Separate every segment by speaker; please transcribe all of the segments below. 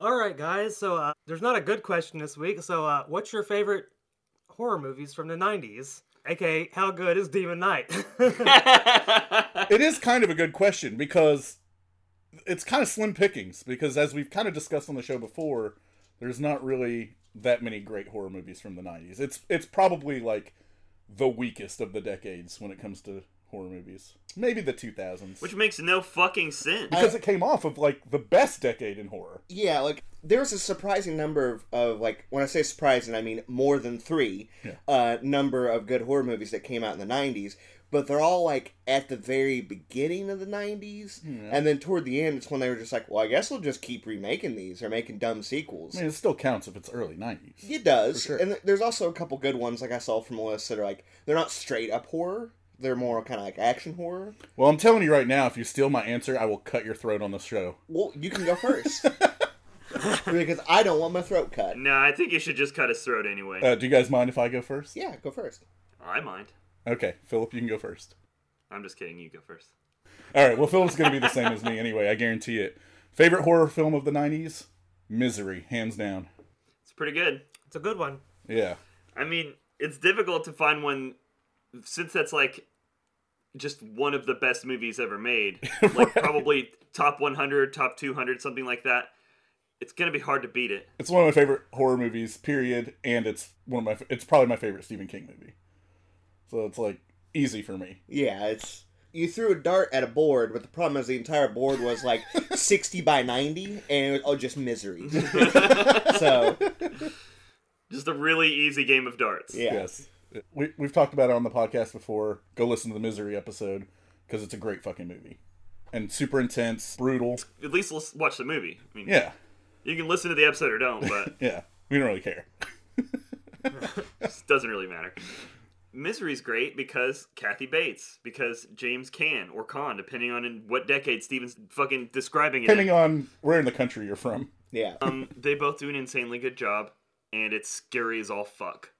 Speaker 1: right, guys. So uh, there's not a good question this week. So uh, what's your favorite horror movies from the '90s? AKA, how good is Demon Knight?
Speaker 2: it is kind of a good question because it's kind of slim pickings because as we've kind of discussed on the show before, there's not really that many great horror movies from the 90s. It's it's probably like the weakest of the decades when it comes to horror movies. Maybe the 2000s.
Speaker 3: Which makes no fucking sense.
Speaker 2: because it came off of like the best decade in horror.
Speaker 4: Yeah, like there's a surprising number of, of like when I say surprising, I mean more than three
Speaker 2: Yeah.
Speaker 4: uh, number of good horror movies that came out in the '90s, but they're all like at the very beginning of the '90s,
Speaker 2: Hmm,
Speaker 4: and then toward the end, it's when they were just like, well, I guess we'll just keep remaking these or making dumb sequels.
Speaker 2: I mean, it still counts if it's early 90s.
Speaker 4: It does,
Speaker 2: For sure.
Speaker 4: and th- there's also a couple good ones like I saw from a list that are like they're not straight up horror; they're more kind of like action horror.
Speaker 2: Well, I'm telling you right now, if you steal my answer, I will cut your throat on the show.
Speaker 4: Well, you can go first because I don't want my throat cut.
Speaker 3: No, I think you should just cut his throat anyway. Oh,
Speaker 2: Uh, do you guys mind if I go first?
Speaker 4: Yeah, go first.
Speaker 3: I mind.
Speaker 2: Okay, Philip, you can go first.
Speaker 3: I'm just kidding. You go first.
Speaker 2: All right, well, Philip's going to be the same as me anyway. I guarantee it. Favorite horror film of the 90s? Misery, hands down.
Speaker 3: It's pretty good.
Speaker 1: it's a good one.
Speaker 2: Yeah.
Speaker 3: I mean, it's difficult to find one since that's like just one of the best movies ever made. Like probably top 100, top 200, something like that. It's going to be hard to beat it.
Speaker 2: It's one of my favorite horror movies, period, and it's one of my it's probably my favorite Stephen King movie. So it's like easy for me.
Speaker 4: Yeah, it's you threw a dart at a board, but the problem is the entire board was like sixty by ninety, and it was all just misery. so
Speaker 3: Just a really easy game of darts.
Speaker 4: yeah,
Speaker 2: Yes. We, we've talked about it on the podcast before. Go listen to the Misery episode because it's a great fucking movie. And super intense, brutal.
Speaker 3: At least let's watch the movie. I mean,
Speaker 2: Yeah.
Speaker 3: you can listen to the episode or don't, but
Speaker 2: Yeah. We don't really care.
Speaker 3: It doesn't really matter. Misery's great because Kathy Bates, because James Can or Con, depending on in what decade Steven's fucking describing it. in.
Speaker 2: Depending on where in the country you're from.
Speaker 4: yeah.
Speaker 3: um, they both do an insanely good job, and it's scary as all fuck.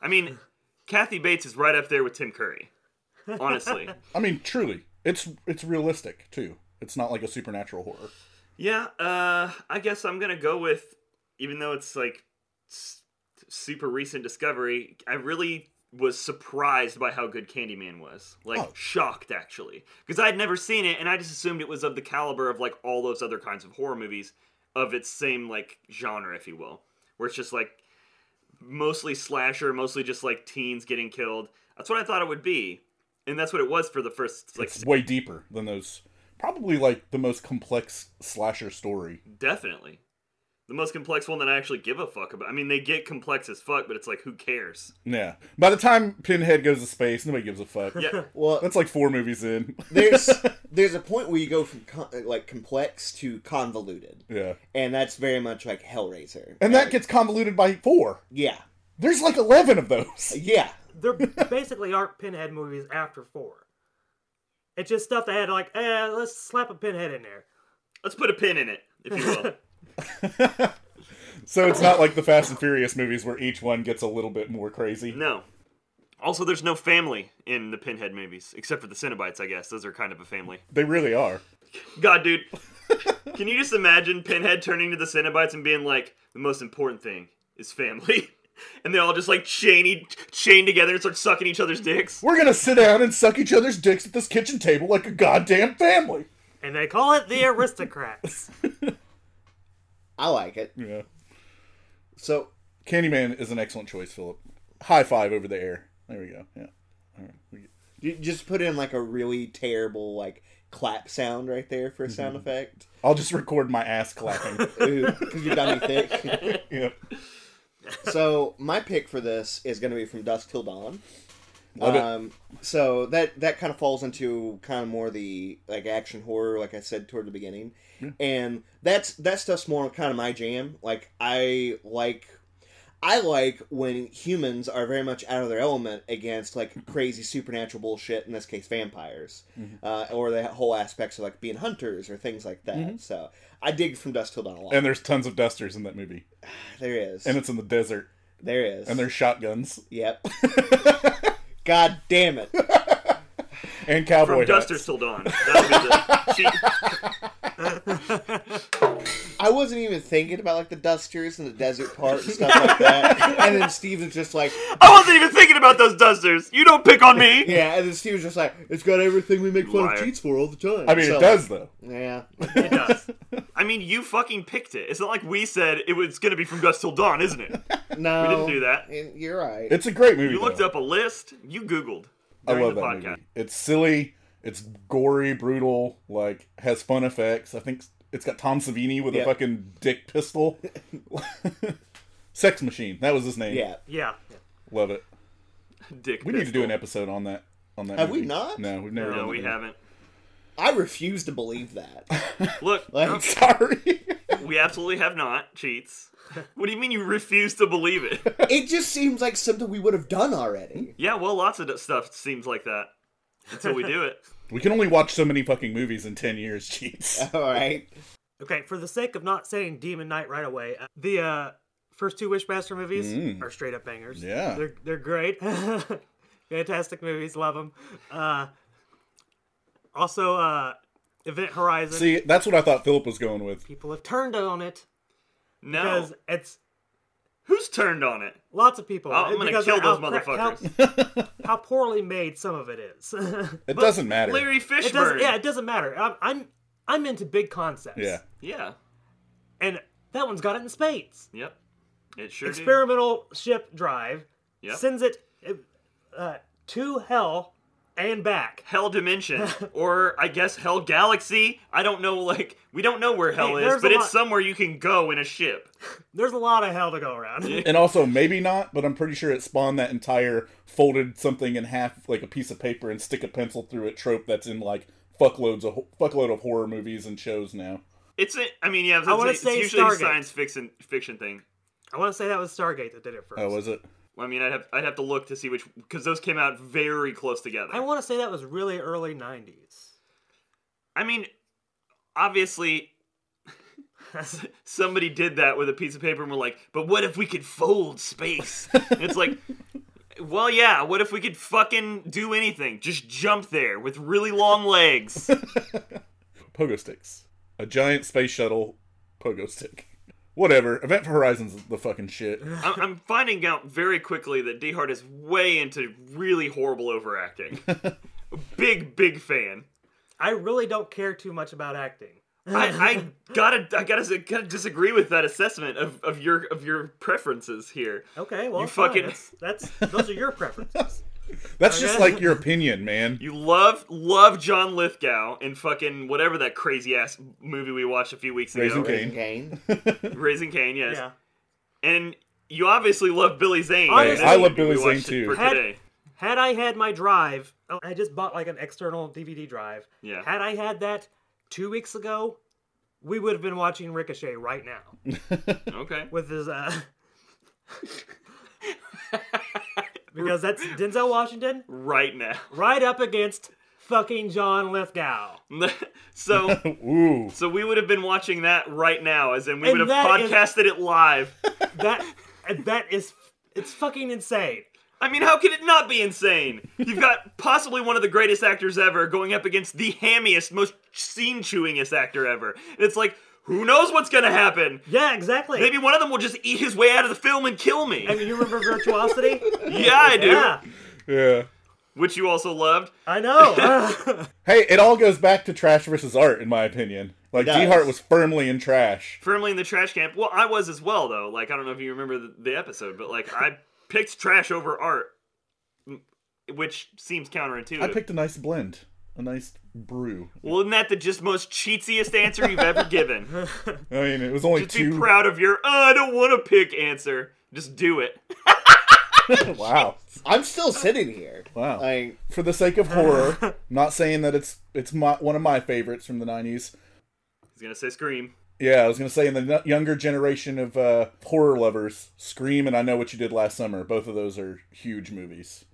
Speaker 3: I mean, Kathy Bates is right up there with Tim Curry, honestly.
Speaker 2: I mean, truly, it's it's realistic too. It's not like a supernatural horror.
Speaker 3: yeah, uh, I guess I'm gonna go with, even though it's like s- super recent discovery, I really was surprised by how good Candyman was. Like,
Speaker 2: Oh.
Speaker 3: shocked actually. Because I'd never seen it, and I just assumed it was of the caliber of like all those other kinds of horror movies of its same like genre, if you will. Where it's just like mostly slasher, mostly just like teens getting killed. That's what I thought it would be. And that's what it was for the first like
Speaker 2: It's way deeper than those. Probably like the most complex slasher story.
Speaker 3: Definitely. The most complex one that I actually give a fuck about. I mean, they get complex as fuck, but it's like, who cares?
Speaker 2: Yeah. By the time Pinhead goes to space, nobody gives a fuck.
Speaker 3: Yeah.
Speaker 4: Well,
Speaker 2: That's like four movies in.
Speaker 4: there's there's a point where you go from con- like complex to convoluted,
Speaker 2: yeah.
Speaker 4: and that's very much like Hellraiser.
Speaker 2: And that gets convoluted by four.
Speaker 4: yeah,
Speaker 2: There's like eleven of those.
Speaker 4: yeah,
Speaker 1: There basically aren't Pinhead movies after four. It's just stuff that had like, eh, let's slap a Pinhead in there.
Speaker 3: Let's put a pin in it, if you will.
Speaker 2: So it's not like the Fast and Furious movies where each one gets a little bit more crazy.
Speaker 3: no. Also, there's no family in the Pinhead movies, except for the Cenobites, I guess. Those are kind of a family.
Speaker 2: They really are.
Speaker 3: God, dude. Can you just imagine Pinhead turning to the Cenobites and being like, the most important thing is family? And they all just like chained, chained together and start sucking each other's dicks.
Speaker 2: We're gonna sit down and suck each other's dicks at this kitchen table like a goddamn family.
Speaker 1: And they call it the Aristocrats.
Speaker 4: I like it.
Speaker 2: Yeah.
Speaker 4: So
Speaker 2: Candyman is an excellent choice, Philip. High five over the air. There we go. Yeah. All right. We get-
Speaker 4: you just put in like a really terrible like clap sound right there for a sound
Speaker 2: Mm-hmm.
Speaker 4: effect
Speaker 2: I'll just record my ass clapping.
Speaker 4: because you got me thick.
Speaker 2: yeah.
Speaker 4: so my pick for this is going to be from dusk till dawn
Speaker 2: Love it.
Speaker 3: Uh,
Speaker 4: um, so that that kind of falls into kind of more the like action horror like i said toward the beginning
Speaker 2: Hmm.
Speaker 4: and that's that stuff's more kind of my jam like i like i like when humans are very much out of their element against
Speaker 2: Hmm.
Speaker 4: like crazy supernatural bullshit in this case vampires uh, or the whole aspects of like being hunters or things like that so i dig from dusk till dawn a lot
Speaker 2: Hmm. And there's tons of dusters in that movie.
Speaker 4: there is
Speaker 2: And it's in the desert.
Speaker 4: there is
Speaker 2: And there's shotguns.
Speaker 4: Yep. God damn it.
Speaker 2: And cowboy
Speaker 3: From
Speaker 2: hats.
Speaker 3: Dusters Till Dawn. That would be the. she-
Speaker 4: I I wasn't even thinking about like the dusters and the desert part and stuff like that. And then Steven's just like,
Speaker 3: I wasn't even thinking about those dusters. You don't pick on me.
Speaker 4: yeah. And then Steven's just like, it's got everything we make fun
Speaker 3: Liar.
Speaker 4: of cheats for all the time.
Speaker 2: I mean,
Speaker 4: So,
Speaker 2: it does though.
Speaker 4: Yeah.
Speaker 3: It does. I mean, you fucking picked it. It's not like we said it was going to be from dusk till dawn, isn't it?
Speaker 4: No,
Speaker 3: We didn't do that.
Speaker 4: And you're right.
Speaker 2: It's a great movie.
Speaker 3: You looked
Speaker 2: though.
Speaker 3: up a list. You Googled.
Speaker 2: I
Speaker 3: during
Speaker 2: love
Speaker 3: the
Speaker 2: that
Speaker 3: podcast.
Speaker 2: movie. It's silly. It's gory, brutal. Like has fun effects. I think it's got Tom Savini with
Speaker 4: Yeah.
Speaker 2: a fucking dick pistol. Sex Machine. That was his name.
Speaker 4: yeah.
Speaker 1: Yeah.
Speaker 2: love it.
Speaker 3: Dick.
Speaker 2: We need to do an episode on that. On that.
Speaker 4: Have we
Speaker 2: movie.
Speaker 4: not?
Speaker 2: No, we've never.
Speaker 3: No,
Speaker 2: done
Speaker 3: we
Speaker 2: that
Speaker 3: haven't.
Speaker 4: I refuse to believe that.
Speaker 3: Look,
Speaker 4: Like,
Speaker 2: movie. Sorry.
Speaker 3: we absolutely have not cheats. What do you mean you refuse to believe it?
Speaker 4: it just seems like something we would have done already.
Speaker 3: Yeah, well, lots of stuff seems like that until we do it.
Speaker 2: we can only watch so many fucking movies in ten years. Cheats.
Speaker 4: All right.
Speaker 1: Okay, for the sake of not saying Demon Knight right away, uh, the uh, first two Wishmaster movies
Speaker 2: Mm.
Speaker 1: are straight up bangers.
Speaker 2: Yeah.
Speaker 1: they're they're great, fantastic movies, love them. Uh, also, uh, Event Horizon.
Speaker 2: See, that's what I thought Philip was going with.
Speaker 1: People have turned on it
Speaker 3: No. Oh.
Speaker 1: because it's
Speaker 3: Who's turned on it?
Speaker 1: lots of people.
Speaker 3: Oh, I'm gonna
Speaker 1: because
Speaker 3: kill
Speaker 1: of
Speaker 3: those
Speaker 1: how cra-
Speaker 3: motherfuckers.
Speaker 1: How, how poorly made some of it is. it
Speaker 2: It doesn't matter.
Speaker 3: Larry Fishburne.
Speaker 1: doesn't. Yeah, it doesn't matter. I'm I'm, I'm into big concepts.
Speaker 2: Yeah.
Speaker 3: Yeah.
Speaker 1: and that one's got it in spades.
Speaker 3: Yep. It sure did.
Speaker 1: experimental ship drive
Speaker 3: Yep.
Speaker 1: sends it uh, to hell and back.
Speaker 3: Hell Dimension, or I guess Hell Galaxy. I don't know, like, we don't know where Hell
Speaker 1: Hey,
Speaker 3: is,
Speaker 1: there's
Speaker 3: but
Speaker 1: a
Speaker 3: it's
Speaker 1: lot-
Speaker 3: somewhere you can go in a ship.
Speaker 1: There's a lot of hell to go around.
Speaker 2: And also, maybe not, but I'm pretty sure it spawned that entire folded something in half, like a piece of paper, and stick a pencil through it trope that's in like fuckloads of fuckload of horror movies and shows now.
Speaker 3: It's, a, I mean, yeah, it's,
Speaker 1: I wanna
Speaker 3: it's
Speaker 1: say
Speaker 3: usually a
Speaker 1: Stargate.
Speaker 3: science fiction, fiction thing.
Speaker 1: I want to say that was Stargate that did it first.
Speaker 2: Oh, was it?
Speaker 3: Well, I mean, I'd have, I'd have to look to see which, because those came out very close together.
Speaker 1: I want to say that was really early 90s.
Speaker 3: I mean, obviously, somebody did that with a piece of paper and were like, but what if we could fold space? and it's like, well, yeah, what if we could fucking do anything? Just jump there with really long legs.
Speaker 2: Pogo sticks, a giant space shuttle pogo stick. Whatever. Event Horizon's the fucking shit.
Speaker 3: I'm, I'm finding out very quickly that Dehart is way into really horrible overacting. big, big fan.
Speaker 1: I really don't care too much about acting.
Speaker 3: I, I gotta, I gotta, gotta disagree with that assessment of, of your of your preferences here.
Speaker 1: Okay, well,
Speaker 3: You
Speaker 1: fine.
Speaker 3: fucking-
Speaker 1: That's, that's those are your preferences.
Speaker 2: That's just
Speaker 1: Okay.
Speaker 2: like your opinion, man.
Speaker 3: You love love John Lithgow in fucking whatever that crazy ass movie we watched a few weeks ago.
Speaker 2: Raising Cain.
Speaker 4: Kane.
Speaker 3: Raising Cain, yes.
Speaker 1: yeah.
Speaker 3: And you obviously love Billy Zane.
Speaker 1: I-
Speaker 3: This
Speaker 1: I
Speaker 2: love
Speaker 3: movie
Speaker 2: Billy
Speaker 3: we watched
Speaker 2: Zane, too.
Speaker 3: For
Speaker 1: Had-
Speaker 3: today.
Speaker 1: Had I had my drive, oh, I just bought like an external DVD drive.
Speaker 3: Yeah.
Speaker 1: Had I had that two weeks ago, we would have been watching Ricochet right now.
Speaker 3: Okay.
Speaker 1: with his uh because that's Denzel Washington
Speaker 3: Right now.
Speaker 1: right up against fucking John Lithgow.
Speaker 3: so
Speaker 2: Ooh.
Speaker 3: so we would have been watching that right now, as in we
Speaker 1: And
Speaker 3: would have
Speaker 1: that is-
Speaker 3: podcasted it live.
Speaker 1: That that is it's fucking insane.
Speaker 3: I mean, how could it not be insane? You've got possibly one of the greatest actors ever going up against the hammiest, most scene chewingest actor ever. And it's like, who knows what's gonna happen?
Speaker 1: Yeah, exactly.
Speaker 3: Maybe one of them will just eat his way out of the film and kill me.
Speaker 1: I mean, you remember Virtuosity?
Speaker 3: yeah, I do.
Speaker 1: Yeah,
Speaker 2: Yeah.
Speaker 3: Which you also loved.
Speaker 1: I know.
Speaker 2: Hey, it all goes back to trash versus art, in my opinion. Like
Speaker 4: It does.
Speaker 2: D Hart was firmly in trash.
Speaker 3: Firmly in the trash camp. Well, I was as well, though. Like, I don't know if you remember the, the episode, but like, I picked trash over art, m- which seems counterintuitive.
Speaker 2: I picked a nice blend, a nice brew.
Speaker 3: well, isn't that the just most cheatsiest answer you've ever given?
Speaker 2: I mean, it was only
Speaker 3: Just
Speaker 2: two.
Speaker 3: be proud of your "Oh, "I don't want to pick" answer. Just do it.
Speaker 2: wow,
Speaker 4: I'm still sitting here.
Speaker 2: wow.
Speaker 4: Like,
Speaker 2: For the sake of horror, not saying that it's it's my, one of my favorites from the '90s.
Speaker 3: He's gonna say "Scream."
Speaker 2: Yeah, I was gonna say in the no- younger generation of uh, horror lovers, Scream and I Know What You Did Last Summer. Both of those are huge movies.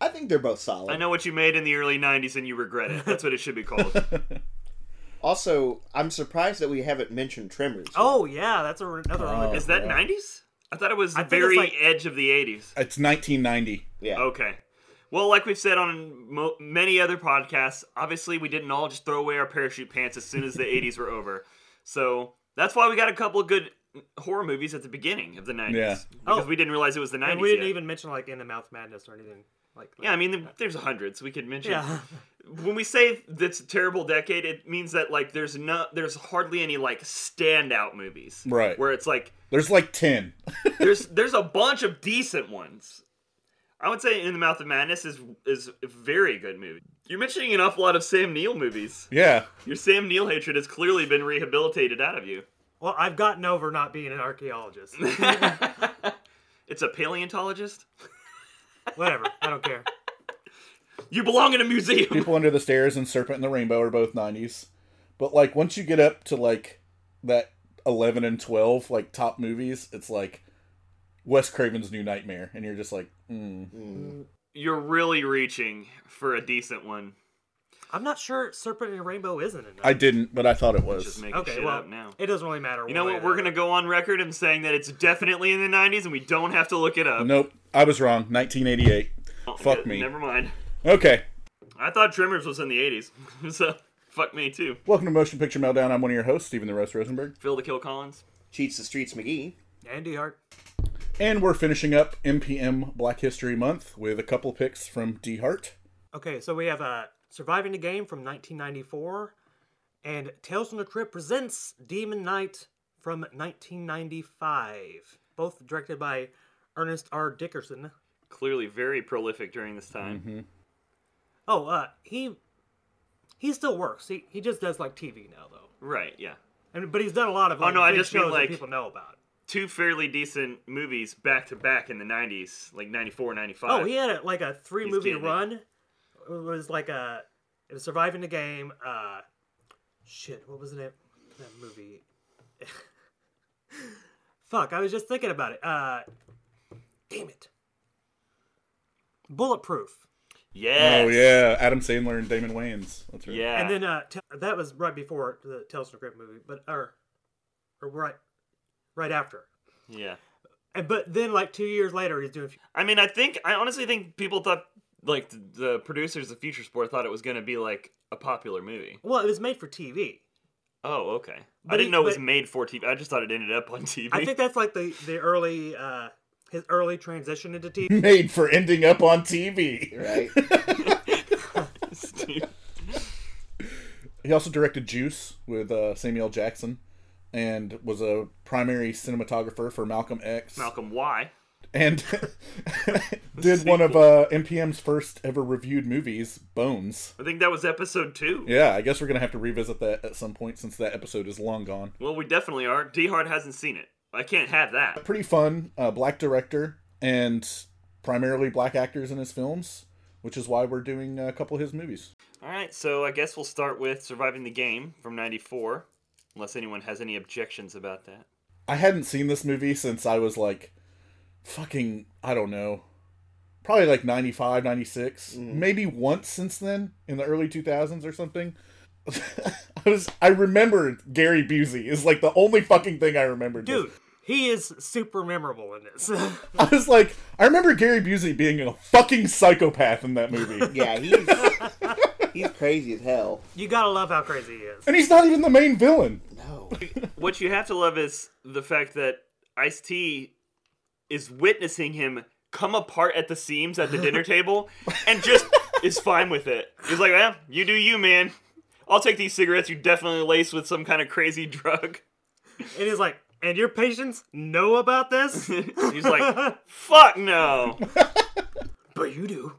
Speaker 4: I think they're both solid.
Speaker 3: I know what you made in the early '90s, and you regret it. That's what it should be called.
Speaker 4: Also, I'm surprised that we haven't mentioned Tremors.
Speaker 1: oh yeah, that's a, another really
Speaker 3: Oh, Is
Speaker 1: good.
Speaker 3: that '90s? I thought it was the
Speaker 1: I think it's
Speaker 3: very
Speaker 1: like-
Speaker 3: edge of the '80s.
Speaker 2: It's 1990.
Speaker 4: yeah.
Speaker 3: Okay. Well, like we've said on mo- many other podcasts, obviously we didn't all just throw away our parachute pants as soon as the 80s were over. So That's why we got a couple of good horror movies at the beginning of the 90s.
Speaker 2: Yeah.
Speaker 3: Because
Speaker 1: Oh.
Speaker 3: we didn't realize it was the 90s.
Speaker 1: And we didn't
Speaker 3: yet.
Speaker 1: even mention like In the Mouth Madness or anything like that.
Speaker 3: Yeah, I mean, there- there's hundreds we could mention.
Speaker 1: yeah.
Speaker 3: When we say that's a terrible decade, it means that like there's no, there's hardly any like standout movies.
Speaker 2: Right.
Speaker 3: Where it's like
Speaker 2: There's like ten.
Speaker 3: there's there's a bunch of decent ones. I would say In the Mouth of Madness is is a very good movie. You're mentioning an awful lot of Sam Neill movies.
Speaker 2: Yeah.
Speaker 3: Your Sam Neill hatred has clearly been rehabilitated out of you.
Speaker 1: Well, I've gotten over not being an archaeologist.
Speaker 3: it's a paleontologist.
Speaker 1: Whatever. I don't care.
Speaker 3: You belong in a museum.
Speaker 2: People Under the Stairs and Serpent and the Rainbow are both nineties. But like once you get up to like that eleven and twelve like top movies, it's like Wes Craven's New Nightmare, and you're just like, mm.
Speaker 3: You're really reaching for a decent one.
Speaker 1: I'm not sure Serpent and Rainbow isn't enough.
Speaker 2: I didn't, but I thought it was.
Speaker 3: Just making
Speaker 1: okay,
Speaker 3: shit
Speaker 1: well,
Speaker 3: up now.
Speaker 1: it doesn't really matter.
Speaker 3: You know what? We're gonna go on record and saying that it's definitely in the '90s, and we don't have to look it up.
Speaker 2: Nope, I was wrong. 1988.
Speaker 3: Oh,
Speaker 2: fuck
Speaker 3: good,
Speaker 2: me.
Speaker 3: Never mind.
Speaker 2: Okay,
Speaker 3: I thought Tremors was in the '80s, so fuck me too.
Speaker 2: welcome to Motion Picture Meltdown. I'm one of your hosts, Stephen the Roast Rosenberg,
Speaker 3: Phil the Kill Collins.
Speaker 4: Cheats the streets, McGee.
Speaker 1: Andy Hart.
Speaker 2: and we're finishing up MPM Black History Month with a couple picks from D Hart.
Speaker 1: Okay, so we have uh, Surviving the Game from 1994, and Tales from the Crypt presents Demon Knight from 1995. Both directed by Ernest R. Dickerson.
Speaker 3: Clearly very prolific during this time.
Speaker 2: Mm-hmm.
Speaker 1: Oh, uh, he he still works. He he just does like TV now though.
Speaker 3: Right. Yeah.
Speaker 1: And but he's done a lot of
Speaker 3: Oh,
Speaker 1: like,
Speaker 3: no, I
Speaker 1: big
Speaker 3: just mean,
Speaker 1: shows
Speaker 3: like-
Speaker 1: that people know about.
Speaker 3: Two fairly decent movies back to back in the '90s, like '94, '95.
Speaker 1: Oh, he had a, like a three
Speaker 3: He's
Speaker 1: movie
Speaker 3: getting it.
Speaker 1: run. It was like a it was surviving the game. Uh, shit, what was the name of that movie? Fuck, I was just thinking about it. Uh, damn it, bulletproof.
Speaker 3: Yes.
Speaker 2: Oh yeah, Adam Sandler and Damon Wayans. That's right.
Speaker 3: Yeah.
Speaker 1: And then uh, t- that was right before the Tales from the Crypt movie, but or or right right after.
Speaker 3: yeah.
Speaker 1: And but then like two years later, he's doing.
Speaker 3: I mean, I think I honestly think people thought like th- the producers of Future Sport thought it was going to be like a popular movie.
Speaker 1: Well, it was made for TV.
Speaker 3: Oh, okay. I
Speaker 1: But
Speaker 3: didn't
Speaker 1: he-
Speaker 3: know it was
Speaker 1: but-
Speaker 3: made for TV. I just thought it ended up on TV.
Speaker 1: I think that's like the the early uh his early transition into TV.
Speaker 2: Made for ending up on TV.
Speaker 4: Right?
Speaker 3: Steve-
Speaker 2: He also directed Juice with uh, Samuel L. Jackson, and was a primary cinematographer for Malcolm X.
Speaker 3: Malcolm Y.
Speaker 2: and did one of uh, NPM's first ever reviewed movies, Bones.
Speaker 3: I think that was episode two.
Speaker 2: Yeah, I guess we're gonna have to revisit that at some point since that episode is long gone.
Speaker 3: Well, we definitely are. D Hard hasn't seen it. I can't have that.
Speaker 2: Pretty fun, uh, black director and primarily black actors in his films, which is why we're doing a couple of his movies.
Speaker 3: All right, so I guess we'll start with Surviving the Game from '94, unless anyone has any objections about that.
Speaker 2: I hadn't seen this movie since I was like, fucking, I don't know, probably like 95, 96, maybe once since then in the early 2000s or something. I was, I remembered Gary Busey is like the only fucking thing I remembered.
Speaker 1: Dude, he is super memorable in this.
Speaker 2: I was like, I remember Gary Busey being a fucking psychopath in that movie.
Speaker 4: Yeah, he's he's crazy as hell.
Speaker 1: you gotta love how crazy he is.
Speaker 2: and he's not even the main villain.
Speaker 4: No.
Speaker 3: What you have to love is the fact that Ice T is witnessing him come apart at the seams at the dinner table and just is fine with it. He's like, well, you do you, man. I'll take these cigarettes you definitely laced with some kind of crazy drug.
Speaker 1: And he's like, and your patients know about this?
Speaker 3: He's like, fuck no.
Speaker 1: but you do.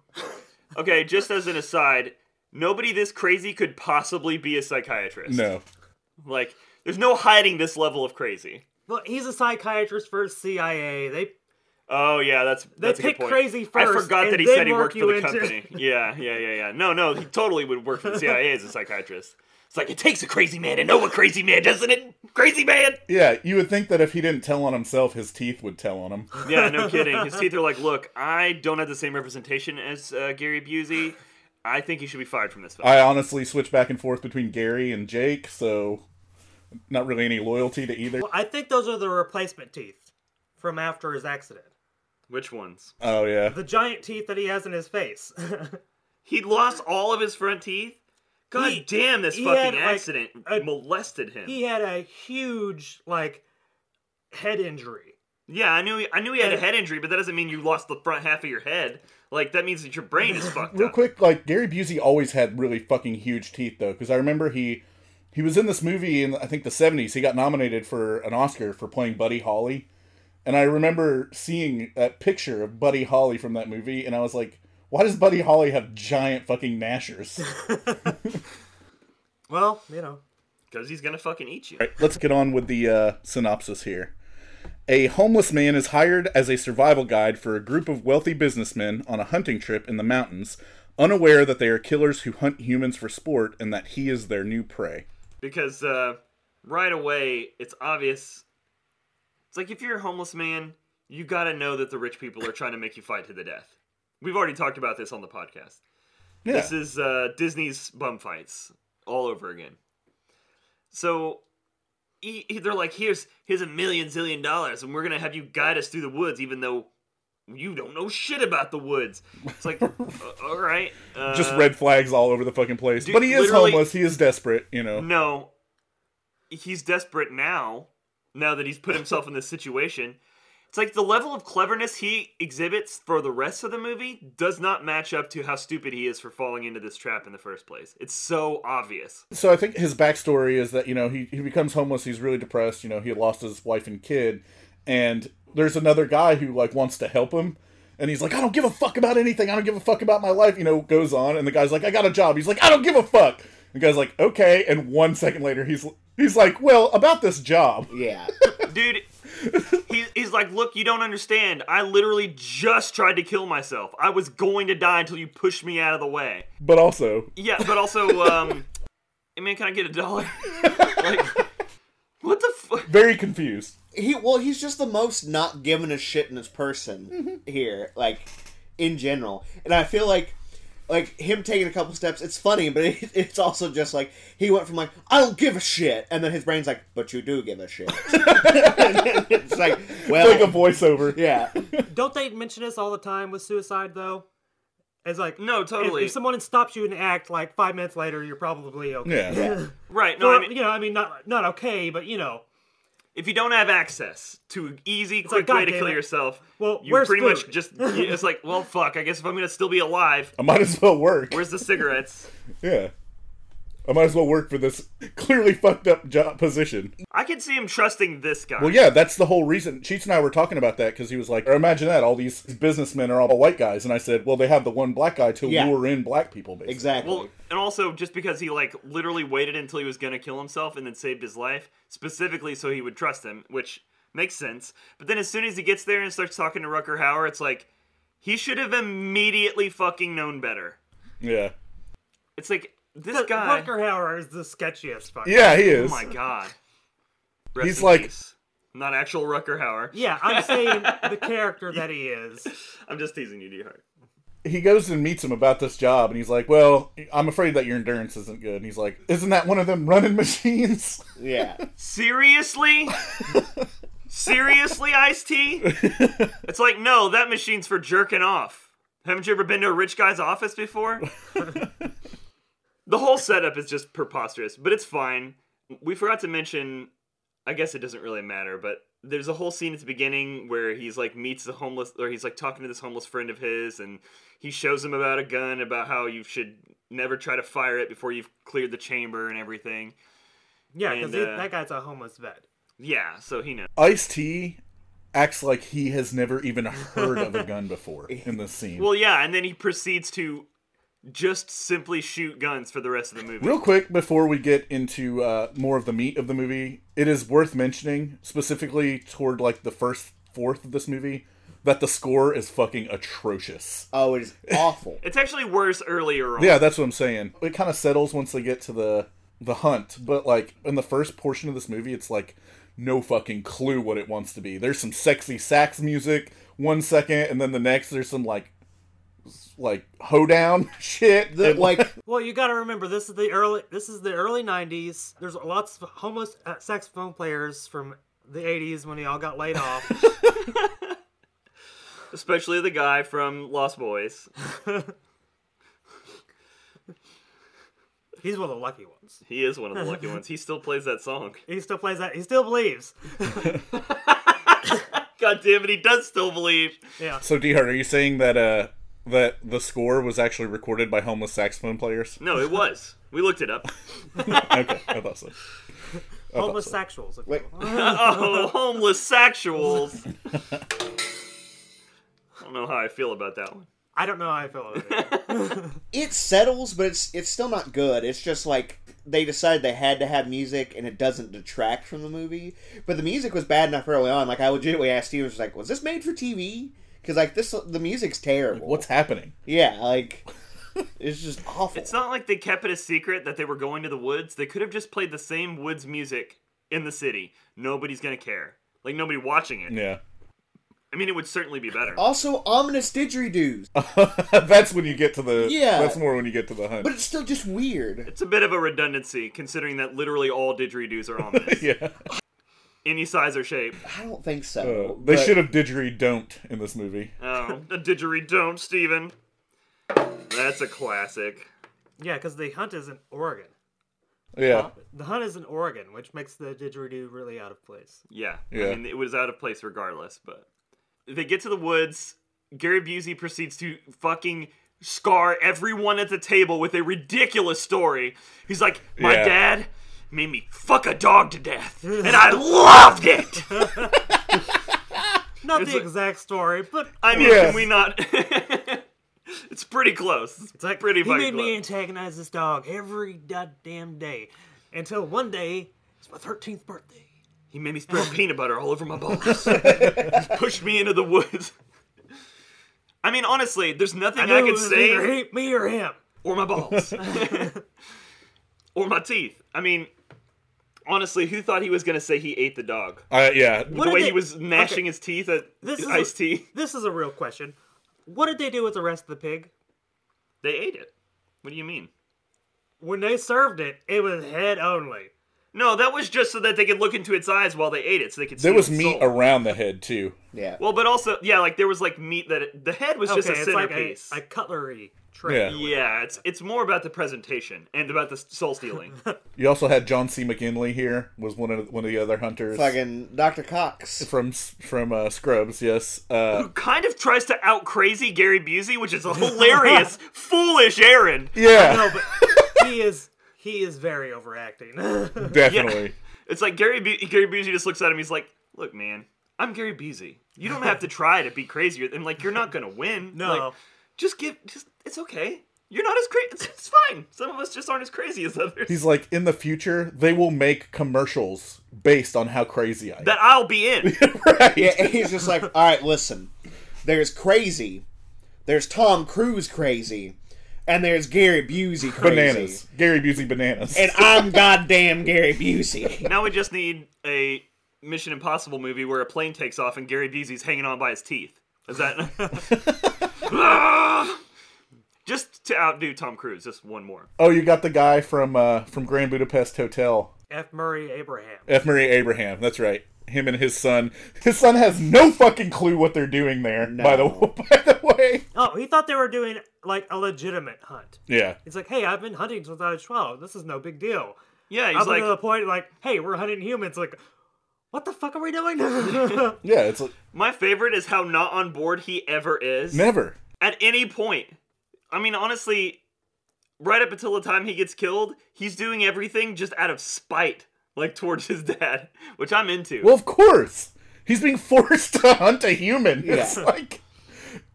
Speaker 3: Okay, just as an aside, nobody this crazy could possibly be a psychiatrist.
Speaker 2: No.
Speaker 3: Like, there's no hiding this level of crazy.
Speaker 1: Well, he's a psychiatrist for CIA. They
Speaker 3: Oh yeah, that's that's a good
Speaker 1: pick
Speaker 3: point.
Speaker 1: crazy
Speaker 3: I
Speaker 1: first
Speaker 3: forgot that
Speaker 1: and
Speaker 3: he
Speaker 1: then
Speaker 3: said he
Speaker 1: work
Speaker 3: worked for
Speaker 1: you
Speaker 3: the
Speaker 1: into-
Speaker 3: company. Yeah, yeah, yeah, yeah. No, no, he totally would work for the CIA as a psychiatrist. It's like it takes a crazy man to know a crazy man, doesn't it? Crazy man.
Speaker 2: Yeah, you would think that if he didn't tell on himself, his teeth would tell on him.
Speaker 3: Yeah, no kidding. His teeth are like, look, I don't have the same representation as uh, Gary Busey. I think he should be fired from this film.
Speaker 2: I honestly switch back and forth between Gary and Jake, so not really any loyalty to either.
Speaker 1: I think those are the replacement teeth from after his accident.
Speaker 3: Which ones?
Speaker 2: Oh yeah.
Speaker 1: The giant teeth that he has in his face.
Speaker 3: He lost all of his front teeth God
Speaker 1: He-
Speaker 3: damn, this
Speaker 1: he
Speaker 3: fucking
Speaker 1: had, like,
Speaker 3: accident
Speaker 1: a-
Speaker 3: molested him.
Speaker 1: He had a huge like head injury.
Speaker 3: yeah, I knew. He, I knew he had a
Speaker 1: And-
Speaker 3: head injury, but that doesn't mean you lost the front half of your head. Like that means that your brain is fucked
Speaker 2: Real
Speaker 3: up.
Speaker 2: quick, like Gary Busey always had really fucking huge teeth though, because I remember he he was in this movie in I think the seventies. He got nominated for an Oscar for playing Buddy Holly, and I remember seeing that picture of Buddy Holly from that movie, and I was like, why does Buddy Holly have giant fucking gnashers?
Speaker 1: Well, you know,
Speaker 3: Because he's gonna fucking eat you.
Speaker 2: All right, let's get on with the uh, synopsis here. A homeless man is hired as a survival guide for a group of wealthy businessmen on a hunting trip in the mountains, unaware that they are killers who hunt humans for sport and that he is their new prey.
Speaker 3: Because uh, right away, it's obvious. It's like if you're a homeless man, you gotta know that the rich people are trying to make you fight to the death. We've already talked about this on the podcast.
Speaker 2: Yeah.
Speaker 3: This is uh, Disney's bum fights all over again. So he, he- they're like, here's here's a million zillion dollars, and we're gonna have you guide us through the woods, even though you don't know shit about the woods. It's like, uh, all right, uh,
Speaker 2: Just red flags all over the fucking place.
Speaker 3: dude,
Speaker 2: but he is
Speaker 3: literally-
Speaker 2: homeless. He is desperate, you know.
Speaker 3: No, he's desperate now. Now that he's put himself in this situation, it's like the level of cleverness he exhibits for the rest of the movie does not match up to how stupid he is for falling into this trap in the first place. It's so obvious.
Speaker 2: So I think his backstory is that, you know, he, he becomes homeless. He's really depressed. You know, he had lost his wife and kid. And there's another guy who, like, wants to help him. And he's like, I don't give a fuck about anything. I don't give a fuck about my life. You know, goes on. And the guy's like, I got a job. He's like, I don't give a fuck. The guy's like, okay. And one second later, he's he's like, well, about this job.
Speaker 4: Yeah.
Speaker 3: dude he, he's like look you don't understand i literally just tried to kill myself i was going to die until you pushed me out of the way
Speaker 2: But also,
Speaker 3: yeah but also um hey man can i get a dollar like what the fuck
Speaker 2: very confused.
Speaker 4: he well he's just the most not giving a shit in his person here like in general and i feel like like him taking a couple steps it's funny but it, it's also just like he went from like i don't give a shit and then his brain's like but you do give a shit it's like well
Speaker 2: Like a voiceover.
Speaker 4: yeah
Speaker 1: don't they mention this all the time with suicide though? It's like
Speaker 3: no
Speaker 1: if-
Speaker 3: totally
Speaker 1: If, someone stops you in the act, like five minutes later, you're probably okay.
Speaker 2: Yeah.
Speaker 3: right no
Speaker 1: No,
Speaker 3: i mean
Speaker 1: you know, I mean, not not okay, but you know,
Speaker 3: if you don't have access to an easy
Speaker 1: like,
Speaker 3: quick way to
Speaker 1: "God
Speaker 3: kill
Speaker 1: damn it.
Speaker 3: yourself
Speaker 1: Well,
Speaker 3: you
Speaker 1: where's
Speaker 3: pretty much
Speaker 1: food?"
Speaker 3: just it's like well fuck i guess if i'm gonna still be alive
Speaker 2: I might as well work.
Speaker 3: where's the cigarettes
Speaker 2: Yeah. I might as well work for this clearly fucked up job position.
Speaker 3: i can see him trusting this guy
Speaker 2: Well, yeah, that's the whole reason. Cheats and I were talking about that because he was like, imagine that all these businessmen are all white guys, and I said, well, they have the one black guy to
Speaker 4: Yeah.
Speaker 2: lure in black people, basically.
Speaker 4: exactly
Speaker 3: Well, and also just because he like literally waited until he was gonna kill himself and then saved his life specifically so he would trust him, which makes sense. But then as soon as he gets there and starts talking to Rucker Hauer, it's like he should have immediately fucking known better.
Speaker 2: Yeah,
Speaker 3: It's like this
Speaker 1: the-
Speaker 3: guy.
Speaker 1: Rucker Hauer is the sketchiest fucker.
Speaker 2: yeah, he
Speaker 3: oh
Speaker 2: is.
Speaker 3: my god. Rest
Speaker 2: He's
Speaker 3: in
Speaker 2: like-
Speaker 3: peace. not actual Rucker Hauer.
Speaker 1: Yeah, I'm saying the character that he is.
Speaker 3: I'm just teasing you, D Hart.
Speaker 2: He goes and meets him about this job, and he's like, well, I'm afraid that your endurance isn't good. And he's like, isn't that one of them running machines?
Speaker 4: yeah
Speaker 3: Seriously? Seriously, Ice T? It's like, no, that machine's for jerking off. Haven't you ever been to a rich guy's office before? the whole setup is just preposterous, but it's fine. We forgot to mention, I guess it doesn't really matter, but there's a whole scene at the beginning where he's like meets the homeless, or he's like talking to this homeless friend of his, and he shows him about a gun, about how you should never try to fire it before you've cleared the chamber and everything.
Speaker 1: Yeah, because
Speaker 3: And, uh,
Speaker 1: that guy's a homeless vet.
Speaker 3: Yeah, so he knows.
Speaker 2: Ice T acts like he has never even heard of a gun before in this scene.
Speaker 3: Well, yeah, and then he proceeds to just simply shoot guns for the rest of the movie.
Speaker 2: Real quick, before we get into uh, more of the meat of the movie, it is worth mentioning, specifically toward like the first fourth of this movie, that the score is fucking atrocious.
Speaker 4: oh it is awful
Speaker 3: It's actually worse earlier on.
Speaker 2: Yeah, that's what I'm saying. It kind of settles once they get to the the hunt, but like in the first portion of this movie, it's like no fucking clue what it wants to be. There's some sexy sax music one second, and then the next there's some like s- like hoedown shit.
Speaker 4: The-
Speaker 2: And-
Speaker 4: like
Speaker 1: Well, you got to remember this is the early this is the early '90s. There's lots of homeless uh, saxophone players from the '80s when they all got laid off.
Speaker 3: Especially the guy from Lost Boys.
Speaker 1: He's one of the lucky ones.
Speaker 3: He is one of the lucky ones. He still plays that song.
Speaker 1: He still plays that. He still believes.
Speaker 3: God damn it, he does still believe.
Speaker 1: Yeah.
Speaker 2: So, D Hart, are you saying that uh that the score was actually recorded by homeless saxophone players?
Speaker 3: No, it was. We looked it up.
Speaker 2: okay, I thought so. I thought so.
Speaker 1: Homosexuals. if you
Speaker 4: Wait.
Speaker 1: will.
Speaker 3: Oh, homeless sexuals. I don't know how I feel about that one.
Speaker 1: I don't know how I feel about it.
Speaker 4: It settles, but it's it's still not good. It's just like they decided they had to have music, and it doesn't detract from the movie. But the music was bad enough early on. Like I legitimately asked Steve, I was like, "Was this made for TV?" Because like this, the music's terrible.
Speaker 2: What's happening?
Speaker 4: yeah, like it's just awful.
Speaker 3: It's not like they kept it a secret that they were going to the woods. They could have just played the same woods music in the city. Nobody's gonna care. Like nobody watching it.
Speaker 2: Yeah.
Speaker 3: I mean, it would certainly be better.
Speaker 4: also ominous didgeridoos,
Speaker 2: that's when you get to the
Speaker 4: Yeah.
Speaker 2: That's more when you get to the hunt.
Speaker 4: but it's still just weird.
Speaker 3: It's a bit of a redundancy considering that literally all didgeridoos are ominous,
Speaker 2: yeah,
Speaker 3: any size or shape.
Speaker 4: I don't think so.
Speaker 2: Uh, they
Speaker 4: but-
Speaker 2: should have didgeridoo don't in this movie.
Speaker 3: Oh, a didgeridoo, Steven. That's a classic.
Speaker 1: yeah, because the hunt is in Oregon.
Speaker 2: Yeah,
Speaker 1: The hunt is in Oregon, which makes the didgeridoo really out of place.
Speaker 3: Yeah. I
Speaker 2: Yeah.
Speaker 3: mean, it was out of place regardless, but they get to the woods. Gary Busey proceeds to fucking scar everyone at the table with a ridiculous story. He's like, "My
Speaker 2: Yeah.
Speaker 3: dad made me fuck a dog to death, and I loved it."
Speaker 1: Not the
Speaker 3: like-
Speaker 1: exact story, but
Speaker 3: I mean,
Speaker 2: Yes.
Speaker 3: can we not? it's pretty close. It's
Speaker 1: it's like
Speaker 3: pretty
Speaker 1: he
Speaker 3: fucking
Speaker 1: made me
Speaker 3: close.
Speaker 1: antagonize this dog every goddamn day until one day it's my thirteenth birthday.
Speaker 3: He made me spread
Speaker 1: Oh.
Speaker 3: peanut butter all over my balls. he pushed me into the woods. I mean, honestly, there's nothing I,
Speaker 1: knew it
Speaker 3: could
Speaker 1: was
Speaker 3: say.
Speaker 1: either he- me or him.
Speaker 3: or my balls or my teeth i mean honestly who thought he was going to say he ate the dog
Speaker 2: I, yeah.
Speaker 1: What
Speaker 3: the
Speaker 1: did
Speaker 3: way
Speaker 1: they-
Speaker 3: he was gnashing
Speaker 1: Okay.
Speaker 3: his teeth at
Speaker 1: This is
Speaker 3: iced
Speaker 1: a-
Speaker 3: tea
Speaker 1: This is a real question. What did they do with the rest of the pig?
Speaker 3: they ate it what do you mean
Speaker 1: When they served it, it was head only.
Speaker 3: no that was just so that they could look into its eyes while they ate it so they could see
Speaker 2: There was
Speaker 3: its
Speaker 2: meat
Speaker 3: soul.
Speaker 2: around the head too.
Speaker 4: Yeah.
Speaker 3: well but also yeah like there was like meat that it, the head was just a
Speaker 1: okay, it's like a,
Speaker 3: centerpiece
Speaker 1: a cutlery tray.
Speaker 2: Yeah.
Speaker 3: yeah it's it's more about the presentation and about the soul stealing
Speaker 2: You also had John C. McGinley here was one of one of the other hunters
Speaker 4: Fucking Dr. Cox.
Speaker 2: from from uh, Scrubs. Yes, uh,
Speaker 3: who kind of tries to out crazy gary busey which is a hilarious foolish errand
Speaker 2: yeah,
Speaker 1: No, but he is he is very overacting.
Speaker 2: definitely.
Speaker 3: It's like Gary Bu- Gary Busey just looks at him. He's like, "Look, man, I'm Gary Busey. You don't have to try to be crazier, and like you're not gonna win.
Speaker 1: No.
Speaker 3: like, just give. Just it's okay. You're not as crazy. It's, it's fine. Some of us just aren't as crazy as others.
Speaker 2: He's like, in the future, they will make commercials based on how crazy I am.
Speaker 3: that I'll be in.
Speaker 2: right.
Speaker 4: Yeah, and he's just like, all right, listen. There's crazy. There's Tom Cruise crazy. And there's Gary Busey crazy.
Speaker 2: Bananas. Gary Busey bananas.
Speaker 4: And I'm goddamn Gary Busey.
Speaker 3: now we just need a Mission Impossible movie where a plane takes off and Gary Busey's hanging on by his teeth. Is that? just to outdo Tom Cruise, just one more.
Speaker 2: oh, you got the guy from uh, from Grand Budapest Hotel,
Speaker 1: F. Murray Abraham.
Speaker 2: F. Murray Abraham. That's right. Him and his son. His son has no fucking clue what they're doing there. By the by the way,
Speaker 1: Oh, he thought they were doing like a legitimate hunt.
Speaker 2: yeah.
Speaker 1: He's like, hey, I've been hunting since I was twelve. This is no big deal.
Speaker 3: Yeah, he's
Speaker 1: Up
Speaker 3: like,
Speaker 1: to the point, like, hey, we're hunting humans. Like, what the fuck are we doing?
Speaker 2: Yeah, it's like,
Speaker 3: my favorite is how not on board he ever is.
Speaker 2: never.
Speaker 3: at any point. I mean, honestly, right up until the time he gets killed, he's doing everything just out of spite, like towards his dad, which I'm into.
Speaker 2: Well, of course. He's being forced to hunt a human. It's
Speaker 4: Yeah.
Speaker 2: like,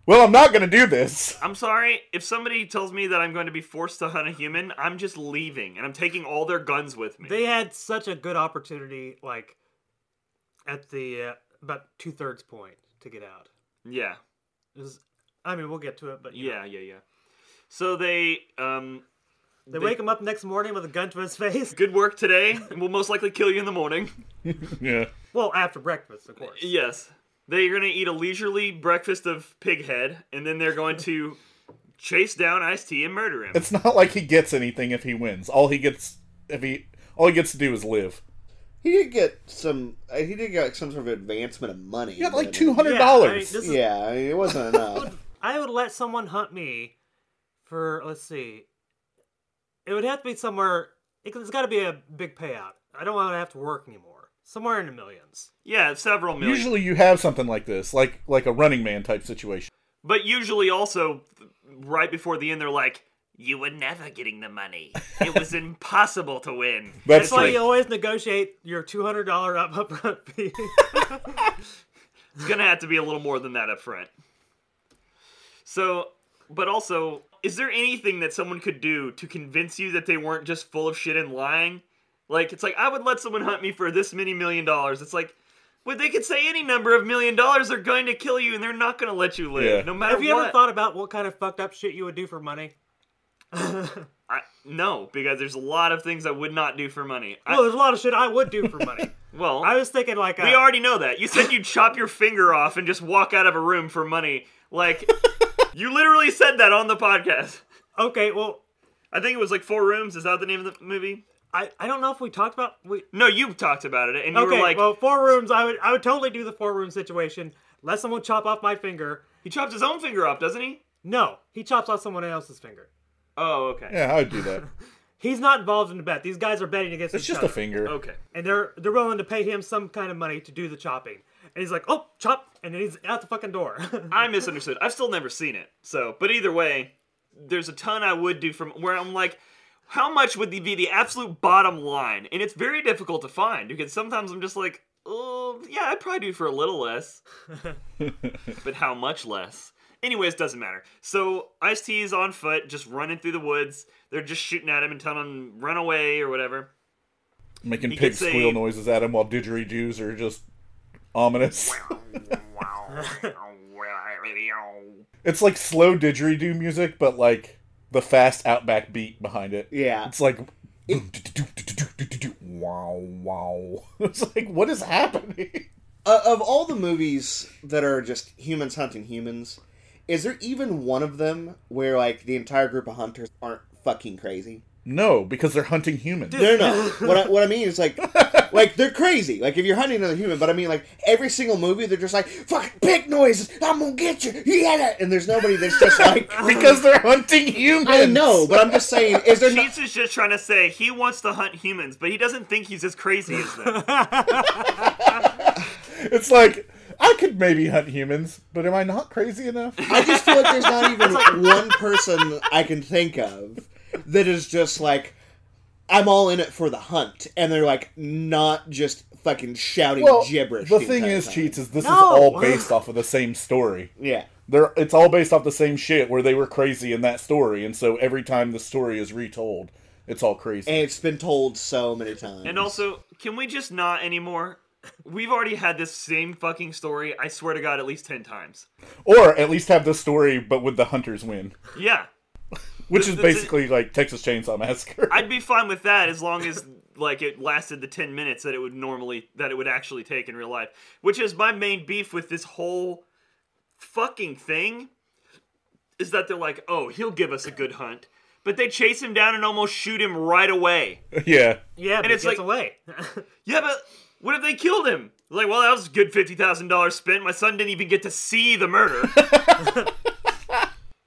Speaker 2: well, I'm not going to do this.
Speaker 3: I'm sorry, if somebody tells me that I'm going to be forced to hunt a human, I'm just leaving and I'm taking all their guns with me.
Speaker 1: they had such a good opportunity, like, at the uh, about two thirds point to get out.
Speaker 3: yeah,
Speaker 1: It was, I mean, we'll get to it, but you know.
Speaker 3: yeah, yeah, yeah. So they, um,
Speaker 1: they, wake him up next morning with a gun to his face.
Speaker 3: good work today. we'll most likely kill you in the morning.
Speaker 2: Yeah.
Speaker 1: Well, after breakfast, of course.
Speaker 3: Yes. They're going to eat a leisurely breakfast of pig head, and then they're going to chase down Ice T and murder him.
Speaker 2: It's not like he gets anything if he wins. All he gets if he all he gets to do is live.
Speaker 4: He did get some. uh, He did get like, some sort of advancement of money.
Speaker 2: He got like
Speaker 4: but-
Speaker 2: two hundred
Speaker 1: Yeah, I mean,
Speaker 2: dollars.
Speaker 1: this is-
Speaker 4: Yeah, I mean, it wasn't enough.
Speaker 1: I would let someone hunt me for let's see, it would have to be somewhere. It, has got to be a big payout. I don't want to have to work anymore. Somewhere in the millions.
Speaker 3: Yeah, several million.
Speaker 2: Usually, you have something like this, like like a Running Man type situation.
Speaker 3: But usually, also right before the end, they're like, "You were never getting the money. It was impossible to win."
Speaker 2: That's
Speaker 1: It's
Speaker 3: It's
Speaker 1: why
Speaker 2: like-
Speaker 1: you always negotiate your two hundred dollar up upfront fee.
Speaker 3: It's gonna have to be a little more than that up front. So, but also, is there anything that someone could do to convince you that they weren't just full of shit and lying? Like, it's like I would let someone hunt me for this many million dollars. It's like, well, they could say any number of million dollars, they're going to kill you, and they're not gonna let you live,
Speaker 2: Yeah.
Speaker 3: no matter
Speaker 1: have you
Speaker 3: what.
Speaker 1: ever thought about what kind of fucked up shit you would do for money?
Speaker 3: I, no, because there's a lot of things I would not do for money. I-
Speaker 1: Well, there's a lot of shit I would do for money.
Speaker 3: well,
Speaker 1: I was thinking like,
Speaker 3: we
Speaker 1: uh,
Speaker 3: already know that. You said you'd chop your finger off and just walk out of a room for money. Like, you literally said that on the podcast.
Speaker 1: okay, well,
Speaker 3: I think it was like Four Rooms. Is that the name of the movie?
Speaker 1: I, I don't know if we talked about we.
Speaker 3: No, you talked about it, and you
Speaker 1: Okay,
Speaker 3: were like,
Speaker 1: well, four rooms. I would I would totally do the four room situation. Let someone chop off my finger.
Speaker 3: he chops his own finger off, doesn't he?
Speaker 1: No, he chops off someone else's finger.
Speaker 3: Oh, okay.
Speaker 2: Yeah, I would do that.
Speaker 1: He's not involved in the bet. These guys are betting against
Speaker 2: It's
Speaker 1: each
Speaker 2: just
Speaker 1: other,
Speaker 2: a finger.
Speaker 3: Okay.
Speaker 1: and they're they're willing to pay him some kind of money to do the chopping. And he's like, "Oh, chop!" and then he's out the fucking door.
Speaker 3: I misunderstood. I've still never seen it. So, but either way, there's a ton I would do from where I'm like, how much would be the absolute bottom line? And it's very difficult to find because sometimes I'm just like, oh, yeah, I'd probably do for a little less. but how much less? Anyways, doesn't matter. So Ice T is on foot, just running through the woods. They're just shooting at him and telling him run away or whatever.
Speaker 2: Making
Speaker 3: You
Speaker 2: pig
Speaker 3: could say-
Speaker 2: squeal noises at him while didgeridoos are just ominous. it's like slow didgeridoo music, but like the fast outback beat behind it.
Speaker 4: Yeah.
Speaker 2: It's like wow, wow. It's like what is happening?
Speaker 4: Uh, of all the movies that are just humans hunting humans, is there even one of them where like the entire group of hunters aren't fucking crazy?
Speaker 2: No, because they're hunting humans.
Speaker 4: No, no. no. what I, what I mean is like, like they're crazy. Like if you're hunting another human, but I mean like every single movie, they're just like fucking pig noises. I'm gonna get you. Yeah, and there's nobody that's just like.
Speaker 2: because they're hunting humans.
Speaker 4: I know, but I'm just saying, is there no,
Speaker 3: Chiefs is just trying to say he wants to hunt humans, but he doesn't think he's as crazy as them.
Speaker 2: It's like I could maybe hunt humans, but am I not crazy enough?
Speaker 4: I just feel like there's not even one person I can think of that is just like, I'm all in it for the hunt, and they're like not just fucking shouting
Speaker 2: Well,
Speaker 4: gibberish.
Speaker 2: the
Speaker 4: entire
Speaker 2: thing is,
Speaker 4: time.
Speaker 2: cheats is this is
Speaker 1: No!
Speaker 2: all based off of the same story.
Speaker 4: Yeah,
Speaker 2: They're it's all based off the same shit where they were crazy in that story, and so every time the story is retold, it's all crazy.
Speaker 4: and it's been told so many times.
Speaker 3: And also, can we just not anymore? We've already had this same fucking story, I swear to God, at least 10 times.
Speaker 2: or at least have the story, but with the hunters win,
Speaker 3: Yeah.
Speaker 2: which
Speaker 3: This- this
Speaker 2: is
Speaker 3: is-
Speaker 2: basically like Texas Chainsaw Massacre.
Speaker 3: I'd be fine with that as long as like it lasted the 10 minutes that it would normally that it would actually take in real life, which is my main beef with this whole fucking thing is that they're like, "Oh, he'll give us a good hunt." But they chase him down and almost shoot him right away.
Speaker 2: yeah,
Speaker 1: yeah, but
Speaker 3: it's
Speaker 1: it's
Speaker 3: like-
Speaker 1: gets away.
Speaker 3: Yeah, but what if they killed him? Like, well, that was a good fifty thousand dollars spent. My son didn't even get to see the murder,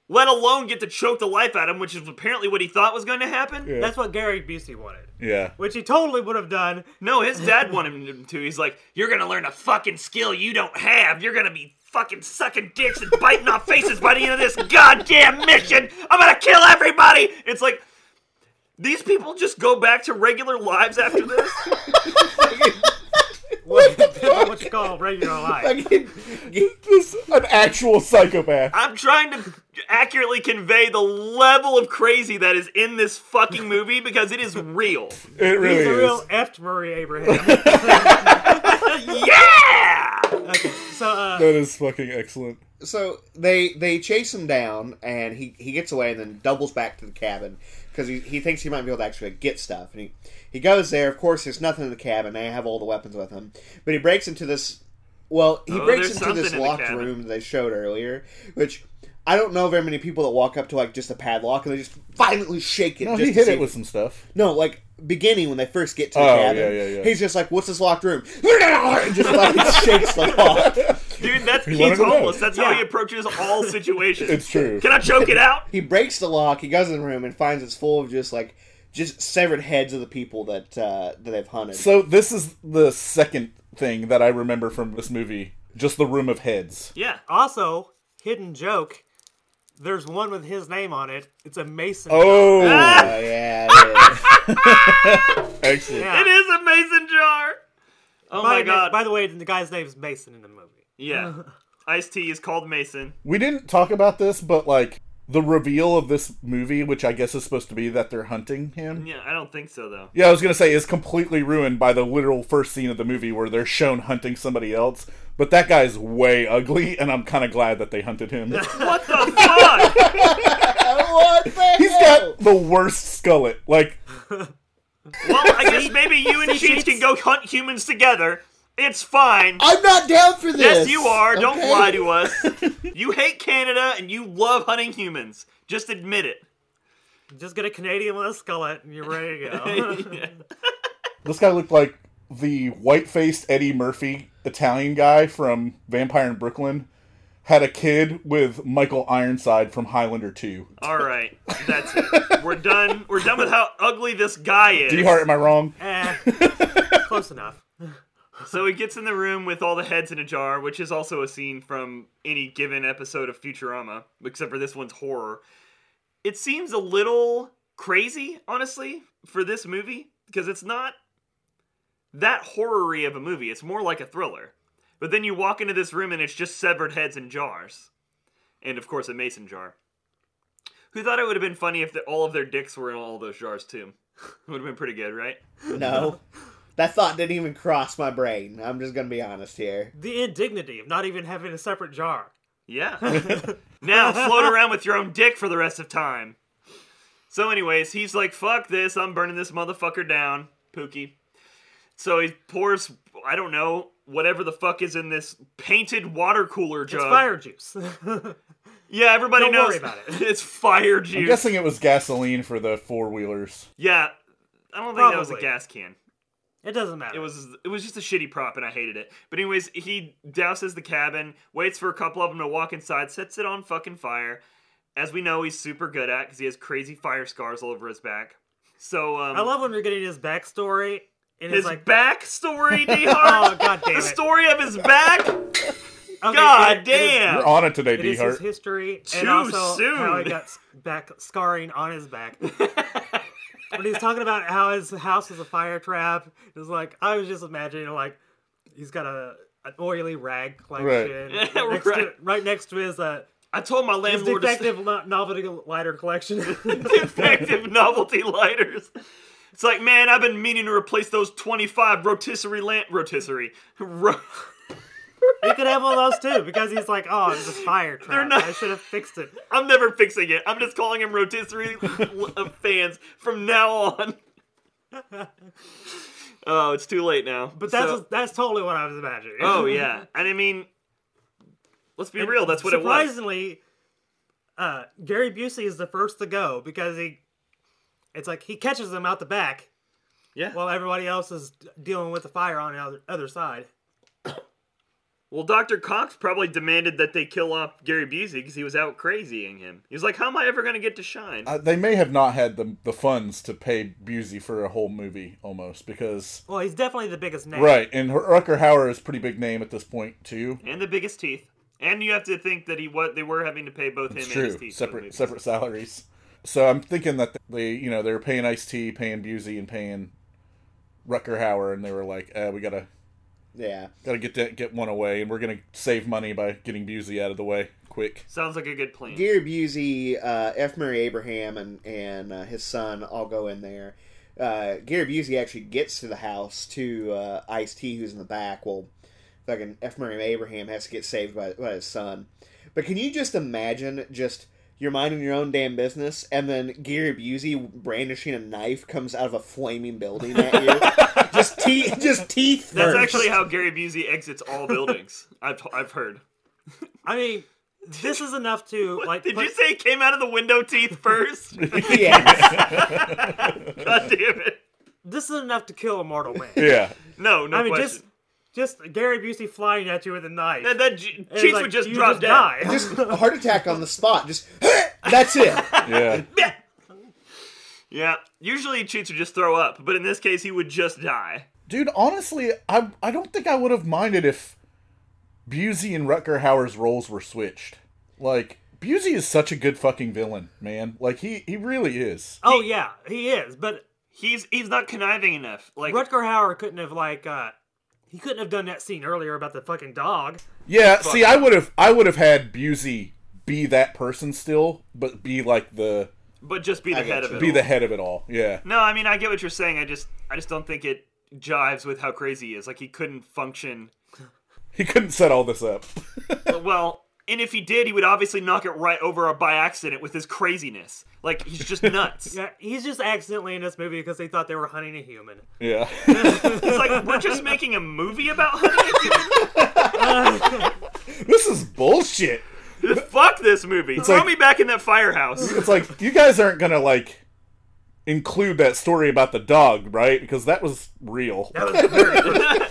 Speaker 3: let alone get to choke the life out of him, which is apparently what he thought was going to happen.
Speaker 2: Yeah.
Speaker 1: That's what Gary Busey wanted,
Speaker 2: yeah.
Speaker 1: which he totally would have done.
Speaker 3: No, his dad wanted him to. He's like, "You're gonna learn a fucking skill you don't have. You're gonna be fucking sucking dicks and biting off faces by the end of this goddamn mission. I'm gonna kill everybody." It's like. These people just go back to regular lives after this.
Speaker 1: What, what you call regular life?
Speaker 4: Fucking-
Speaker 2: This an actual psychopath.
Speaker 3: I'm trying to accurately convey the level of crazy that is in this fucking movie because it is real.
Speaker 2: It really
Speaker 1: He's a
Speaker 2: is.
Speaker 1: real effed Murray Abraham.
Speaker 3: Yeah!
Speaker 1: Okay, so uh,
Speaker 2: That is fucking excellent.
Speaker 4: so they they chase him down, and he he gets away, and then doubles back to the cabin because he, he thinks he might be able to actually get stuff. And he he goes there. Of course, there's nothing in the cabin. They have all the weapons with him, but he breaks into this. Well, he
Speaker 3: Oh,
Speaker 4: breaks
Speaker 3: there's
Speaker 4: into this
Speaker 3: something in the
Speaker 4: locked
Speaker 3: cabin.
Speaker 4: room that they showed earlier, which. I don't know very many people that walk up to like just a padlock and they just violently shake it.
Speaker 2: No, he
Speaker 4: just to
Speaker 2: hit
Speaker 4: see
Speaker 2: it
Speaker 4: if-
Speaker 2: with some stuff.
Speaker 4: no like beginning when they first get to the
Speaker 2: Oh,
Speaker 4: cabin.
Speaker 2: yeah, yeah, yeah.
Speaker 4: He's just like, "What's this locked room?" And just like shakes the lock.
Speaker 3: Dude, that's
Speaker 2: wanted
Speaker 3: he's
Speaker 2: to know.
Speaker 3: homeless. That's how
Speaker 1: Yeah.
Speaker 3: he approaches all situations.
Speaker 2: It's true.
Speaker 3: Can I choke it out?
Speaker 4: he breaks the lock. He goes in the room and finds it's full of just like just severed heads of the people that uh, that they've hunted.
Speaker 2: So this is the second thing that I remember from this movie: just the room of heads.
Speaker 3: Yeah.
Speaker 1: Also, hidden joke. There's one with his name on it. It's a Mason.
Speaker 2: Oh,
Speaker 4: oh yeah, it is.
Speaker 2: excellent.
Speaker 1: Yeah.
Speaker 3: It is a mason jar. Oh my
Speaker 1: the-
Speaker 3: god.
Speaker 1: By the way, the guy's name is Mason in the movie.
Speaker 3: yeah. Ice T is called Mason.
Speaker 2: We didn't talk about this, but like the reveal of this movie, which I guess is supposed to be that they're hunting him.
Speaker 3: Yeah, I don't think so though.
Speaker 2: Yeah, I was gonna say is completely ruined by the literal first scene of the movie where they're shown hunting somebody else. But that guy's way ugly, and I'm kind of glad that they hunted him.
Speaker 3: What the fuck?
Speaker 4: what the
Speaker 2: He's
Speaker 4: hell?
Speaker 2: got the worst skullet. Like,
Speaker 3: well, I guess maybe you and Cheats can go hunt humans together. It's fine.
Speaker 4: I'm not down for this.
Speaker 3: Yes, you are. Don't
Speaker 4: okay?
Speaker 3: lie to us. you hate Canada and you love hunting humans. Just admit it.
Speaker 1: Just get a Canadian with a skullet and you're ready to go.
Speaker 2: this guy looked like the white faced Eddie Murphy Italian guy from Vampire in Brooklyn had a kid with Michael Ironside from Highlander 2.
Speaker 3: All right, that's it. We're done. We're done with how ugly this guy is.
Speaker 2: D Hart, am I wrong?
Speaker 1: eh, close enough.
Speaker 3: So he gets in the room with all the heads in a jar, which is also a scene from any given episode of Futurama, except for this one's horror. It seems a little crazy, honestly, for this movie, because it's not that horror-y of a movie. It's more like a thriller. But then you walk into this room and it's just severed heads in jars. And of course, a mason jar. Who thought it would have been funny if the, all of their dicks were in all those jars, too? would have been pretty good, right?
Speaker 4: No. That thought didn't even cross my brain. I'm just gonna be honest here.
Speaker 1: The indignity of not even having a separate jar.
Speaker 3: Yeah. now float around with your own dick for the rest of time. So, anyways, he's like, fuck this, I'm burning this motherfucker down, Pookie. So he pours, I don't know, whatever the fuck is in this painted water cooler
Speaker 1: It's
Speaker 3: jug.
Speaker 1: fire juice.
Speaker 3: Yeah, everybody
Speaker 1: Don't
Speaker 3: knows.
Speaker 1: worry about it.
Speaker 3: it's fire
Speaker 2: I'm
Speaker 3: juice.
Speaker 2: guessing it was gasoline for the four wheelers.
Speaker 3: yeah, I don't think that was a
Speaker 1: Probably.
Speaker 3: gas can.
Speaker 1: it doesn't matter.
Speaker 3: It was it was just a shitty prop, and I hated it. But anyways, he douses the cabin, waits for a couple of them to walk inside, sets it on fucking fire. As we know, he's super good at because he has crazy fire scars all over his back. So um,
Speaker 1: I love when we're getting his backstory and
Speaker 3: his
Speaker 1: it's like,
Speaker 3: backstory, D
Speaker 1: oh,
Speaker 3: Hart.
Speaker 1: god damn
Speaker 3: the
Speaker 1: it.
Speaker 3: story of his back.
Speaker 1: Okay,
Speaker 3: God
Speaker 1: it- it is-
Speaker 3: damn.
Speaker 2: You're on it today,
Speaker 1: It
Speaker 2: D
Speaker 1: is his
Speaker 2: Hart.
Speaker 1: history
Speaker 3: Too
Speaker 1: and also
Speaker 3: soon.
Speaker 1: how he got s- back scarring on his back. when he's talking about how his house is a fire trap, it's like I was just imagining like he's got a an oily rag collection
Speaker 3: Right.
Speaker 1: next to- right.
Speaker 3: Right.
Speaker 1: next to his uh
Speaker 3: I told my
Speaker 1: his
Speaker 3: landlord to
Speaker 1: defective lo- novelty lighter collection.
Speaker 3: defective novelty lighters. It's like, man, I've been meaning to replace those twenty-five rotisserie lamp rotisserie. Ro-
Speaker 1: he could have one of those too because he's like, oh, it's a fire trap.
Speaker 3: not-
Speaker 1: I should have fixed it.
Speaker 3: I'm never fixing it. I'm just calling him rotisserie l- of fans from now on. oh, it's too late now.
Speaker 1: But that's
Speaker 3: So-
Speaker 1: that's totally what I was imagining.
Speaker 3: oh yeah, and I mean, let's be real. That's what it was.
Speaker 1: surprisingly, uh, Gary Busey is the first to go because he, it's like he catches them out the back
Speaker 3: Yeah.
Speaker 1: while everybody else is dealing with the fire on the other, other side.
Speaker 3: Well, Dr. Cox probably demanded that they kill off Gary Busey because he was out crazying him. He was like, "How am I ever going to get to shine?"
Speaker 2: Uh, they may have not had the, the funds to pay Busey for a whole movie almost because.
Speaker 1: Well, he's definitely the biggest name.
Speaker 2: Right, and Rucker Hauer is a pretty big name at this point, too.
Speaker 3: and the biggest teeth. And you have to think that he what they were having to pay both him
Speaker 2: It's
Speaker 3: and his
Speaker 2: true.
Speaker 3: teeth. for the movie.
Speaker 2: Separate separate salaries. So I'm thinking that they, you know, they were paying Ice T, paying Busey, and paying Rucker Hauer, and they were like, uh, "We gotta
Speaker 4: Yeah.
Speaker 2: gotta get that get one away, and we're gonna save money by getting Busey out of the way quick."
Speaker 3: Sounds like a good plan.
Speaker 4: Gary Busey, uh, F. Murray Abraham, and and uh, his son all go in there. Uh, Gary Busey actually gets to the house to uh, Ice T, who's in the back. Well, fucking F. Murray Abraham has to get saved by, by his son. But can you just imagine just you're minding your own damn business, and then Gary Busey brandishing a knife comes out of a flaming building at you? just teeth, just teeth.
Speaker 3: That's
Speaker 4: first.
Speaker 3: actually how Gary Busey exits all buildings. I've I've heard.
Speaker 1: I mean, this is enough to like.
Speaker 3: Did
Speaker 1: put-
Speaker 3: you say it came out of the window teeth first?
Speaker 4: Yes.
Speaker 3: God damn it.
Speaker 1: this is enough to kill a mortal man?
Speaker 2: Yeah,
Speaker 3: No, no
Speaker 1: I mean,
Speaker 3: question.
Speaker 1: just just Gary Busey flying at you with a knife.
Speaker 3: that, that G-
Speaker 1: And it's
Speaker 3: Cheats
Speaker 1: like,
Speaker 3: would just
Speaker 1: you
Speaker 3: drop
Speaker 1: just
Speaker 3: down.
Speaker 1: die.
Speaker 4: just a heart attack on the spot. Just that's it.
Speaker 2: yeah.
Speaker 3: Yeah. Yeah. Usually cheats would just throw up, but in this case, he would just die.
Speaker 2: Dude, honestly, I I don't think I would have minded if Busey and Rutgerhauer's roles were switched. Like Busey is such a good fucking villain, man. Like he he really is.
Speaker 1: Oh yeah, he is. But
Speaker 3: He's he's not conniving enough. Like
Speaker 1: Rutger Hauer couldn't have like uh he couldn't have done that scene earlier about the fucking dog.
Speaker 2: Yeah, see, I would have I would have had Busey be that person still, but be like the
Speaker 3: but just be the
Speaker 4: I got
Speaker 3: head of
Speaker 4: you.
Speaker 3: it.
Speaker 2: be
Speaker 3: all.
Speaker 2: the head of it all. Yeah.
Speaker 3: No, I mean I get what you're saying. I just I just don't think it jives with how crazy he is. Like he couldn't function
Speaker 2: He couldn't set all this up.
Speaker 3: well, and if he did, he would obviously knock it right over by accident with his craziness. Like he's just nuts.
Speaker 1: Yeah, he's just accidentally in this movie because they thought they were hunting a human.
Speaker 2: Yeah.
Speaker 3: It's like we're just making a movie about hunting.
Speaker 2: this is bullshit.
Speaker 3: Fuck this movie. Throw
Speaker 2: like-
Speaker 3: me back in that firehouse.
Speaker 2: It's like you guys aren't going to like include that story about the dog, right? Because that was real.
Speaker 1: That was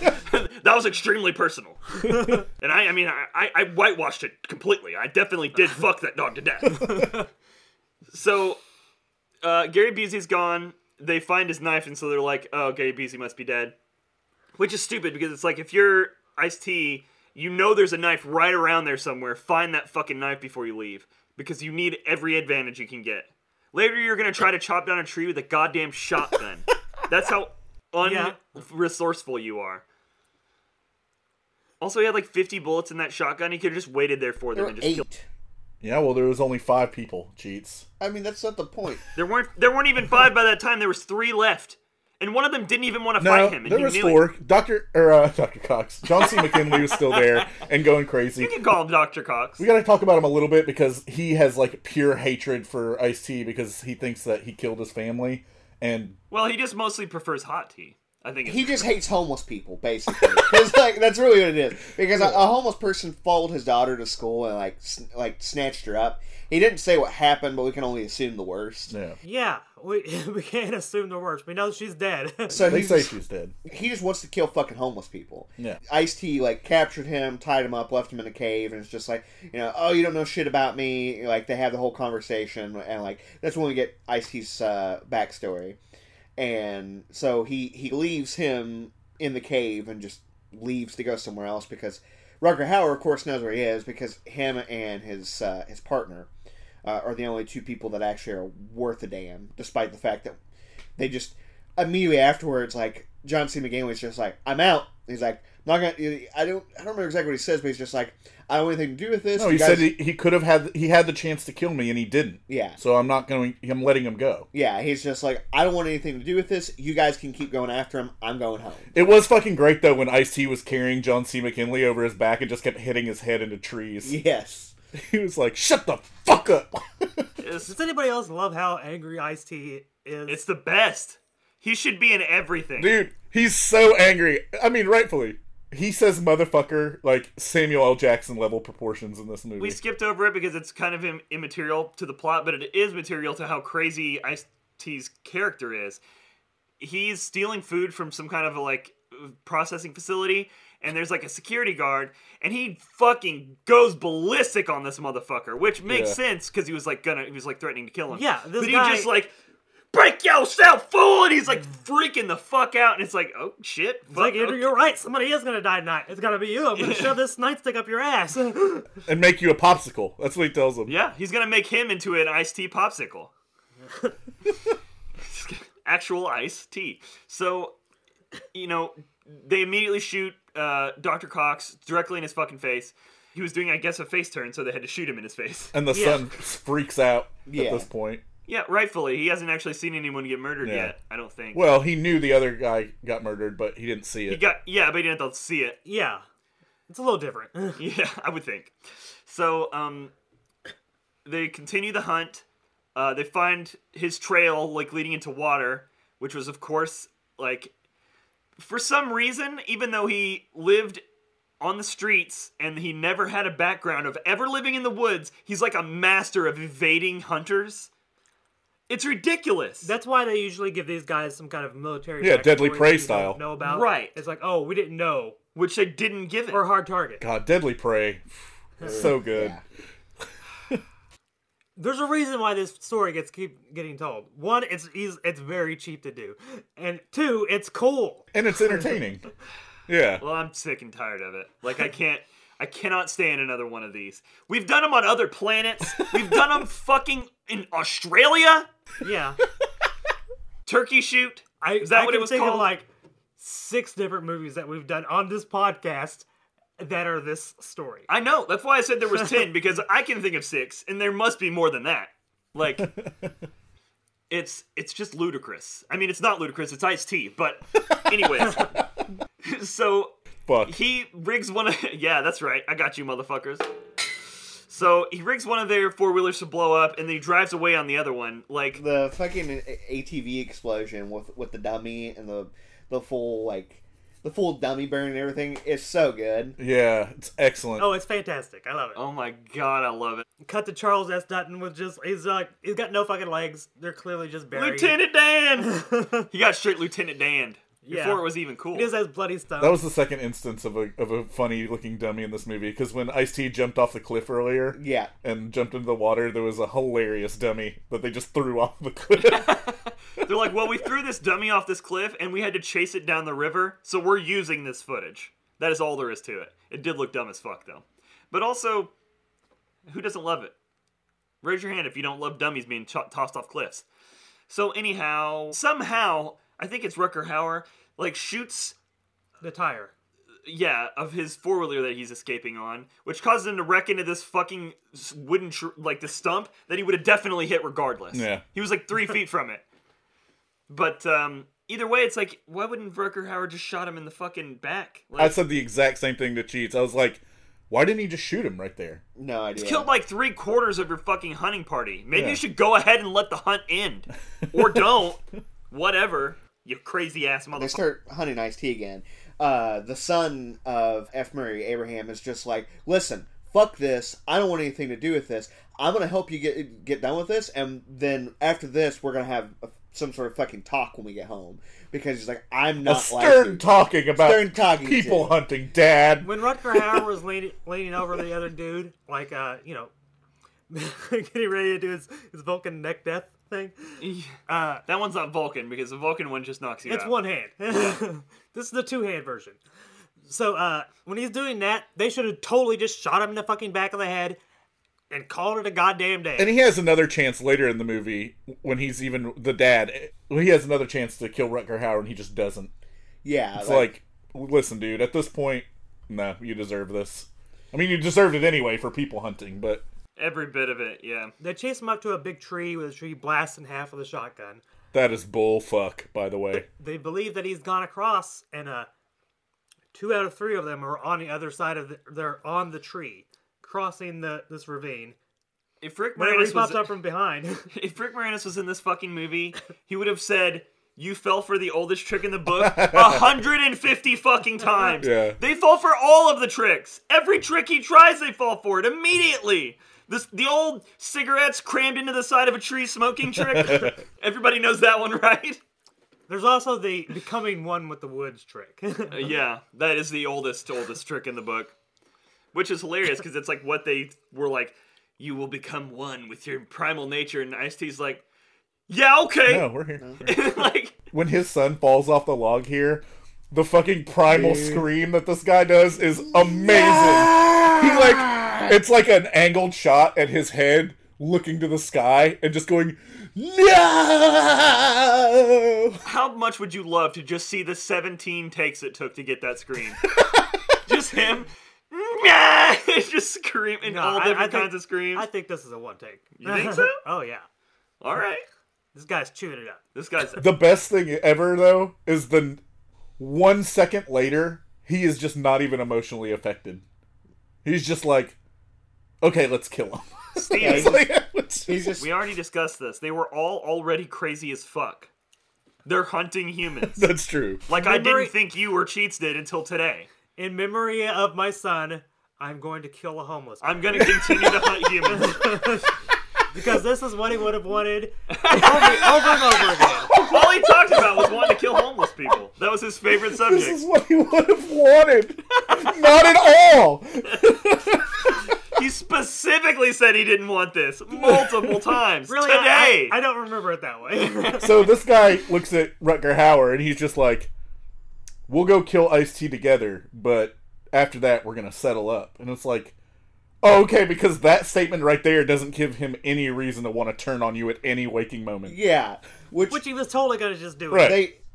Speaker 1: very
Speaker 3: That was extremely personal. and I, I mean, I, I, I whitewashed it completely. I definitely did fuck that dog to death. so, uh, Gary Busey's gone. They find his knife, and so they're like, oh, Gary Busey must be dead. Which is stupid because it's like, if you're Ice T, you know there's a knife right around there somewhere. Find that fucking knife before you leave because you need every advantage you can get. Later, you're going to try to chop down a tree with a goddamn shotgun. That's how
Speaker 1: Yeah.
Speaker 3: unresourceful you are. Also, he had like 50 bullets in that shotgun. He could have just waited there for them
Speaker 4: There were
Speaker 3: and just killed.
Speaker 4: eight.
Speaker 2: Yeah, well there was only 5 people, cheats.
Speaker 4: I mean, that's not the point.
Speaker 3: There weren't there weren't even five by that time. There was three left, and one of them didn't even want to
Speaker 2: No,
Speaker 3: fight him. And
Speaker 2: there
Speaker 3: he
Speaker 2: was
Speaker 3: knew it.
Speaker 2: four. Doctor or uh, Doctor Cox, John C. McKinley was still there and going crazy.
Speaker 3: You can call him Doctor Cox.
Speaker 2: We got to talk about him a little bit because he has like pure hatred for Ice T because he thinks that he killed his family, and
Speaker 3: well, he just mostly prefers hot tea. I think.
Speaker 4: He
Speaker 3: It's,
Speaker 4: just hates homeless people, basically. 'Cause, like that's really what it is. Because a, a homeless person followed his daughter to school and like sn- like snatched her up. He didn't say what happened, but we can only assume the worst.
Speaker 2: yeah,
Speaker 1: yeah, we we can't assume the worst. We know she's dead.
Speaker 4: So
Speaker 2: they
Speaker 4: he
Speaker 2: say
Speaker 4: just,
Speaker 2: she's dead.
Speaker 4: he just wants to kill fucking homeless people.
Speaker 2: Yeah.
Speaker 4: Ice T like captured him, tied him up, left him in a cave, and it's just like you know, oh, you don't know shit about me. Like they have the whole conversation, and like that's when we get Ice T's uh, backstory. And so he he leaves him in the cave and just leaves to go somewhere else because Rucker Hauer, of course, knows where he is because him and his uh, his partner uh, are the only two people that actually are worth a damn, despite the fact that they just immediately afterwards, like John C. McGain was just like, "I'm out." He's like, "I'm "Not gonna." I don't. I don't remember exactly what he says, but he's just like, "I don't want anything to do with this."
Speaker 2: No,
Speaker 4: You
Speaker 2: he
Speaker 4: guys-
Speaker 2: said he, he could have had he had the chance to kill me and he didn't.
Speaker 4: "Yeah,
Speaker 2: So I'm not going. I'm letting him go.
Speaker 4: yeah." He's just like, "I don't want anything to do with this. You guys can keep going after him. I'm going home."
Speaker 2: It was fucking great though when Ice T was carrying John C. McKinley over his back and just kept hitting his head into trees.
Speaker 4: Yes.
Speaker 2: He was like, "Shut the fuck up."
Speaker 3: it's,
Speaker 1: Does anybody else love how angry Ice T is?
Speaker 3: it's the best. He should be in everything.
Speaker 2: Dude, he's so angry. I mean, rightfully. He says motherfucker like Samuel L. Jackson level proportions in this movie.
Speaker 3: We skipped over it because it's kind of im- immaterial to the plot, but it is material to how crazy Ice T's character is. He's stealing food from some kind of like processing facility, and there's like a security guard, and he fucking goes ballistic on this motherfucker, which makes
Speaker 2: Yeah.
Speaker 3: sense because he was like gonna, he was like threatening to kill him.
Speaker 1: Yeah, this
Speaker 3: but he
Speaker 1: guy-
Speaker 3: just like. Break yourself, fool! And he's like freaking the fuck out, and it's like, oh shit!
Speaker 1: It's like Andrew, you're right. Somebody is gonna die tonight. It's gonna be you. I'm gonna shove this nightstick up your ass.
Speaker 2: and make you a popsicle. That's what he tells him.
Speaker 3: Yeah, he's gonna make him into an iced tea popsicle. Actual iced tea. So, you know, they immediately shoot uh, Dr. Cox directly in his fucking face. He was doing, I guess, a face turn, so they had to shoot him in his face.
Speaker 2: And the
Speaker 1: Yeah.
Speaker 2: son freaks out at
Speaker 4: Yeah.
Speaker 2: this point.
Speaker 3: Yeah, rightfully. He hasn't actually seen anyone get murdered
Speaker 2: Yeah.
Speaker 3: yet, I don't think.
Speaker 2: Well, he knew the other guy got murdered, but he didn't see
Speaker 3: he
Speaker 2: it.
Speaker 3: got, yeah, but he didn't have to see it.
Speaker 1: yeah, it's a little different.
Speaker 3: Yeah, I would think. So, um, they continue the hunt. Uh, they find his trail, like leading into water, which was, of course, like for some reason, even though he lived on the streets and he never had a background of ever living in the woods, he's like a master of evading hunters. It's ridiculous.
Speaker 1: That's why they usually give these guys some kind of military.
Speaker 2: Yeah, Deadly
Speaker 1: backstory that
Speaker 2: Prey
Speaker 1: you don't
Speaker 2: style.
Speaker 1: Know about
Speaker 3: Right.
Speaker 1: It's like, oh, we didn't know.
Speaker 3: which they didn't give it.
Speaker 1: Or
Speaker 2: Uh,
Speaker 1: hard target.
Speaker 2: God, Deadly Prey. so good.
Speaker 1: there's a reason why this story gets keep getting told. One, it's easy, it's very cheap to do, and two, it's cool.
Speaker 2: and it's entertaining. yeah.
Speaker 3: Well, I'm sick and tired of it. Like I can't, I cannot stand another one of these. We've done them on other planets. We've done them fucking in Australia.
Speaker 1: Yeah,
Speaker 3: Turkey shoot.
Speaker 1: I
Speaker 3: Is that
Speaker 1: I
Speaker 3: what it
Speaker 1: can
Speaker 3: was
Speaker 1: think
Speaker 3: called?
Speaker 1: Of like six different movies that we've done on this podcast that are this story.
Speaker 3: I know. That's why I said there was ten because I can think of six, and there must be more than that. Like, it's it's just ludicrous. I mean, it's not ludicrous. It's iced tea. But anyways, so
Speaker 2: Fuck.
Speaker 3: he rigs one of yeah that's right i got you motherfuckers so he rigs one of their four-wheelers to blow up and then he drives away on the other one like
Speaker 4: the fucking ATV explosion with with the dummy and the the full like the full dummy burn and everything is so good.
Speaker 2: Yeah, it's excellent.
Speaker 1: Oh, it's fantastic. I love it.
Speaker 3: oh my god i love it
Speaker 1: Cut to Charles S. Dutton with just he's like he's got no fucking legs. They're clearly just buried.
Speaker 3: lieutenant dan he got straight lieutenant dan
Speaker 1: Yeah.
Speaker 3: before it was even cool
Speaker 1: he just has bloody stuff.
Speaker 2: That was the second instance of a of a funny looking dummy in this movie because when Ice T jumped off the cliff earlier
Speaker 4: Yeah,
Speaker 2: and jumped into the water, there was a hilarious dummy that they just threw off the cliff.
Speaker 3: they're like well we threw this dummy off this cliff and we had to chase it down the river so we're using this footage that is all there is to it it did look dumb as fuck though but also who doesn't love it Raise your hand if you don't love dummies being cho- tossed off cliffs. So anyhow, somehow I think it's Rucker Hauer like shoots
Speaker 1: the tire.
Speaker 3: yeah of his four wheeler that he's escaping on, which causes him to wreck into this fucking s- wooden tr- like the stump that he would have definitely hit regardless.
Speaker 2: Yeah.
Speaker 3: he was like three feet from it. But um, either way, it's like why wouldn't Rucker Hauer just shot him in the fucking back?
Speaker 2: I
Speaker 3: Like,
Speaker 2: said the exact same thing to Cheats. I was like, why didn't he just shoot him right there?
Speaker 4: no idea.
Speaker 3: killed like three quarters of your fucking hunting party. Maybe
Speaker 2: Yeah.
Speaker 3: you should go ahead and let the hunt end, or don't. Whatever, you crazy ass
Speaker 4: they
Speaker 3: motherfucker.
Speaker 4: start hunting Ice T again. Uh, the son of F. Murray Abraham is just like, listen, fuck this. I don't want anything to do with this. I'm gonna help you get get done with this, and then after this, we're gonna have a, some sort of fucking talk when we get home because he's like, I'm
Speaker 2: A
Speaker 4: not like
Speaker 2: stern
Speaker 4: you.
Speaker 2: talking about
Speaker 4: Stern talking
Speaker 2: people
Speaker 4: to-
Speaker 2: hunting, Dad.
Speaker 1: When Rutger Hauer was leaning, leaning over the other dude, like uh, you know, getting ready to do his, his Vulcan neck death thing, uh,
Speaker 3: That one's not Vulcan because the Vulcan one just knocks you
Speaker 1: it's
Speaker 3: out.
Speaker 1: one hand. this is the two hand version. So uh, when he's doing that, they should have totally just shot him in the fucking back of the head and called it a goddamn day.
Speaker 2: And he has another chance later in the movie when he's even the dad. He has another chance to kill Rutger Hauer, and he just doesn't.
Speaker 4: Yeah,
Speaker 2: It's like, listen, dude, at this point, no, you deserve this. I mean, you deserved it anyway for people hunting, but
Speaker 3: Every bit of it, yeah.
Speaker 1: they chase him up to a big tree with a tree blasts in half with a shotgun.
Speaker 2: that is bull fuck, by the way.
Speaker 1: They believe that he's gone across, and uh, two out of three of them are on the other side of the, they're on the tree, crossing the this ravine.
Speaker 3: If Rick
Speaker 1: Whenever he
Speaker 3: Moranis
Speaker 1: pops
Speaker 3: was
Speaker 1: up from behind,
Speaker 3: if Rick Moranis was in this fucking movie, he would have said, "You fell for the oldest trick in the book a hundred and fifty fucking times."
Speaker 2: Yeah.
Speaker 3: They fall for all of the tricks. Every trick he tries, they fall for it immediately. This the old cigarettes crammed into the side of a tree smoking trick. Everybody knows that one, right?
Speaker 1: there's also the becoming one with the woods trick.
Speaker 3: Yeah, that is the oldest, oldest trick in the book, which is hilarious because it's like what they were like. You will become one with your primal nature, and Ice T's like, "Yeah,
Speaker 2: No,
Speaker 3: okay."
Speaker 2: we're here.
Speaker 3: like,
Speaker 2: When his son falls off the log here, the fucking primal scream that this guy does is amazing. He like, it's like an angled shot at his head looking to the sky and just going, no.
Speaker 3: how much would you love to just see the 17 takes it took to get that scream? just him, "Nah!" just screaming
Speaker 1: No,
Speaker 3: all
Speaker 1: I- I
Speaker 3: different
Speaker 1: think-
Speaker 3: kinds of screams.
Speaker 1: I think this is a one take.
Speaker 3: You think so?
Speaker 1: oh yeah,
Speaker 3: all right,
Speaker 1: this guy's chewing it up.
Speaker 3: this guy's
Speaker 2: The best thing ever, though, is the one second later, he is just not even emotionally affected. He's just like, okay, let's kill him.
Speaker 3: Steve.
Speaker 2: It's like,
Speaker 4: he's just
Speaker 3: We already discussed this. They were all already crazy as fuck. They're hunting humans.
Speaker 2: that's true.
Speaker 3: Like I
Speaker 1: Remember-
Speaker 3: didn't think you or Cheats did until today.
Speaker 1: In memory of my son, I'm going to kill a homeless man.
Speaker 3: I'm gonna continue to hunt humans.
Speaker 1: because this is what he would have wanted over, over and over again.
Speaker 3: All he talked about was wanting to kill homeless people. That was his favorite
Speaker 2: This is
Speaker 3: subject.
Speaker 2: what he would have wanted. not at all.
Speaker 3: He specifically specifically said he didn't want this multiple times
Speaker 1: Really, I-
Speaker 3: today.
Speaker 1: I, I don't remember it that way.
Speaker 2: So this guy looks at Rutger Hauer and he's just like, "We'll go kill Ice T together, but after that we're gonna settle up." And it's like, oh, "Okay," because that statement right there doesn't give him any reason to want to turn on you at any waking moment.
Speaker 4: yeah, which,
Speaker 1: Which he was totally going to just do it.
Speaker 2: Right.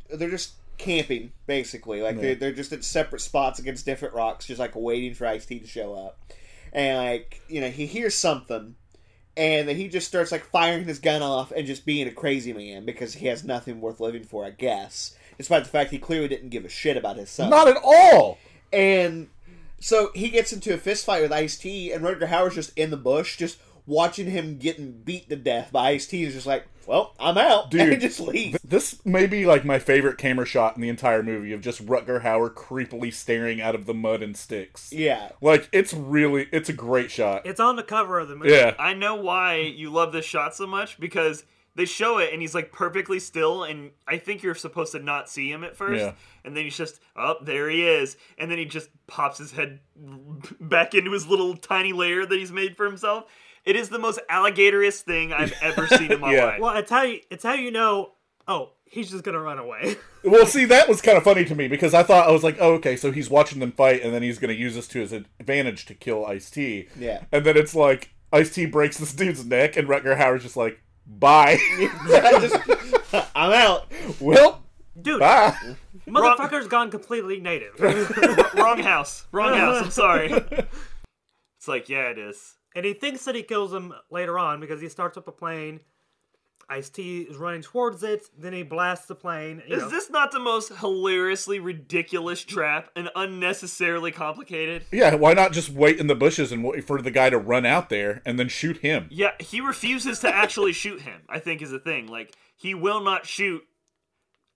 Speaker 4: they they're just camping basically. Like they're, they're just at separate spots against different rocks, just like waiting for Ice T to show up. And like you know, he hears something, and then he just starts like firing his gun off and just being a crazy man because he has nothing worth living for, I guess. Despite the fact he clearly didn't give a shit about his son.
Speaker 2: Not at all.
Speaker 4: And so he gets into a fist fight with Ice T, and Rutger Hauer's just in the bush, just watching him getting beat to death by Ice T. Is just like, well, I'm out, and he
Speaker 2: Dude.
Speaker 4: just leaves.
Speaker 2: Th- This may be like my favorite camera shot in the entire movie of just Rutger Hauer creepily staring out of the mud and sticks.
Speaker 4: Yeah,
Speaker 2: Like it's really, it's a great shot.
Speaker 1: It's on the cover of the movie.
Speaker 2: Yeah.
Speaker 3: I know why you love this shot so much because they show it and he's like perfectly still, and I think you're supposed to not see him at first,
Speaker 2: Yeah.
Speaker 3: and then he's just up there he is, and then he just pops his head back into his little tiny layer that he's made for himself. It is the most alligatorous thing I've ever seen in my
Speaker 2: Yeah.
Speaker 3: life.
Speaker 1: Well, it's how you, it's how you know. Oh, he's just going to run away.
Speaker 2: Well, see, that was kind of funny to me because I thought I was like, oh, okay, so he's watching them fight, and then he's going to use this to his advantage to kill Ice T.
Speaker 4: Yeah.
Speaker 2: And then it's like Ice T breaks this dude's neck, and Rutger Hauer's just like, bye.
Speaker 4: Just- I'm out.
Speaker 2: well,
Speaker 1: Dude,
Speaker 2: bye.
Speaker 1: motherfucker's gone completely native.
Speaker 3: wrong house, wrong house. I'm sorry. It's like yeah, it is.
Speaker 1: and he thinks that he kills him later on because he starts up a plane. Ice T is running towards it. Then he blasts the plane. you know.
Speaker 3: Is this not the most hilariously ridiculous trap and unnecessarily complicated?
Speaker 2: Yeah, why not just wait in the bushes and wait for the guy to run out there and then shoot him?
Speaker 3: Yeah, he refuses to actually shoot him. I think is the thing. Like he will not shoot.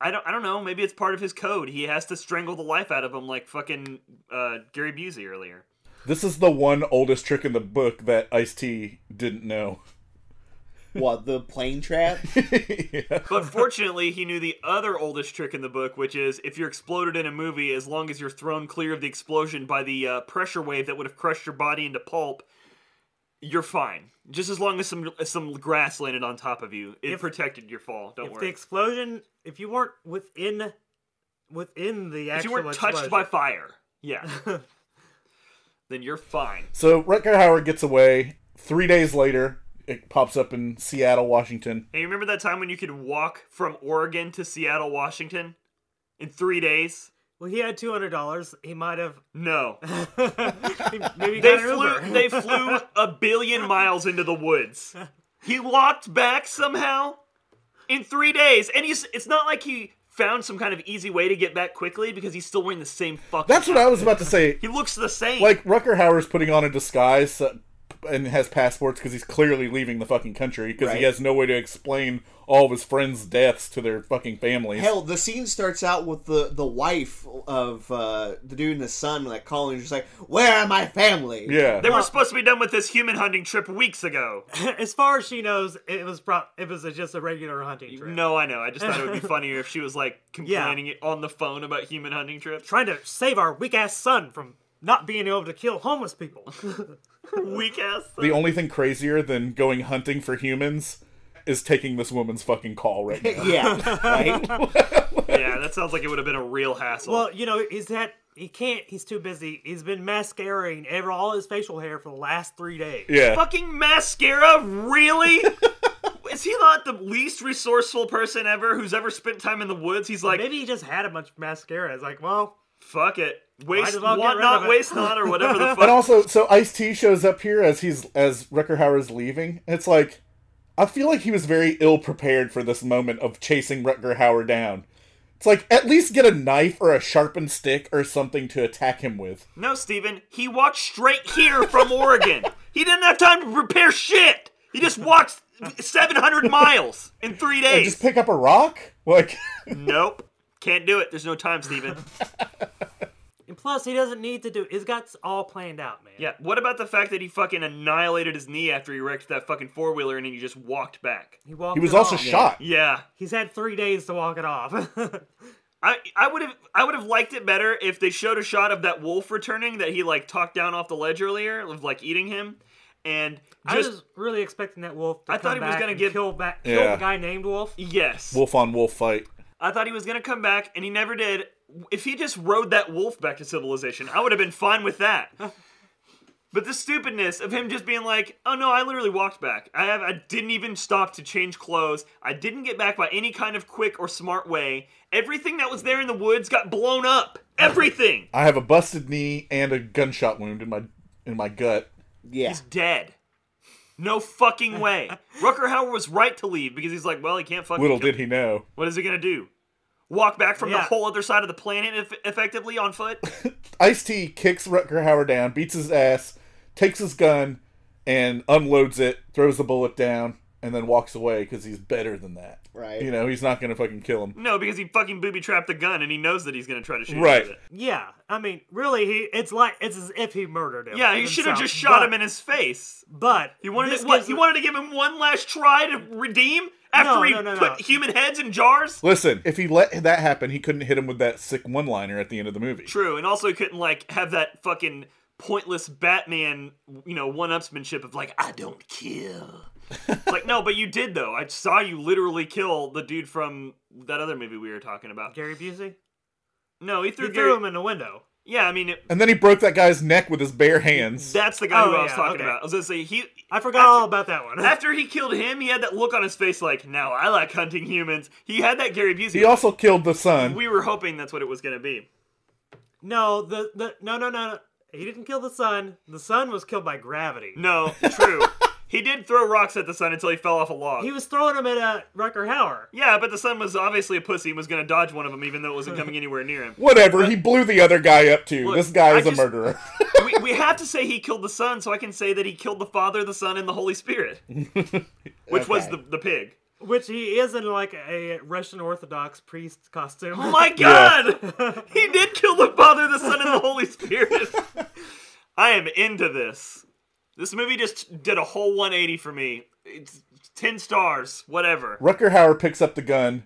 Speaker 3: I don't. I don't know. Maybe it's part of his code. He has to strangle the life out of him, like fucking uh, Gary Busey earlier.
Speaker 2: This is the one oldest trick in the book that Ice T didn't know.
Speaker 4: What the plane trap?
Speaker 2: Yeah.
Speaker 3: But fortunately, he knew the other oldest trick in the book, which is if you're exploded in a movie, as long as you're thrown clear of the explosion by the uh, pressure wave that would have crushed your body into pulp, you're fine. Just as long as some as some grass landed on top of you, it
Speaker 1: If-
Speaker 3: protected your fall. Don't
Speaker 1: if the
Speaker 3: worry.
Speaker 1: explosion, if you weren't within within the
Speaker 3: If you
Speaker 1: actual
Speaker 3: weren't touched
Speaker 1: explosion-
Speaker 3: by fire, yeah, then you're fine.
Speaker 2: so Rutger Hauer gets away. Three days later, it pops up in Seattle, Washington.
Speaker 3: Hey, you remember that time when you could walk from Oregon to Seattle, Washington in three days?
Speaker 1: well, he had two hundred dollars. He might have
Speaker 3: No.
Speaker 1: he- maybe he
Speaker 3: They
Speaker 1: got an
Speaker 3: flew
Speaker 1: Uber.
Speaker 3: they flew a billion miles into the woods. He walked back somehow in three days. And he's it's not like he found some kind of easy way to get back quickly because he's still wearing the same fucking
Speaker 2: That's what I was about to say.
Speaker 3: He looks the same.
Speaker 2: like Rucker Hauer's putting on a disguise uh, and has passports because he's clearly leaving the fucking country because
Speaker 4: Right.
Speaker 2: he has no way to explain all of his friends' deaths to their fucking families.
Speaker 4: Hell, the scene starts out with the the wife of uh, the dude and his son like calling, just like, "Where are my family?"
Speaker 2: yeah,
Speaker 3: they were supposed to be done with this human hunting trip weeks ago.
Speaker 1: as far as she knows, it was pro- it was a, just a regular hunting trip.
Speaker 3: No, I know. I just thought it would be funnier if she was like complaining on the phone about human hunting trips.
Speaker 1: trying to save our weak ass son from not being able to kill homeless people.
Speaker 3: Weak ass.
Speaker 2: the only thing crazier than going hunting for humans is taking this woman's fucking call right now.
Speaker 4: yeah, right.
Speaker 3: yeah, that sounds like it would have been a real hassle.
Speaker 1: well, you know, he's had he can't. He's too busy. He's been mascaraing ever all his facial hair for the last three days.
Speaker 2: yeah,
Speaker 3: fucking mascara, really? Is he not the least resourceful person ever who's ever spent time in the woods? He's like,
Speaker 1: Maybe he just had a bunch of mascara. It's like, well,
Speaker 3: fuck it, waste
Speaker 1: as well get
Speaker 3: want
Speaker 1: rid of
Speaker 3: not,
Speaker 1: it.
Speaker 3: waste not, or whatever the
Speaker 2: and
Speaker 3: fuck.
Speaker 2: also, so Ice T shows up here as he's as Rucker Hauer's leaving. It's like. I feel like he was very ill prepared for this moment of chasing Rutger Hauer down. It's like at least get a knife or a sharpened stick or something to attack him with.
Speaker 3: No, Steven, he walked straight here from Oregon. He didn't have time to prepare shit. He just walked 700 miles in three
Speaker 2: Like,
Speaker 3: days.
Speaker 2: just pick up a rock? Like,
Speaker 3: nope, can't do it. There's no time, Steven.
Speaker 1: and plus he doesn't need to do. He's got s- all planned out, man.
Speaker 3: Yeah, what about the fact that he fucking annihilated his knee after he wrecked that fucking four wheeler and then he just walked back?
Speaker 1: He, walked
Speaker 2: he was
Speaker 1: it
Speaker 2: also
Speaker 1: off.
Speaker 2: shot.
Speaker 3: Yeah.
Speaker 1: He's had three days to walk it off.
Speaker 3: I I would have I would have liked it better if they showed a shot of that wolf returning that he like talked down off the ledge earlier of like eating him, and
Speaker 1: I
Speaker 3: just
Speaker 1: was really expecting that wolf. To
Speaker 3: I
Speaker 1: come
Speaker 3: thought he was
Speaker 1: back
Speaker 3: gonna
Speaker 1: and
Speaker 3: get-
Speaker 1: kill back, kill
Speaker 2: Yeah.
Speaker 1: the guy named Wolf.
Speaker 3: yes,
Speaker 2: Wolf on wolf fight.
Speaker 3: I thought he was gonna come back, and he never did. If he just rode that wolf back to civilization, I would have been fine with that. But the stupidness of him just being like, "Oh no, I literally walked back. I have, I didn't even stop to change clothes. I didn't get back by any kind of quick or smart way. Everything that was there in the woods got blown up. Everything
Speaker 2: I have a busted knee and a gunshot wound in my in my gut.
Speaker 4: Yeah.
Speaker 3: dead. No fucking way. Rucker Hauer was right to leave because he's like, well, he can't fucking.
Speaker 2: Little
Speaker 3: kill-
Speaker 2: did he know.
Speaker 3: What is he gonna do? Walk back from the
Speaker 1: Yeah.
Speaker 3: whole other side of the planet, eff effectively on foot.
Speaker 2: Ice T kicks Rutger Hauer down, beats his ass, takes his gun, and unloads it, throws the bullet down, and then walks away because he's better than that.
Speaker 4: Right.
Speaker 2: You know, he's not going to fucking kill him.
Speaker 3: No, because he fucking booby trapped the gun and he knows that he's gonna try to shoot him
Speaker 2: Right.
Speaker 3: with it.
Speaker 1: Yeah, I mean, really, he it's like it's as if he murdered him.
Speaker 3: Yeah, he should have just shot him in his face.
Speaker 1: But
Speaker 3: He wanted
Speaker 1: this
Speaker 3: to, what?
Speaker 1: gives
Speaker 3: He
Speaker 1: it-
Speaker 3: wanted to give him one last try to redeem after
Speaker 1: No,
Speaker 3: he
Speaker 1: no, no,
Speaker 3: put
Speaker 1: no.
Speaker 3: human heads in jars.
Speaker 2: Listen, if he let that happen, he couldn't hit him with that sick one liner at the end of the movie.
Speaker 3: True, and also he couldn't like have that fucking pointless Batman, you know, one-upsmanship of like I don't kill. It's like no, but you did though. I saw you literally kill the dude from that other movie we were talking about.
Speaker 1: Gary Busey.
Speaker 3: No, he threw,
Speaker 1: He
Speaker 3: Gary-
Speaker 1: threw him in the window.
Speaker 3: Yeah, I mean, it,
Speaker 2: And then he broke that guy's neck with his bare hands.
Speaker 3: that's the guy who
Speaker 1: Oh,
Speaker 3: I was
Speaker 1: yeah,
Speaker 3: talking
Speaker 1: okay.
Speaker 3: about. I was gonna say he.
Speaker 1: I forgot
Speaker 3: After-
Speaker 1: all about that one.
Speaker 3: After he killed him, he had that look on his face like, "Now I like hunting humans." He had that Gary Busey.
Speaker 2: he also killed the son.
Speaker 3: we were hoping that's what it was going to be.
Speaker 1: no, the the no no no. no. He didn't kill the sun. The sun was killed by gravity.
Speaker 3: No, true. he did throw rocks at the sun until he fell off a log.
Speaker 1: He was throwing him at uh, Rucker Hauer.
Speaker 3: yeah, but the sun was obviously a pussy and was going to dodge one of them, even though it wasn't coming anywhere near him.
Speaker 2: Whatever, he blew the other guy up too.
Speaker 3: Look,
Speaker 2: this guy
Speaker 3: I
Speaker 2: is a
Speaker 3: just-
Speaker 2: murderer.
Speaker 3: we, we have to say he killed the son, so I can say that he killed the Father, the Son, and the Holy Spirit, which was
Speaker 4: Okay.
Speaker 3: the the pig.
Speaker 1: Which he is in like a Russian Orthodox priest costume.
Speaker 3: Oh my God! He did kill the Father, the Son, and the Holy Spirit. I am into this. This movie just did a whole 180 for me. It's 10 stars, whatever.
Speaker 2: Rucker Hauer picks up the gun,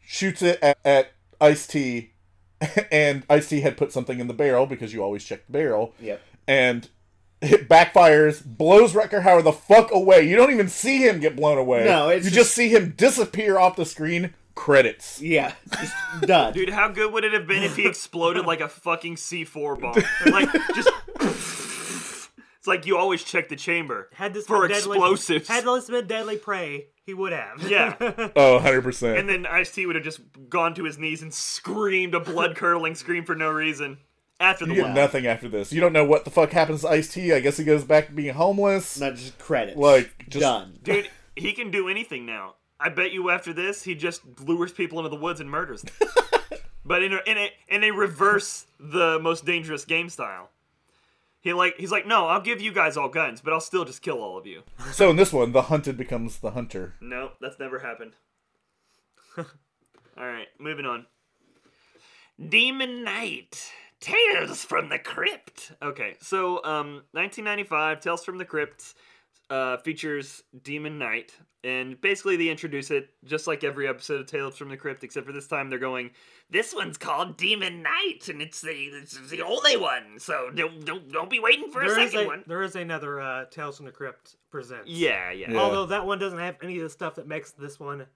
Speaker 2: shoots it at, at Ice T, and Ice T had put something in the barrel because you always check the barrel.
Speaker 4: Yep.
Speaker 2: And it backfires, blows Rucker Hauer the fuck away. You don't even see him get blown away.
Speaker 4: No, it's
Speaker 2: you just,
Speaker 4: just-
Speaker 2: see him disappear off the screen. Credits.
Speaker 4: Yeah. Just done.
Speaker 3: Dude, how good would it have been if he exploded like a fucking C4 bomb? Like, just. It's like you always check the chamber
Speaker 1: Had this
Speaker 3: for
Speaker 1: been
Speaker 3: explosives.
Speaker 1: Deadly, had this been deadly prey, he would have.
Speaker 3: yeah.
Speaker 2: Oh, 100%.
Speaker 3: And then Ice T would have just gone to his knees and screamed a blood curdling scream for no reason after the
Speaker 2: you get
Speaker 3: one.
Speaker 2: nothing after this. You don't know what the fuck happens to Ice T. I guess he goes back to being homeless.
Speaker 4: Not just credits.
Speaker 2: Like, just-
Speaker 4: done.
Speaker 3: Dude, he can do anything now. I bet you after this, he just lures people into the woods and murders them. but in a, in a in a reverse the most dangerous game style. He like he's like, no, I'll give you guys all guns, but I'll still just kill all of you.
Speaker 2: So in this one, the hunted becomes the hunter.
Speaker 3: No, that's never happened. all right, moving on. Demon Knight. Tales from the Crypt. Okay, so um, 1995, Tales from the Crypt uh, features Demon Knight, and basically they introduce it just like every episode of Tales from the Crypt, except for this time they're going, "This one's called Demon Knight, and it's the it's the only one, so don't don't, don't be waiting for
Speaker 1: There
Speaker 3: a
Speaker 1: is,
Speaker 3: second
Speaker 1: a,
Speaker 3: one."
Speaker 1: there is another uh, Tales from the Crypt presents.
Speaker 3: Yeah, yeah,
Speaker 2: Yeah.
Speaker 1: Although that one doesn't have any of the stuff that makes this one.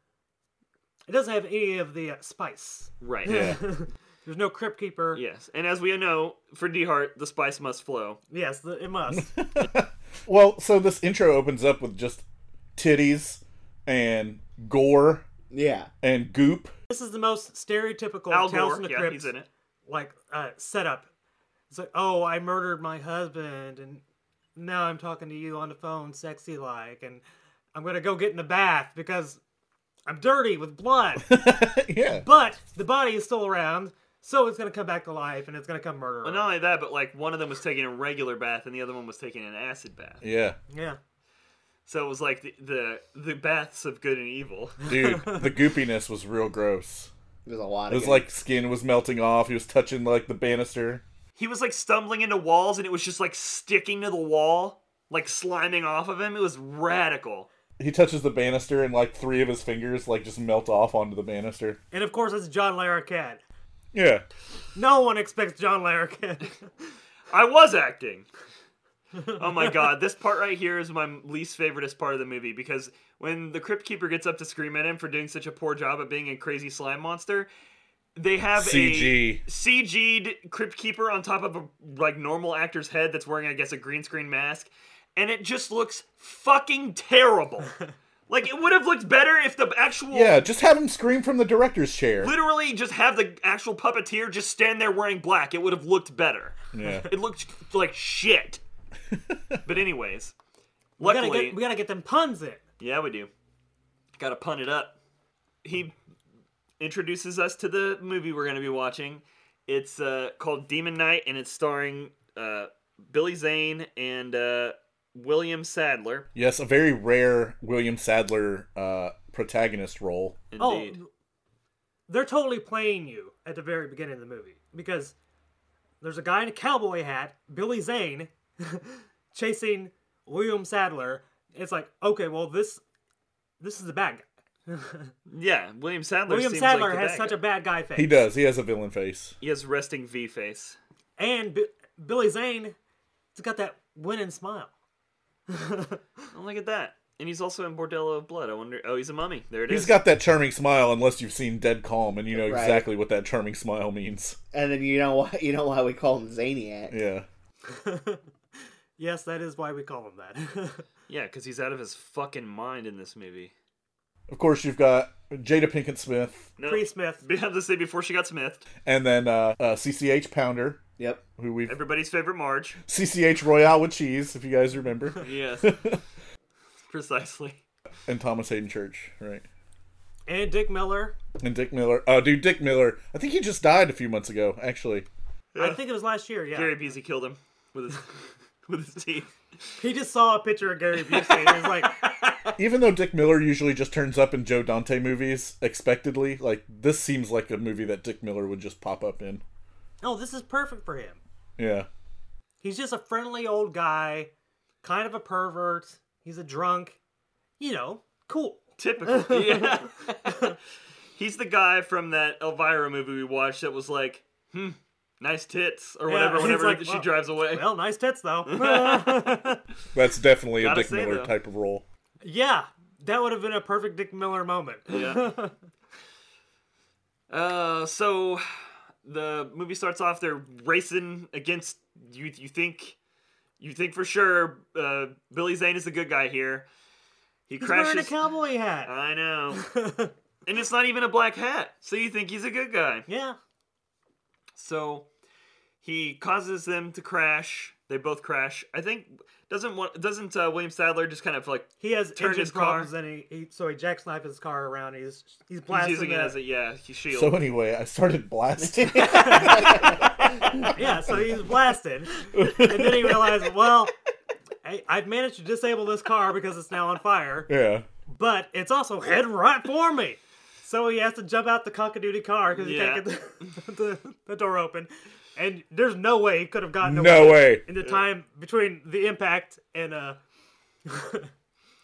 Speaker 1: It doesn't have any of the uh, spice.
Speaker 3: right.
Speaker 1: There's no Crypt Keeper.
Speaker 3: Yes, and as we know, for Dehart, the spice must flow.
Speaker 1: Yes, the, it must.
Speaker 2: Well, so this intro opens up with just titties and gore
Speaker 4: Yeah.
Speaker 2: and goop.
Speaker 1: this is the most stereotypical
Speaker 3: Al
Speaker 1: Tales
Speaker 3: Gore,
Speaker 1: from the
Speaker 3: yeah,
Speaker 1: Crypt
Speaker 3: he's in it.
Speaker 1: like uh, setup. It's like, oh, I murdered my husband, and now I'm talking to you on the phone, sexy like, and I'm gonna go get in the bath because I'm dirty with blood.
Speaker 2: yeah.
Speaker 1: but the body is still around, so it's gonna come back to life, and it's gonna come murder. her.
Speaker 3: But not only that, but like one of them was taking a regular bath and the other one was taking an acid bath.
Speaker 2: Yeah.
Speaker 1: Yeah,
Speaker 3: So it was like the the, the baths of good and evil.
Speaker 2: Dude, the goopiness was real gross.
Speaker 4: There's a lot
Speaker 2: It
Speaker 4: of
Speaker 2: was like skin was melting off. He was touching like the banister.
Speaker 3: He was like stumbling into walls and it was just like sticking to the wall, like sliming off of him. It was radical.
Speaker 2: He touches the banister and like three of his fingers like just melt off onto the banister.
Speaker 1: and of course it's John Larroquette.
Speaker 2: Yeah.
Speaker 1: No one expects John Larroquette.
Speaker 3: I was acting. oh my god, this part right here is my least favoriteest part of the movie because when the crypt keeper gets up to scream at him for doing such a poor job at being a crazy slime monster, they have
Speaker 2: CG.
Speaker 3: a CG'd crypt keeper on top of a like normal actor's head that's wearing I guess a green screen mask, and it just looks fucking terrible. like it would have looked better if the actual
Speaker 2: Yeah, just have him scream from the director's chair.
Speaker 3: literally just have the actual puppeteer just stand there wearing black. It would have looked better.
Speaker 2: Yeah.
Speaker 3: It looked like shit. but anyways,
Speaker 1: We
Speaker 3: luckily,
Speaker 1: gotta get we gotta get them puns in.
Speaker 3: yeah, we do. Got to pun it up. He introduces us to the movie we're going to be watching. It's uh, called Demon Night, and it's starring uh, Billy Zane and uh, William Sadler.
Speaker 2: Yes, a very rare William Sadler uh, protagonist role.
Speaker 3: Indeed.
Speaker 1: Oh, they're totally playing you at the very beginning of the movie because there's a guy in a cowboy hat, Billy Zane, chasing William Sadler. It's like, okay, well this this is the bad guy.
Speaker 3: yeah, William Sadler.
Speaker 1: William
Speaker 3: seems
Speaker 1: Sadler
Speaker 3: like the
Speaker 1: has
Speaker 3: bad
Speaker 1: such
Speaker 3: guy.
Speaker 1: a bad guy face,
Speaker 2: He does. He has a villain face.
Speaker 3: He has resting V face.
Speaker 1: and B- Billy Zane, he's got that winning smile.
Speaker 3: Oh, look at that. And he's also in Bordello of Blood. I wonder. Oh, he's a mummy. There it is.
Speaker 2: He's got that charming smile, unless you've seen Dead Calm, and you know
Speaker 4: Right.
Speaker 2: exactly what that charming smile means.
Speaker 4: And then you know why you know why we call him Zaniac.
Speaker 2: Yeah.
Speaker 1: Yes, that is why we call him that.
Speaker 3: Yeah, because he's out of his fucking mind in this movie.
Speaker 2: Of course, you've got Jada Pinkett Smith,
Speaker 3: No,
Speaker 1: Pre Smith.
Speaker 3: we have to say before she got smithed.
Speaker 2: and then uh, uh, CCH Pounder,
Speaker 4: Yep.
Speaker 2: who we've
Speaker 3: Everybody's favorite Marge.
Speaker 2: CCH Royale with cheese, if you guys remember,
Speaker 3: Yes, precisely.
Speaker 2: and Thomas Hayden Church, right?
Speaker 1: And Dick Miller.
Speaker 2: And Dick Miller. Oh, dude, Dick Miller. I think he just died a few months ago, actually.
Speaker 1: I think it was last year, yeah.
Speaker 3: Gary Busey killed him with his with his teeth.
Speaker 1: He just saw a picture of Gary Busey and he was like,
Speaker 2: Even though Dick Miller usually just turns up in Joe Dante movies, expectedly, like this seems like a movie that Dick Miller would just pop up in.
Speaker 1: no, "Oh, this is perfect for him.
Speaker 2: Yeah.
Speaker 1: He's just a friendly old guy, kind of a pervert. He's a drunk. You know, cool.
Speaker 3: Typical. Yeah. he's the guy from that Elvira movie we watched that was like, hmm, nice tits or
Speaker 1: Yeah,
Speaker 3: whatever.
Speaker 1: it's
Speaker 3: Whenever
Speaker 1: like,
Speaker 3: she
Speaker 1: well-
Speaker 3: drives away.
Speaker 1: Well, nice tits though.
Speaker 2: That's definitely a
Speaker 3: Gotta
Speaker 2: Dick
Speaker 3: say,
Speaker 2: Miller
Speaker 3: though.
Speaker 2: type of role.
Speaker 1: yeah, that would have been a perfect Dick Miller moment.
Speaker 3: Yeah. Uh, so the movie starts off. They're racing against you. You think, you think for sure, uh, Billy Zane is the good guy here. He
Speaker 1: He's wearing a
Speaker 3: crashes.
Speaker 1: cowboy hat.
Speaker 3: I know, and it's not even a black hat. So you think he's a good guy.
Speaker 1: yeah.
Speaker 3: So he causes them to crash. They both crash. I think doesn't wa- doesn't uh, William Sadler just kind of like
Speaker 1: He has
Speaker 3: Turn
Speaker 1: engine
Speaker 3: his car.
Speaker 1: problems and he, he so he jackknifes his car around. He's he's
Speaker 3: he's
Speaker 1: blasting
Speaker 3: using it
Speaker 1: the-
Speaker 3: as a yeah he shield.
Speaker 2: So anyway, I started blasting.
Speaker 1: yeah, so he's blasted. and then he realized, well, I, I've managed to disable this car because it's now on fire,
Speaker 2: yeah.
Speaker 1: but it's also heading right for me. So he has to jump out the cock-a-doodie car because he
Speaker 3: Yeah.
Speaker 1: can't get the, the, the door open. And there's no way he could have gotten
Speaker 2: No
Speaker 1: away
Speaker 2: way.
Speaker 1: in the time between the impact and uh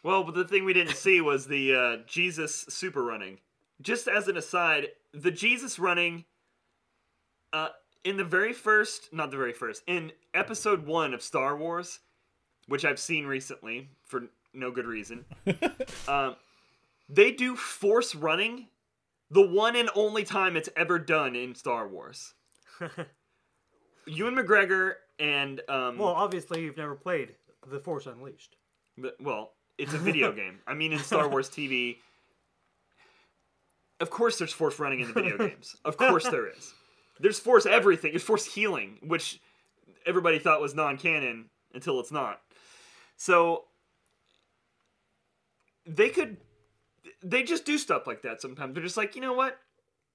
Speaker 3: Well, but the thing we didn't see was the uh, Jesus super running. Just as an aside, the Jesus running uh, in the very first, not the very first, in episode one of Star Wars, which I've seen recently for no good reason, um, they do force running the one and only time it's ever done in Star Wars. Ewan McGregor and. Um,
Speaker 1: well, obviously you've never played The Force Unleashed.
Speaker 3: but- Well, it's a video game. I mean, in Star Wars TV, of course there's force running in the video games. Of course there is. There's force everything. There's force healing, which everybody thought was non canon until it's not. So they could, they just do stuff like that sometimes. They're just like, you know what?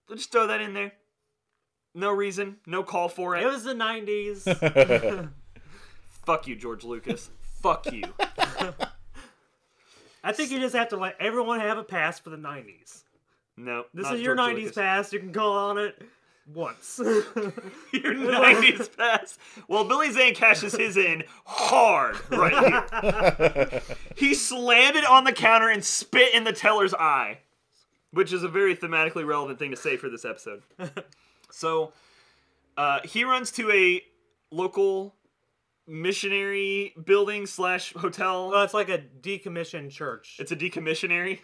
Speaker 3: Let's just throw that in there. No reason, no call for it.
Speaker 1: It was the 90s.
Speaker 3: Fuck you, George Lucas. Fuck you.
Speaker 1: I think you just have to let everyone have a pass for the 90s.
Speaker 3: No,
Speaker 1: This
Speaker 3: not
Speaker 1: is your
Speaker 3: George
Speaker 1: 90s
Speaker 3: Lucas.
Speaker 1: pass. You can call on it once.
Speaker 3: your 90s pass. Well, Billy Zane cashes his in hard right here. he slammed it on the counter and spit in the teller's eye, which is a very thematically relevant thing to say for this episode. so uh, he runs to a local missionary building slash hotel.
Speaker 1: Well, it's like a decommissioned church.
Speaker 3: It's a decommissionary.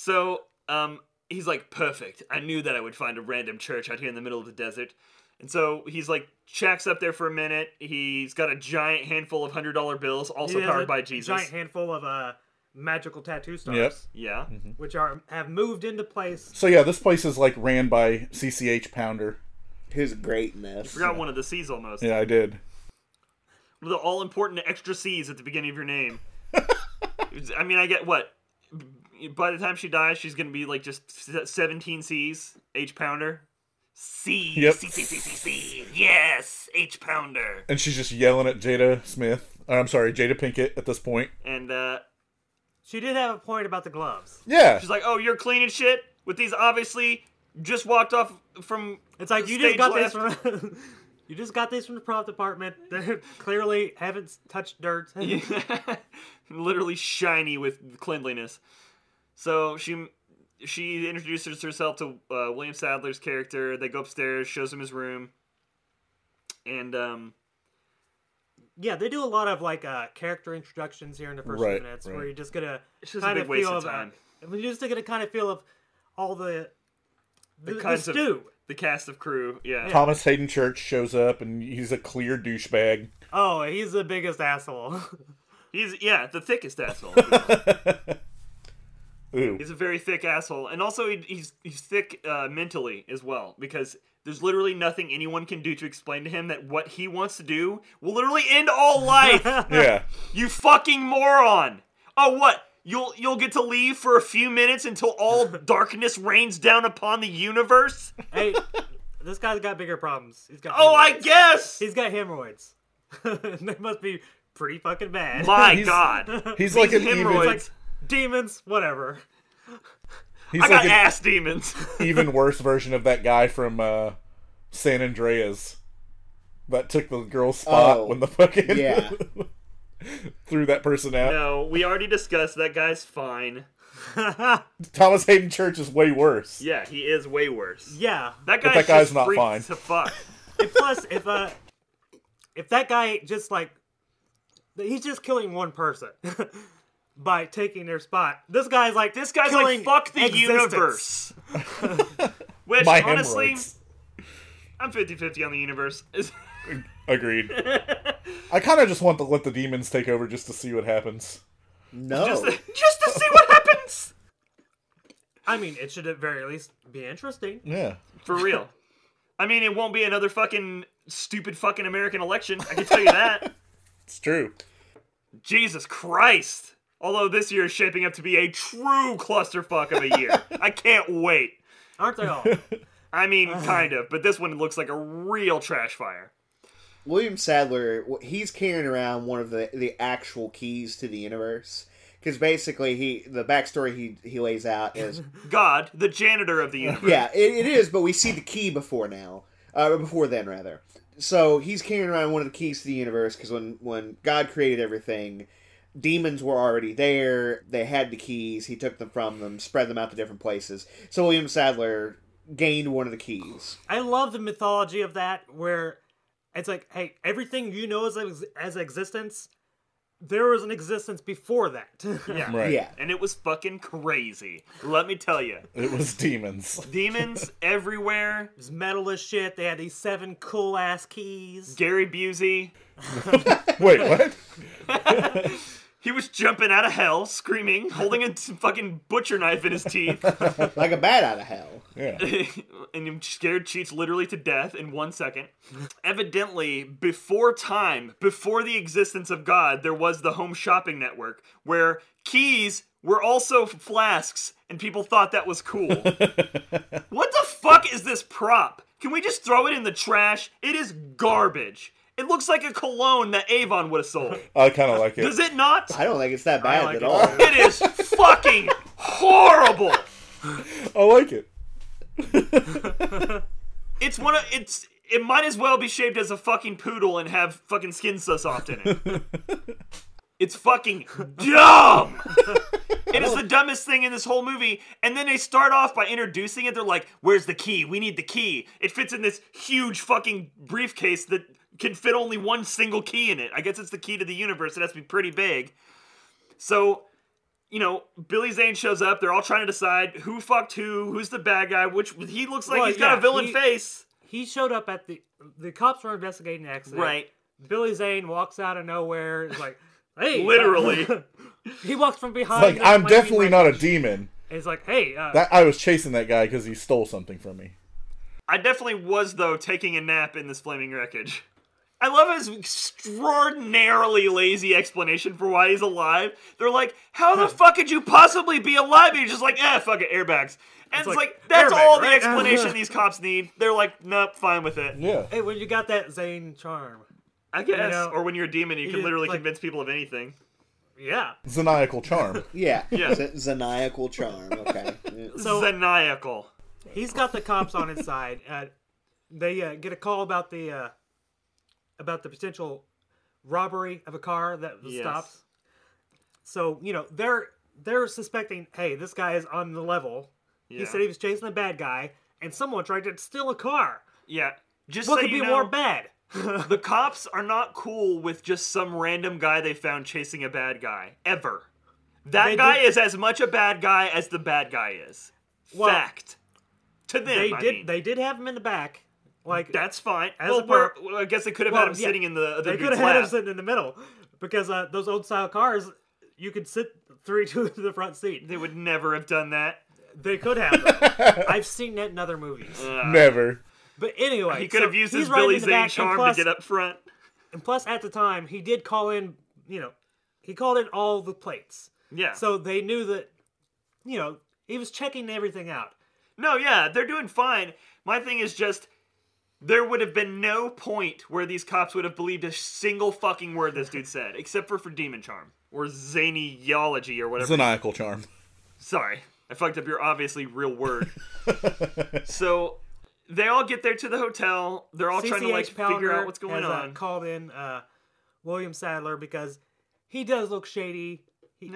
Speaker 3: So, um, he's like, perfect. I knew that I would find a random church out here in the middle of the desert. And so he's like, chacks up there for a minute. He's got a giant handful of hundred dollar bills, also
Speaker 1: He has a
Speaker 3: powered by Jesus.
Speaker 1: Giant handful of uh, magical tattoo stars,
Speaker 2: Yep.
Speaker 3: yeah.
Speaker 2: Mm-hmm.
Speaker 1: which are have moved into place.
Speaker 2: So yeah, this place is like ran by CCH Pounder.
Speaker 4: His greatness.
Speaker 3: Forgot one of the C's almost.
Speaker 2: Yeah, I did.
Speaker 3: The all important extra C's at the beginning of your name. I mean, I get what? By the time she dies, she's going to be like just se- 17 C's, H pounder. C,
Speaker 2: Yep.
Speaker 3: C, C, C, C, C. Yes, H pounder.
Speaker 2: And she's just yelling at Jada Smith. Or, I'm sorry, Jada Pinkett at this point.
Speaker 3: And, uh,
Speaker 1: She did have a point about the gloves.
Speaker 2: Yeah.
Speaker 3: She's like, "Oh, you're clean and shit with these. Obviously, just walked off from.
Speaker 1: It's like you
Speaker 3: stage
Speaker 1: just got
Speaker 3: left.
Speaker 1: these from you just got these from the prop department. They clearly haven't s- touched dirt.
Speaker 3: literally shiny with cleanliness." So she she introduces herself to uh, William Sadler's character. They go upstairs, shows him his room, and um,
Speaker 1: yeah, they do a lot of like uh, character introductions here in the first
Speaker 2: Right,
Speaker 1: few minutes,
Speaker 2: right.
Speaker 1: where you're just gonna
Speaker 3: It's just a
Speaker 1: kind
Speaker 3: big
Speaker 1: of
Speaker 3: waste
Speaker 1: feel
Speaker 3: of
Speaker 1: of, uh,
Speaker 3: time.
Speaker 1: We're just gonna kind of feel of all the the, the
Speaker 3: kinds of-
Speaker 1: stew.
Speaker 3: the cast of crew. Yeah,
Speaker 2: Thomas Hayden Church shows up and he's a clear douchebag.
Speaker 1: Oh, he's the biggest asshole.
Speaker 3: he's yeah the thickest asshole.
Speaker 2: Ooh.
Speaker 3: He's a very thick asshole, and also he, he's he's thick uh, mentally as well because there's literally nothing anyone can do to explain to him that what he wants to do will literally end all life.
Speaker 2: Yeah.
Speaker 3: you fucking moron! Oh, what? You'll you'll get to leave for a few minutes until all darkness rains down upon the universe.
Speaker 1: hey, this guy's got bigger problems. He's got
Speaker 3: Oh, I
Speaker 1: hemorrhoids.
Speaker 3: guess.
Speaker 1: he's got hemorrhoids. they must be pretty fucking bad.
Speaker 3: My
Speaker 2: He's-
Speaker 3: God,
Speaker 2: He's like an
Speaker 3: hemorrhoids.
Speaker 2: even,
Speaker 1: It's like demons, whatever.
Speaker 2: he's
Speaker 3: I got
Speaker 2: like an
Speaker 3: ass demons.
Speaker 2: even worse version of that guy from uh, San Andreas that took the girl's spot
Speaker 4: Oh,
Speaker 2: when the fucking
Speaker 4: yeah.
Speaker 2: threw that person out.
Speaker 3: no, we already discussed that guy's fine.
Speaker 2: Thomas Hayden Church is way worse.
Speaker 3: Yeah, he is way worse.
Speaker 1: Yeah.
Speaker 3: That guy's,
Speaker 2: But that guy's
Speaker 3: just
Speaker 2: not
Speaker 3: freaked
Speaker 2: fine.
Speaker 3: To fuck.
Speaker 1: And plus, if uh, if that guy just like, he's just killing one person by taking their spot. This guy's like,
Speaker 3: This guy's like
Speaker 1: killing
Speaker 3: fuck the
Speaker 1: existence.
Speaker 3: universe. Which
Speaker 2: My
Speaker 3: honestly,
Speaker 2: hemorrhoids.
Speaker 3: I'm 50-50 on the universe.
Speaker 2: Agreed. I kind of just want to let the demons take over just to see what happens.
Speaker 4: No.
Speaker 3: just, just to see what happens.
Speaker 1: I mean, it should at very least be interesting.
Speaker 2: Yeah.
Speaker 3: For real. I mean, it won't be another fucking stupid fucking American election. I can tell you that.
Speaker 2: It's true.
Speaker 3: Jesus Christ. Although this year is shaping up to be a true clusterfuck of a year. I can't wait.
Speaker 1: Aren't they all?
Speaker 3: I mean, kind of, but this one looks like a real trash fire.
Speaker 4: William Sadler, wh- he's carrying around one of the, the actual keys to the universe. Because basically, he the backstory he, he lays out is
Speaker 3: God, the janitor of the universe.
Speaker 4: yeah, it, it is, but we see the key before now, uh, before then rather. So he's carrying around one of the keys to the universe because when when God created everything, demons were already there. They had the keys. He took them from them, spread them out to different places. So William Sadler gained one of the keys.
Speaker 1: I love the mythology of that, where it's like, hey, everything you know as ex- as existence, there was an existence before that.
Speaker 3: Yeah.
Speaker 2: Right.
Speaker 4: Yeah,
Speaker 3: And it was fucking crazy. Let me tell you.
Speaker 2: It was demons.
Speaker 3: Demons everywhere.
Speaker 1: It was metal as shit. They had these seven cool ass keys.
Speaker 3: Gary Busey.
Speaker 2: Wait, what?
Speaker 3: He was jumping out of hell, screaming, holding a t- fucking butcher knife in his teeth,
Speaker 4: like a bat out of hell.
Speaker 2: Yeah.
Speaker 3: and he scared Cheats literally to death in one second. Evidently, before time, before the existence of God, there was the home shopping network where keys were also flasks, and people thought that was cool. what the fuck is this prop? Can we just throw it in the trash? It is garbage. It looks like a cologne that Avon would have sold.
Speaker 2: I kind of like it.
Speaker 3: Does it not?
Speaker 4: I don't think it's that bad
Speaker 1: like
Speaker 4: at
Speaker 1: it.
Speaker 4: all.
Speaker 3: It is fucking horrible.
Speaker 2: I like it.
Speaker 3: It's one of it's. It might as well be shaped as a fucking poodle and have fucking skin so soft in it. It's fucking dumb. It is the dumbest thing in this whole movie. And then they start off by introducing it. They're like, "Where's the key? We need the key. It fits in this huge fucking briefcase that can fit only one single key in it. I guess it's the key to the universe. It has to be pretty big. So, you know, Billy Zane shows up. They're all trying to decide who fucked who, who's the bad guy. Which he looks like
Speaker 1: Well,
Speaker 3: he's got
Speaker 1: yeah,
Speaker 3: a villain
Speaker 1: he-
Speaker 3: face,
Speaker 1: He showed up at the the cops were investigating an accident.
Speaker 3: right?
Speaker 1: Billy Zane walks out of nowhere. Is like, hey, uh,
Speaker 3: Literally.
Speaker 1: he walks from behind.
Speaker 2: Like
Speaker 1: the
Speaker 2: I'm
Speaker 1: flaming
Speaker 2: definitely
Speaker 1: red-
Speaker 2: not a demon.
Speaker 1: It's like, hey, uh,
Speaker 2: That I was chasing that guy because he stole something from me.
Speaker 3: I definitely was though taking a nap in this flaming wreckage. I love his extraordinarily lazy explanation for why he's alive. They're like, "How the fuck could you possibly be alive?" And he's just like, "Eh, fuck it, airbags." And it's,
Speaker 1: like,
Speaker 3: like, that's
Speaker 1: airbag,
Speaker 3: all the
Speaker 1: right?
Speaker 3: explanation these cops need. They're like, "Nope, fine with it."
Speaker 2: Yeah.
Speaker 1: hey, when you got that Zane charm,
Speaker 3: I guess.
Speaker 1: know,
Speaker 3: or when you're a demon, you can
Speaker 1: you-
Speaker 3: literally
Speaker 1: like-
Speaker 3: convince people of anything.
Speaker 1: yeah.
Speaker 2: Zaniacal charm.
Speaker 4: Yeah.
Speaker 3: Yeah.
Speaker 4: Z- Zaniacal charm. Okay. Mm.
Speaker 1: So-
Speaker 3: Zaniacal.
Speaker 1: he's got the cops on his side. Uh, they uh, get a call about the uh, about the potential robbery of a car that was
Speaker 3: Yes.
Speaker 1: stopped. So you know they're they're suspecting. Hey, this guy is on the level.
Speaker 3: Yeah.
Speaker 1: He said he was chasing a bad guy, and someone tried to steal a car.
Speaker 3: yeah. Just
Speaker 1: What
Speaker 3: so
Speaker 1: could
Speaker 3: you
Speaker 1: be
Speaker 3: know,
Speaker 1: more bad?
Speaker 3: the cops are not cool with just some random guy they found chasing a bad guy ever. That
Speaker 1: They
Speaker 3: guy
Speaker 1: did-
Speaker 3: is as much a bad guy as the bad guy is.
Speaker 1: Well,
Speaker 3: Fact. To them,
Speaker 1: They
Speaker 3: I
Speaker 1: did
Speaker 3: mean.
Speaker 1: they did have him in the back. Like
Speaker 3: That's fine.
Speaker 1: As
Speaker 3: well,
Speaker 1: a
Speaker 3: we're-
Speaker 1: perp-
Speaker 3: well, I guess they could have
Speaker 1: Well,
Speaker 3: had him
Speaker 1: yeah.
Speaker 3: sitting in the other
Speaker 1: they could
Speaker 3: dude's
Speaker 1: have had him
Speaker 3: lap.
Speaker 1: sitting in the middle because uh, those old style cars, you could sit three to the front seat.
Speaker 3: They would never have done that.
Speaker 1: They could have. I've seen that in other movies.
Speaker 2: Never.
Speaker 1: But anyway,
Speaker 3: Uh, He could have
Speaker 1: so
Speaker 3: used
Speaker 1: he's
Speaker 3: his
Speaker 1: riding
Speaker 3: Billy
Speaker 1: in the
Speaker 3: Zane
Speaker 1: back, and
Speaker 3: charm
Speaker 1: plus-
Speaker 3: to get up front.
Speaker 1: And plus, at the time, he did call in. You know, he called in all the plates,
Speaker 3: Yeah.
Speaker 1: so they knew that. You know, he was checking everything out.
Speaker 3: No, yeah, they're doing fine. My thing is just there would have been no point where these cops would have believed a single fucking word this dude said, except for for demon charm or zaniology or whatever.
Speaker 2: Zaniacal charm.
Speaker 3: Sorry, I fucked up your obviously real word. so they all get there to the hotel. They're all trying to like
Speaker 1: CCH Pounder
Speaker 3: figure out what's going
Speaker 1: has, uh,
Speaker 3: on.
Speaker 1: called in uh, William Sadler because he does look shady. He,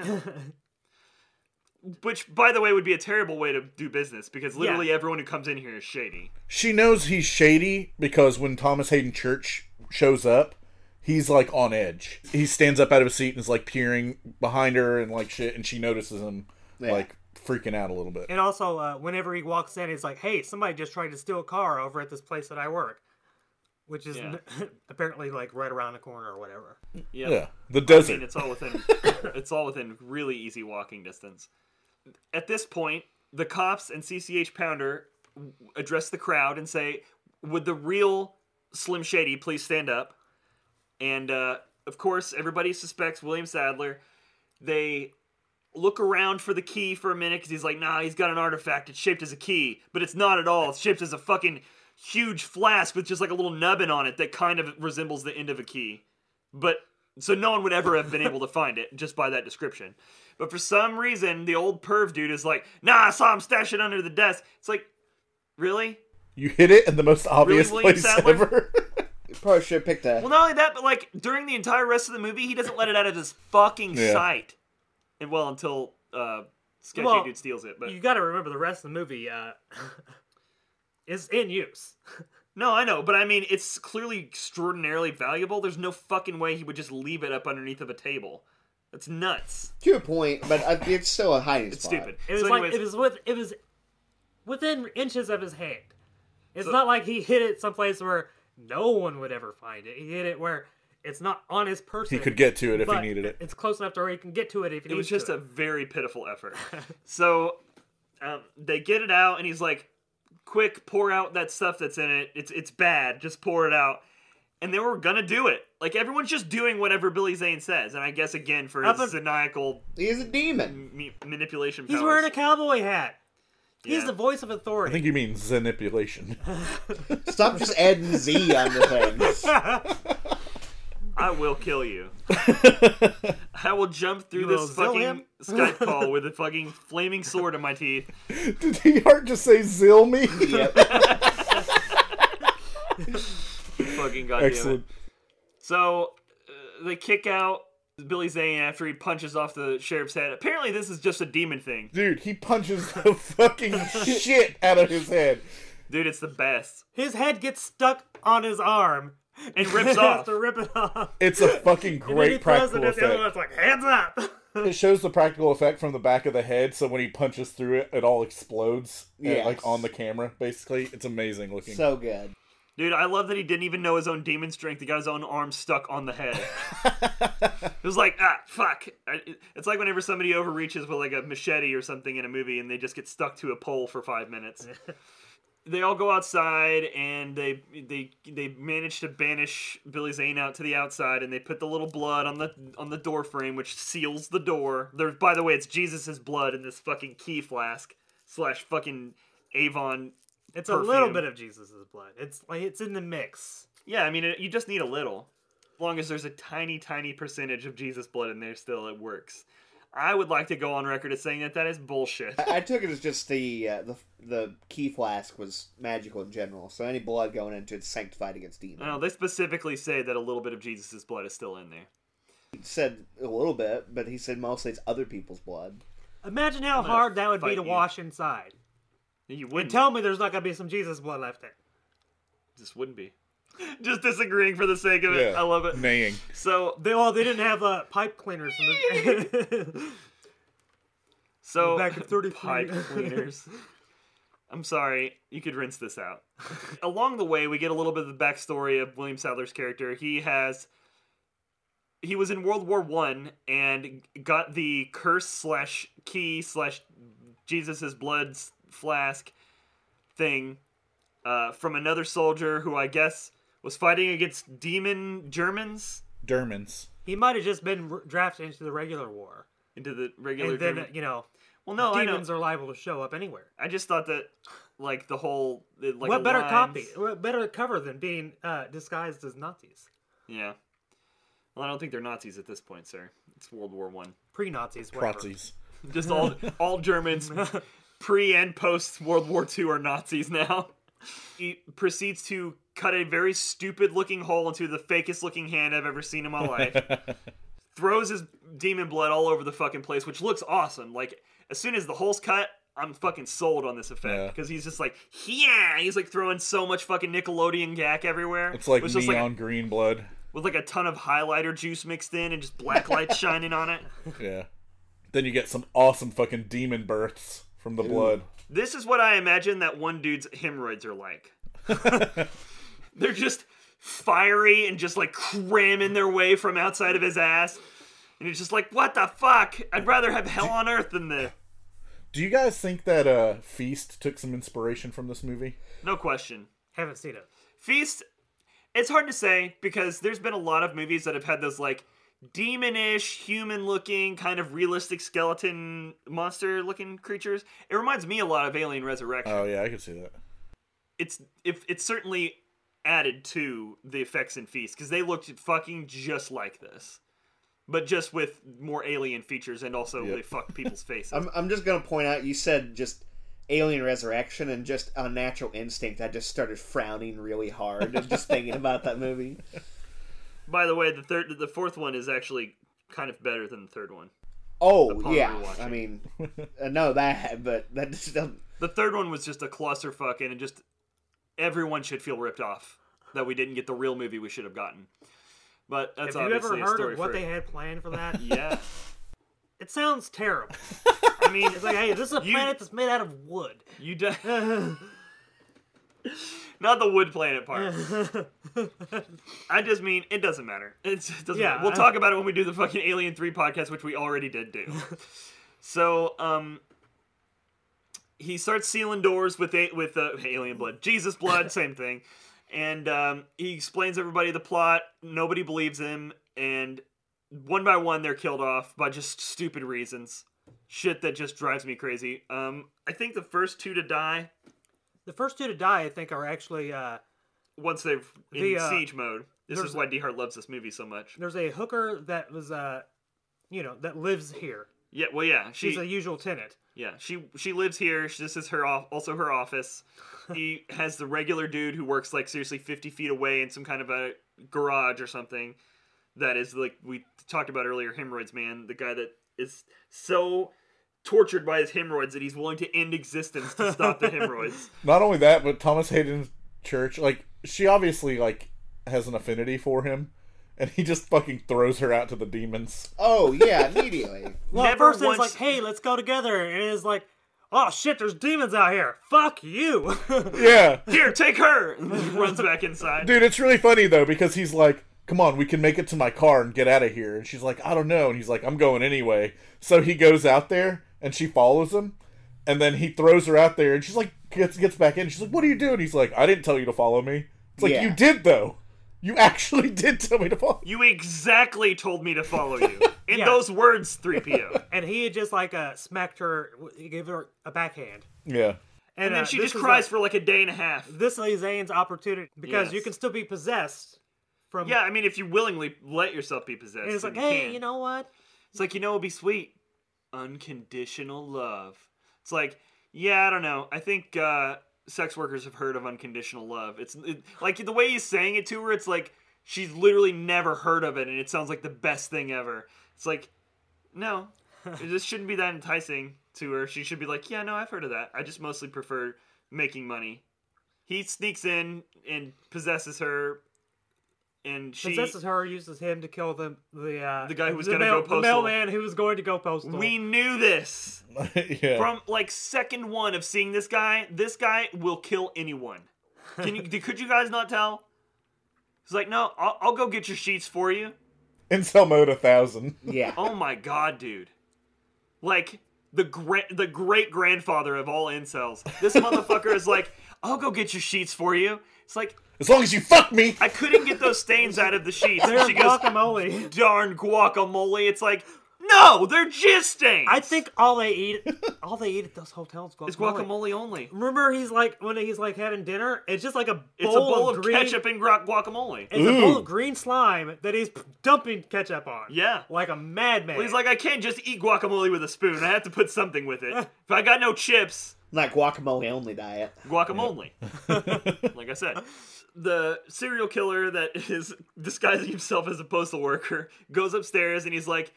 Speaker 3: Which, by the way, would be a terrible way to do business because literally everyone who comes in here is shady.
Speaker 2: She knows he's shady because when Thomas Hayden Church shows up, he's like on edge. He stands up out of his seat and is like peering behind her and like shit, and she notices him
Speaker 4: Yeah.
Speaker 2: like freaking out a little bit.
Speaker 1: and also, uh, whenever he walks in, he's like, "Hey, somebody just tried to steal a car over at this place that I work," which is
Speaker 3: Yeah.
Speaker 1: apparently like right around the corner or whatever.
Speaker 2: Yeah,
Speaker 3: I
Speaker 2: the desert.
Speaker 3: mean, it's all within it's all within really easy walking distance. At this point, the cops and CCH Pounder w- address the crowd and say, "Would the real Slim Shady please stand up?" And uh, of course, everybody suspects William Sadler. They look around for the key for a minute because he's like, "Nah, he's got an artifact. It's shaped as a key, but it's not at all. It's shaped as a fucking." Huge flask with just like a little nubbin on it that kind of resembles the end of a key but so no one would ever have been able to find it just by that description. But for some reason, the old perv dude is like, "Nah, I saw him stash it under the desk." It's like, really?
Speaker 2: you hit it in the most obvious
Speaker 3: William
Speaker 2: place
Speaker 3: Sadler?
Speaker 2: ever.
Speaker 4: You probably should have picked that.
Speaker 3: Well, not only that, but like during the entire rest of the movie, he doesn't let it out of his fucking
Speaker 2: Yeah.
Speaker 3: sight. And well, until uh, sketchy
Speaker 1: Well,
Speaker 3: dude steals it. But
Speaker 1: you got to remember the rest of the movie uh, is in use.
Speaker 3: no, I know. But I mean, it's clearly extraordinarily valuable. There's no fucking way he would just leave it up underneath of a table. That's nuts.
Speaker 4: to a point, but I, it's still a hiding
Speaker 3: It's
Speaker 4: spot.
Speaker 3: stupid.
Speaker 1: It was
Speaker 3: so
Speaker 1: like
Speaker 3: anyways,
Speaker 1: it was with it was within inches of his hand. It's not like he hit it someplace where no one would ever find it. He hit it where it's not on his person.
Speaker 2: he could get to it if he
Speaker 1: but
Speaker 2: needed it.
Speaker 1: It's close enough to where he can get to it if he
Speaker 3: it was
Speaker 1: needs
Speaker 3: just
Speaker 1: to.
Speaker 3: a very pitiful effort. so um, they get it out, and he's like, "Quick, pour out that stuff that's in it. It's it's bad. Just pour it out." And they were gonna do it. Like everyone's just doing whatever Billy Zane says. And I guess again for
Speaker 1: Up
Speaker 3: his
Speaker 1: in-
Speaker 3: maniacal
Speaker 4: He's a demon.
Speaker 3: m- manipulation.
Speaker 1: He's
Speaker 3: powers.
Speaker 1: wearing a cowboy hat. He's
Speaker 3: Yeah.
Speaker 1: the voice of
Speaker 2: I
Speaker 1: authority.
Speaker 2: think you mean manipulation.
Speaker 4: Stop just adding Z on the things.
Speaker 3: I will kill you. I will jump through
Speaker 1: You will
Speaker 3: this
Speaker 1: zill
Speaker 3: fucking
Speaker 1: him?
Speaker 3: Skype call with a fucking flaming sword in my teeth.
Speaker 2: Did he heart just say zill me?
Speaker 4: yep.
Speaker 3: Fucking goddamn. it.
Speaker 2: Excellent.
Speaker 3: So uh, they kick out Billy Zane after he punches off the sheriff's head. Apparently, this is just a demon thing,
Speaker 2: Dude, he punches the fucking shit out of his head.
Speaker 3: dude. It's the best.
Speaker 1: His head gets stuck on his arm,
Speaker 3: and rips
Speaker 1: They have
Speaker 3: off.
Speaker 1: to rip it off.
Speaker 2: It's a fucking
Speaker 1: And then he
Speaker 2: great
Speaker 1: throws it
Speaker 2: practical
Speaker 1: at the other one,
Speaker 2: effect.
Speaker 1: It's like hands up.
Speaker 2: It shows the practical effect from the back of the head, so when he punches through it, it all explodes, and,
Speaker 4: Yes.
Speaker 2: like on the camera. Basically, it's amazing looking.
Speaker 4: So good.
Speaker 3: Dude, I love that he didn't even know his own demon strength. He got his own arm stuck on the head. it was like, ah, fuck. I- It's like whenever somebody overreaches with like a machete or something in a movie and they just get stuck to a pole for five minutes. they all go outside and they they they manage to banish Billy Zane out to the outside and they put the little blood on the on the door frame which seals the door. There's by the way, it's Jesus's blood in this fucking key flask slash fucking Avon.
Speaker 1: It's a little
Speaker 3: Perfume.
Speaker 1: bit of Jesus's blood. It's like it's in the mix.
Speaker 3: Yeah, I mean it, you just need a little. As long as there's a tiny tiny percentage of Jesus blood in there still it works. I would like to go on record as saying that that is bullshit.
Speaker 4: I, I took it as just the uh, the the key flask was magical in general, so any blood going into it's sanctified against demons.
Speaker 3: No, they specifically say that a little bit of Jesus's blood is still in there.
Speaker 4: He said a little bit, but he said mostly it's other people's blood.
Speaker 1: Imagine how
Speaker 3: gonna
Speaker 1: hard that would be
Speaker 3: fight
Speaker 1: to
Speaker 3: you.
Speaker 1: wash inside.
Speaker 3: You wouldn't
Speaker 1: Tell me there's not gonna be some Jesus blood left in. it.
Speaker 3: This wouldn't be. Just disagreeing for the sake of it.
Speaker 2: Yeah.
Speaker 3: I love it.
Speaker 2: Neighing.
Speaker 3: So,
Speaker 1: They well, they didn't have uh, pipe cleaners. In the...
Speaker 3: so
Speaker 1: Back in 33.
Speaker 3: pipe cleaners. I'm sorry. You could rinse this out. Along the way, we get a little bit of the backstory of William Sadler's character. He has. He was in World War One and got the curse slash key slash Jesus's blood s- flask thing uh, from another soldier who I guess was fighting against demon Germans.
Speaker 2: Dermans.
Speaker 1: he might have just been r- drafted into the regular war,
Speaker 3: into the regular
Speaker 1: and then uh,
Speaker 3: German-
Speaker 1: you know
Speaker 3: well no Oh, I, know.
Speaker 1: demons are liable to show up anywhere.
Speaker 3: I just thought that like the whole the, like
Speaker 1: what
Speaker 3: the
Speaker 1: better
Speaker 3: lines-
Speaker 1: copy? What better cover than being uh, disguised as Nazis?
Speaker 3: yeah well i don't think they're nazis at this point sir it's world war one
Speaker 1: Pre-Nazis, whatever.
Speaker 2: Protsies.
Speaker 3: just all all germans pre and post world war two are nazis now he proceeds to cut a very stupid looking hole into the fakest looking hand i've ever seen in my life throws his demon blood all over the fucking place, which looks awesome. Like as soon as the hole's cut, I'm fucking sold on this
Speaker 2: Yeah.
Speaker 3: effect because he's just like, yeah, he's like throwing so much fucking Nickelodeon gack everywhere.
Speaker 2: It's like
Speaker 3: with
Speaker 2: neon
Speaker 3: just like
Speaker 2: green blood.
Speaker 3: with like a ton of highlighter juice mixed in and just black light shining on it.
Speaker 2: Yeah. Then you get some awesome fucking demon births from the blood.
Speaker 3: This is what I imagine that one dude's hemorrhoids are like. They're just fiery and just like cramming their way from outside of his ass. And it's just like, what the fuck? I'd rather have hell on earth than this.
Speaker 2: Do you guys think that uh Feast took some inspiration from this movie?
Speaker 3: No question.
Speaker 1: Haven't seen it.
Speaker 3: Feast, it's hard to say because there's been a lot of movies that have had those like demonish, human looking, kind of realistic skeleton monster looking creatures. It reminds me a lot of Alien Resurrection.
Speaker 2: Oh yeah, I could see that.
Speaker 3: It's if it's certainly added to the effects in Feast because they looked fucking just like this. But just with more alien features and also
Speaker 2: Yep.
Speaker 3: they fuck people's faces.
Speaker 4: I'm I'm just gonna point out you said just alien resurrection and just a natural instinct. I just started frowning really hard and just thinking about that movie.
Speaker 3: By the way, the third, the fourth one is actually kind of better than the third one.
Speaker 4: Oh
Speaker 3: Upon
Speaker 4: yeah,
Speaker 3: rewatching.
Speaker 4: I mean, I know that, but that just doesn't.
Speaker 3: The third one was just a clusterfuck, and it just everyone should feel ripped off that we didn't get the real movie we should have gotten. But that's
Speaker 1: Have you ever
Speaker 3: obviously a
Speaker 1: heard
Speaker 3: story
Speaker 1: of
Speaker 3: for
Speaker 1: what they had planned for that?
Speaker 3: yeah.
Speaker 1: it sounds terrible.
Speaker 3: I mean,
Speaker 1: It's like, hey, this is a
Speaker 3: You-
Speaker 1: planet that's made out of wood.
Speaker 3: you de- not the wood planet part. I just mean it doesn't matter. It's, it doesn't.
Speaker 1: Yeah,
Speaker 3: matter. We'll
Speaker 1: I-
Speaker 3: talk about it when we do the fucking Alien Three podcast, which we already did do. so, um, he starts sealing doors with a, with uh, alien blood, Jesus blood, same thing. And um, he explains everybody the plot. Nobody believes him, and one by one they're killed off by just stupid reasons, shit that just drives me crazy. Um, I think the first two to die
Speaker 1: The first two to die, I think, are actually uh,
Speaker 3: once they've in
Speaker 1: The, uh,
Speaker 3: siege mode. This
Speaker 1: there's
Speaker 3: is why Dehart loves this movie so much.
Speaker 1: there's a hooker that was, uh, you know, that lives here.
Speaker 3: Yeah, well, yeah, she,
Speaker 1: She's a usual tenant.
Speaker 3: Yeah, she she lives here. She- This is her off, also her office. he has the regular dude who works like seriously fifty feet away in some kind of a garage or something. That is like we talked about earlier, hemorrhoids man, the guy that is so tortured by his hemorrhoids that he's willing to end existence to stop the hemorrhoids.
Speaker 2: Not only that, but Thomas Hayden Church, like she obviously like has an affinity for him, and he just fucking throws her out to the demons.
Speaker 4: Oh yeah, immediately.
Speaker 1: Well, at
Speaker 3: Never
Speaker 1: first it's like,
Speaker 3: once-
Speaker 1: hey, let's go together. And it's like, oh shit, there's demons out here. Fuck you.
Speaker 2: Yeah,
Speaker 3: Here, take her. And he runs back inside.
Speaker 2: dude, it's really funny though because he's like, "Come on, we can make it to my car and get out of here." And she's like, "I don't know," and he's like, "I'm going anyway." So he goes out there, and she follows him, and then he throws her out there, and she's like, gets gets back in. She's like, "What are you doing?" He's like, "I didn't tell you to follow me." It's like
Speaker 4: Yeah.
Speaker 2: you did though. You actually did tell me to follow.
Speaker 3: You exactly told me to follow you in
Speaker 1: Yeah.
Speaker 3: those words, 3PO.
Speaker 1: and he had just like uh, smacked her, he gave her a backhand.
Speaker 2: Yeah.
Speaker 1: And,
Speaker 3: And then
Speaker 1: uh,
Speaker 3: she
Speaker 1: this
Speaker 3: just
Speaker 1: is
Speaker 3: cries
Speaker 1: a-
Speaker 3: for like a day and a half.
Speaker 1: this is Zane's opportunity because you
Speaker 3: Yes.
Speaker 1: can still be possessed from.
Speaker 3: Yeah, I mean, if you willingly let yourself be possessed,
Speaker 1: And it's like,
Speaker 3: then
Speaker 1: hey,
Speaker 3: can.
Speaker 1: you know what?
Speaker 3: It's like, you know, it'd be sweet. Unconditional love. It's like, yeah, I don't know. I think uh, sex workers have heard of unconditional love. It's it, like the way he's saying it to her, it's like she's literally never heard of it, and it sounds like the best thing ever. It's like, no, this shouldn't be that enticing to her. She should be like, yeah, no, I've heard of that. I just mostly prefer making money. He sneaks in and possesses her, and she
Speaker 1: Possesses her, uses him to kill the the uh,
Speaker 3: The guy who was
Speaker 1: the
Speaker 3: gonna go
Speaker 1: mail-
Speaker 3: postal.
Speaker 1: The mailman who was going to go postal.
Speaker 3: We knew this.
Speaker 2: yeah.
Speaker 3: from like second one of seeing this guy, this guy will kill anyone. Can you? could you guys not tell? He's like, no, I'll, I'll go get your sheets for you.
Speaker 2: Incel mode a thousand.
Speaker 4: Yeah.
Speaker 3: Oh my god, dude! Like the gra- the great grandfather of all incels. This motherfucker is like, I'll go get your sheets for you. It's like
Speaker 2: As long as you fuck me.
Speaker 3: I couldn't get those stains out of the sheets. And
Speaker 1: There's
Speaker 3: she goes,
Speaker 1: guacamole.
Speaker 3: darn guacamole. It's like, no, they're jizz stains.
Speaker 1: I think all they eat, all they eat at those hotels, guacamole.
Speaker 3: it's guacamole only.
Speaker 1: Remember, he's like when he's like having dinner. It's just like a bowl,
Speaker 3: It's a bowl of,
Speaker 1: green,
Speaker 3: ketchup and gra- guacamole.
Speaker 1: It's a bowl
Speaker 2: Ooh.
Speaker 1: of green slime that he's p- dumping ketchup on.
Speaker 3: Yeah.
Speaker 1: like a madman.
Speaker 3: He's like, I can't just eat guacamole with a spoon. I have to put something with it. If I got no chips,
Speaker 4: Like guacamole only diet.
Speaker 3: guacamole. like I said, the serial killer that is disguising himself as a postal worker goes upstairs and he's like,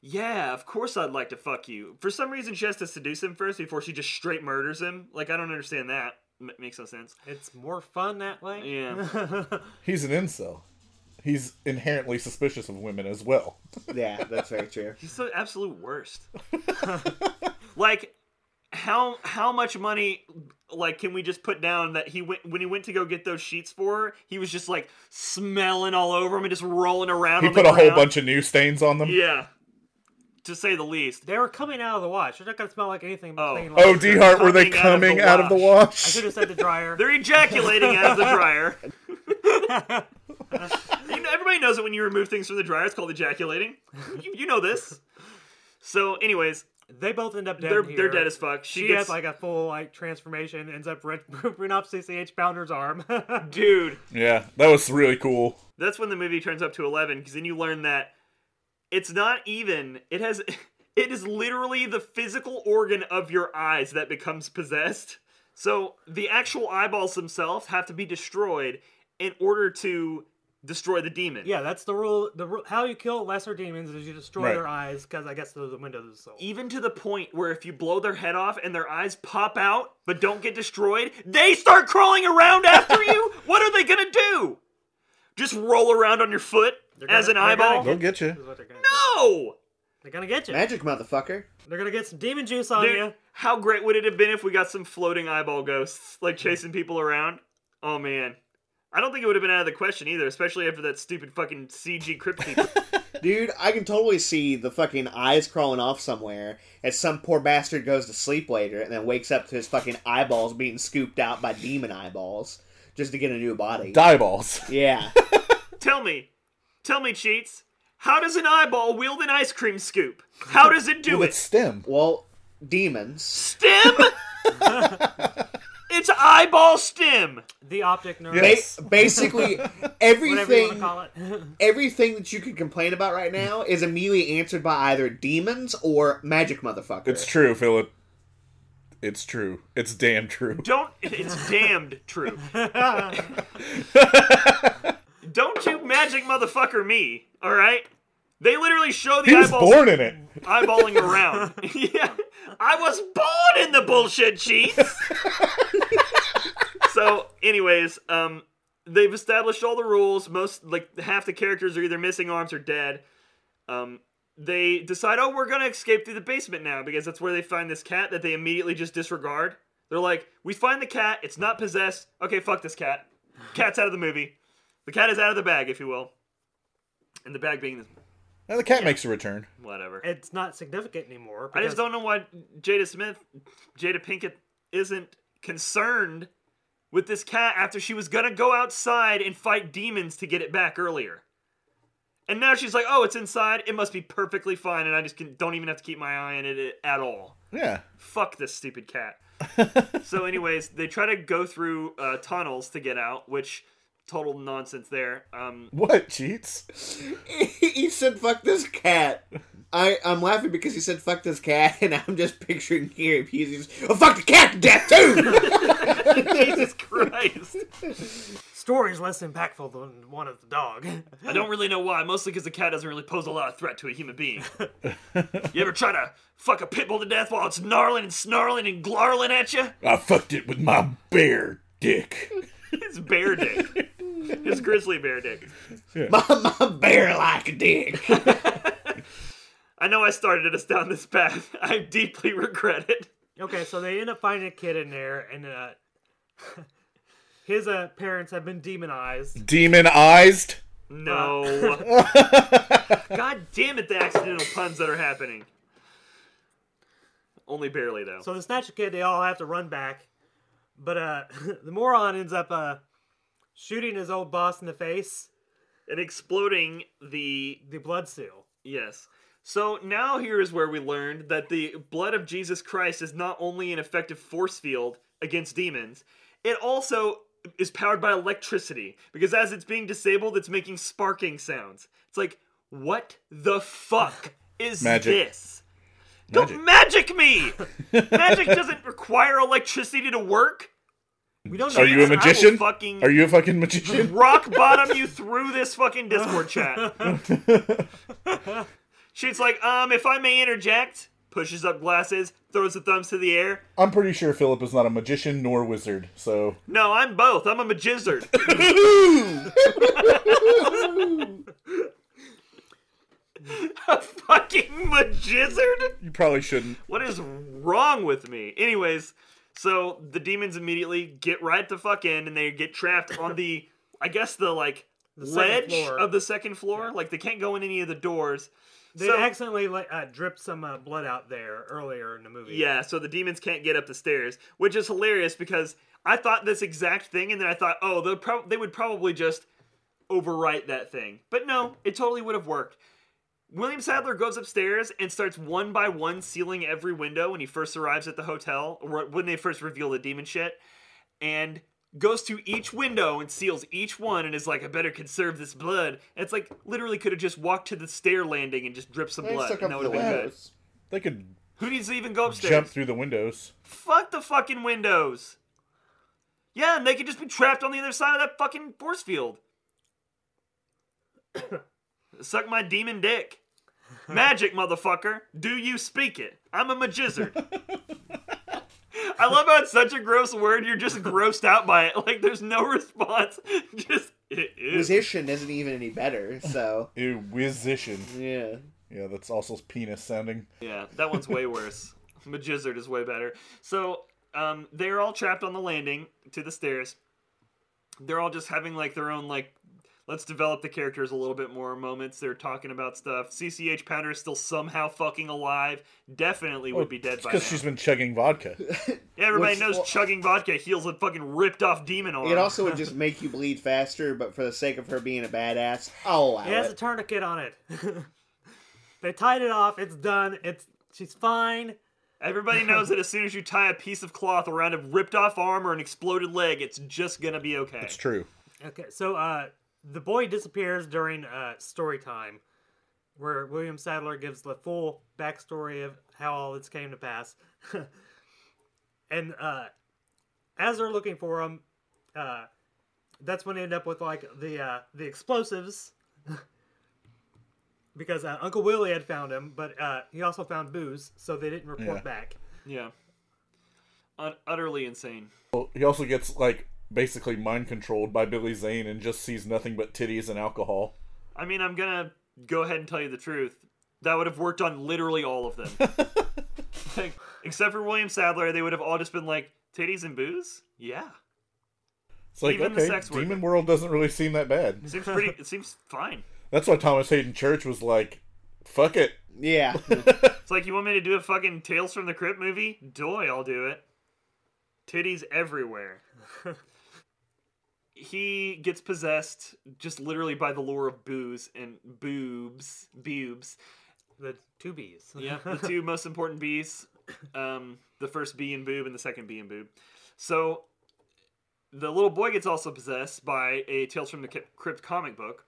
Speaker 3: Yeah, of course I'd like to fuck you. For some reason, she has to seduce him first before she just straight murders him. Like, I don't understand that. M- makes no sense.
Speaker 1: it's more fun that way.
Speaker 3: Yeah.
Speaker 2: He's an incel. He's inherently suspicious of women as well.
Speaker 4: Yeah, that's very true.
Speaker 3: He's the absolute worst. like how how much money like can we just put down that he went when he went to go get those sheets for her, he was just like smelling all over him and just rolling around.
Speaker 2: He
Speaker 3: on
Speaker 2: put
Speaker 3: the
Speaker 2: a whole
Speaker 3: ground.
Speaker 2: bunch of new stains on them.
Speaker 3: Yeah. To say the least.
Speaker 1: They were coming out of the wash. They're not gonna smell like anything. But
Speaker 3: Oh.
Speaker 1: clean
Speaker 2: Oh,
Speaker 1: laundry.
Speaker 2: D Hart, were they
Speaker 3: Coming
Speaker 2: coming
Speaker 3: out
Speaker 2: out
Speaker 3: of
Speaker 2: of
Speaker 3: the
Speaker 2: the
Speaker 1: I
Speaker 2: wash?
Speaker 1: should have said the dryer.
Speaker 3: They're ejaculating out of the dryer. you know, everybody knows that when you remove things from the dryer, it's called ejaculating. You, you know this. So, anyways,
Speaker 1: they both end up dead.
Speaker 3: they're
Speaker 1: in
Speaker 3: they're
Speaker 1: here.
Speaker 3: dead as fuck. She,
Speaker 1: She
Speaker 3: gets
Speaker 1: has like a full like transformation. Ends up ripping ripping off CCH Bounder's arm.
Speaker 3: dude.
Speaker 2: yeah, that was really cool.
Speaker 3: that's when the movie turns up to 11 because then you learn that it's not even it has it is literally the physical organ of your eyes that becomes possessed so the actual eyeballs themselves have to be destroyed in order to destroy the demon
Speaker 1: yeah, that's the rule. The rule, how you kill lesser demons is you destroy
Speaker 2: Right.
Speaker 1: their eyes because I guess they're the windows of the soul.
Speaker 3: even to the point where if you blow their head off and their eyes pop out but don't get destroyed, they start crawling around after you. What are they gonna do? Just roll around on your foot
Speaker 1: gonna-
Speaker 3: as an
Speaker 1: they're gonna
Speaker 3: eyeball?
Speaker 1: They'll
Speaker 2: get
Speaker 1: Is
Speaker 2: you.
Speaker 1: what they're gonna do.
Speaker 3: No!
Speaker 1: They're gonna get you.
Speaker 4: Magic motherfucker.
Speaker 1: They're gonna get some demon juice on
Speaker 3: Dude,
Speaker 1: you.
Speaker 3: how great would it have been if we got some floating eyeball ghosts, like
Speaker 2: Mm-hmm.
Speaker 3: chasing people around? Oh man. I don't think it would have been out of the question either, especially after that stupid fucking CG crypt keeper.
Speaker 4: Dude, I can totally see the fucking eyes crawling off somewhere as some poor bastard goes to sleep later and then wakes up to his fucking eyeballs being scooped out by demon eyeballs just to get a new body.
Speaker 2: Die balls.
Speaker 4: yeah.
Speaker 3: tell me, tell me, cheats, how does an eyeball wield an ice cream scoop? How does it do it?
Speaker 2: With its stem.
Speaker 4: Well, demons.
Speaker 3: Stem? it's eyeball stem.
Speaker 1: The optic nerve.
Speaker 2: Yeah.
Speaker 4: Ba-
Speaker 2: Yes.
Speaker 4: basically,
Speaker 1: Whatever you want
Speaker 4: everything
Speaker 1: to call it.
Speaker 4: everything that you could complain about right now is immediately answered by either demons or magic motherfucker.
Speaker 2: It's true, Philip. It's true. It's damn true.
Speaker 3: Don't. It's damned true. Don't you magic motherfucker me, all right? They literally show the
Speaker 2: He was
Speaker 3: eyeballs
Speaker 2: born in it.
Speaker 3: eyeballing around. yeah, I was born in the bullshit sheets. so, anyways, um, they've established all the rules. Most like half the characters are either missing arms or dead. Um, they decide, oh, we're gonna escape through the basement now because that's where they find this cat that they immediately just disregard. They're like, we find the cat. It's not possessed. Okay, fuck this cat. Cat's out of the movie. The cat is out of the bag, if you will. And the bag being this,
Speaker 2: Now the cat makes a return.
Speaker 3: whatever.
Speaker 1: It's not significant anymore.
Speaker 3: I just
Speaker 1: because
Speaker 3: don't know why Jada Smith, Jada Pinkett, isn't concerned with this cat after she was gonna go outside and fight demons to get it back earlier. And now she's like, "Oh, it's inside. It must be perfectly fine, and I just can, don't even have to keep my eye on it at all."
Speaker 2: Yeah.
Speaker 3: Fuck this stupid cat. so, anyways, they try to go through uh, tunnels to get out, which total nonsense. There, um,
Speaker 2: What cheats?
Speaker 4: he said, "Fuck this cat." I I'm laughing because he said, "Fuck this cat," and I'm just picturing here he's just, "Oh, fuck the cat to death too."
Speaker 3: Jesus Christ.
Speaker 1: story's less impactful than one of the dog.
Speaker 3: I don't really know why, mostly because the cat doesn't really pose a lot of threat to a human being. you ever try to fuck a pit bull to death while it's gnarling and snarling and glarling at you?
Speaker 2: I fucked it with my bear dick.
Speaker 3: It's bear dick. it's grizzly bear dick.
Speaker 4: my, my bear like a dick.
Speaker 3: I know I started us down this path. I deeply regret it.
Speaker 1: Okay, so they end up finding a kid in there, and uh, his uh, parents have been demonized.
Speaker 2: Demonized.
Speaker 3: No. God damn it, the accidental puns that are happening. Only barely, though.
Speaker 1: So the snatcher kid, they all have to run back, but uh, the moron ends up uh, shooting his old boss in the face.
Speaker 3: and exploding the
Speaker 1: The blood seal.
Speaker 3: Yes. So now here is where we learned that the blood of Jesus Christ is not only an effective force field against demons, it also is powered by electricity because as it's being disabled, it's making sparking sounds. It's like, what the fuck is
Speaker 2: Magic.
Speaker 3: this? Don't magic me! magic doesn't require electricity to work.
Speaker 1: We don't.
Speaker 2: Are
Speaker 1: know
Speaker 2: you a
Speaker 1: that.
Speaker 2: magician?
Speaker 3: fucking-
Speaker 2: Are you a fucking magician?
Speaker 3: rock bottom you through this fucking Discord chat. She's like, um, if I may interject, pushes up glasses, throws the thumbs to the air.
Speaker 2: I'm pretty sure Philip is not a magician nor wizard. So
Speaker 3: No, I'm both. I'm a magizard. a fucking magizard?
Speaker 2: you probably shouldn't.
Speaker 3: What is wrong with me? Anyways, so the demons immediately get right the fuck in and they get trapped on the, I guess, the like
Speaker 1: second
Speaker 3: ledge
Speaker 1: floor.
Speaker 3: of the second floor. Like they can't go in any of the doors.
Speaker 1: They
Speaker 3: So-
Speaker 1: accidentally like, uh, dripped some uh, blood out there earlier in the movie.
Speaker 3: Yeah, so the demons can't get up the stairs, which is hilarious because I thought this exact thing, and then I thought, oh, they'll prob- they would probably just overwrite that thing. But no, it totally would have worked. William Sadler goes upstairs and starts one by one sealing every window when he first arrives at the hotel, or when they first reveal the demon shit, and goes to each window and seals each one and is like, I better conserve this blood. And it's like, literally could have just walked to the stair landing and just dripped some blood, and that would have been good.
Speaker 2: They could
Speaker 3: Who needs to even go upstairs?
Speaker 2: jump through the windows.
Speaker 3: Fuck the fucking windows. Yeah, and they could just be trapped on the other side of that fucking force field. Suck my demon dick. Magic, motherfucker. Do you speak it? I'm a magizzard. I love how it's such a gross word, you're just grossed out by it. Like, there's no response. Just, it is.
Speaker 4: Musician isn't even any better, so
Speaker 2: Ew, wizician.
Speaker 4: yeah.
Speaker 2: Yeah, that's also penis sounding.
Speaker 3: Yeah, that one's way worse. Magizzard is way better. So um, they're all trapped on the landing to the stairs. They're all just having like their own like, let's develop the characters a little bit more moments. They're talking about stuff. CCH Pounder is still somehow fucking alive. Definitely would be dead by now.
Speaker 2: Because she's been chugging vodka.
Speaker 3: Yeah, everybody
Speaker 4: Which-
Speaker 3: knows
Speaker 4: well-
Speaker 3: chugging vodka heals a fucking ripped off demon arm.
Speaker 4: It also would just make you bleed faster, but for the sake of her being a badass, I'll allow
Speaker 1: It has a
Speaker 4: it.
Speaker 1: tourniquet on it. they tied it off. It's done. It's she's fine.
Speaker 3: Everybody knows that as soon as you tie a piece of cloth around a ripped off arm or an exploded leg, it's just gonna be okay.
Speaker 2: It's true.
Speaker 1: Okay, so uh, the boy disappears during uh, story time, where William Sadler gives the full backstory of how all this came to pass. and uh, as they're looking for him, uh, that's when they end up with like the uh, the explosives, because uh, Uncle Willie had found him, but uh, he also found booze, so they didn't report
Speaker 2: Yeah.
Speaker 1: back.
Speaker 3: Yeah. Un- utterly insane.
Speaker 2: Well, he also gets like basically mind controlled by Billy Zane and just sees nothing but titties and alcohol.
Speaker 3: I mean, I'm gonna go ahead and tell you the truth. That would have worked on literally all of them, Like, except for William Sadler. They would have all just been like titties and booze. Yeah,
Speaker 2: It's like
Speaker 3: Even the
Speaker 2: okay,
Speaker 3: sex worker.
Speaker 2: Demon World doesn't really seem that bad.
Speaker 3: seems pretty. it seems fine.
Speaker 2: That's why Thomas Hayden Church was like, "Fuck it."
Speaker 4: Yeah.
Speaker 3: It's like you want me to do a fucking Tales from the Crypt movie? Doy, I'll do it. Titties everywhere. he gets possessed just literally by the lure of booze and boobs, boobs.
Speaker 1: The two B's.
Speaker 3: Yeah, the two most important B's. Um, the first B and boob, and the second B and boob. So the little boy gets also possessed by a Tales from the Crypt- Crypt comic book,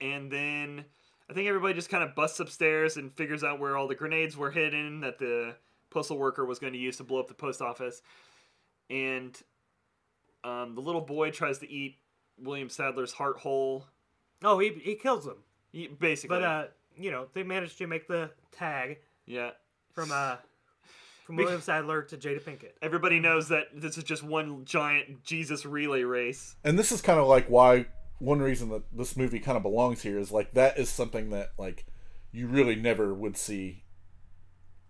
Speaker 3: and then I think everybody just kind of busts upstairs and figures out where all the grenades were hidden that the postal worker was going to use to blow up the post office, and um, the little boy tries to eat William Sadler's heart whole,
Speaker 1: Oh, he he kills them,
Speaker 3: y- basically.
Speaker 1: but uh, you know they managed to make the tag
Speaker 3: yeah.
Speaker 1: from uh from
Speaker 3: Bec-
Speaker 1: William Sadler to Jada Pinkett.
Speaker 3: everybody knows that this is just one giant Jesus relay race.
Speaker 2: and this is kind of like why one reason that this movie kind of belongs here is like that is something that like you really never would see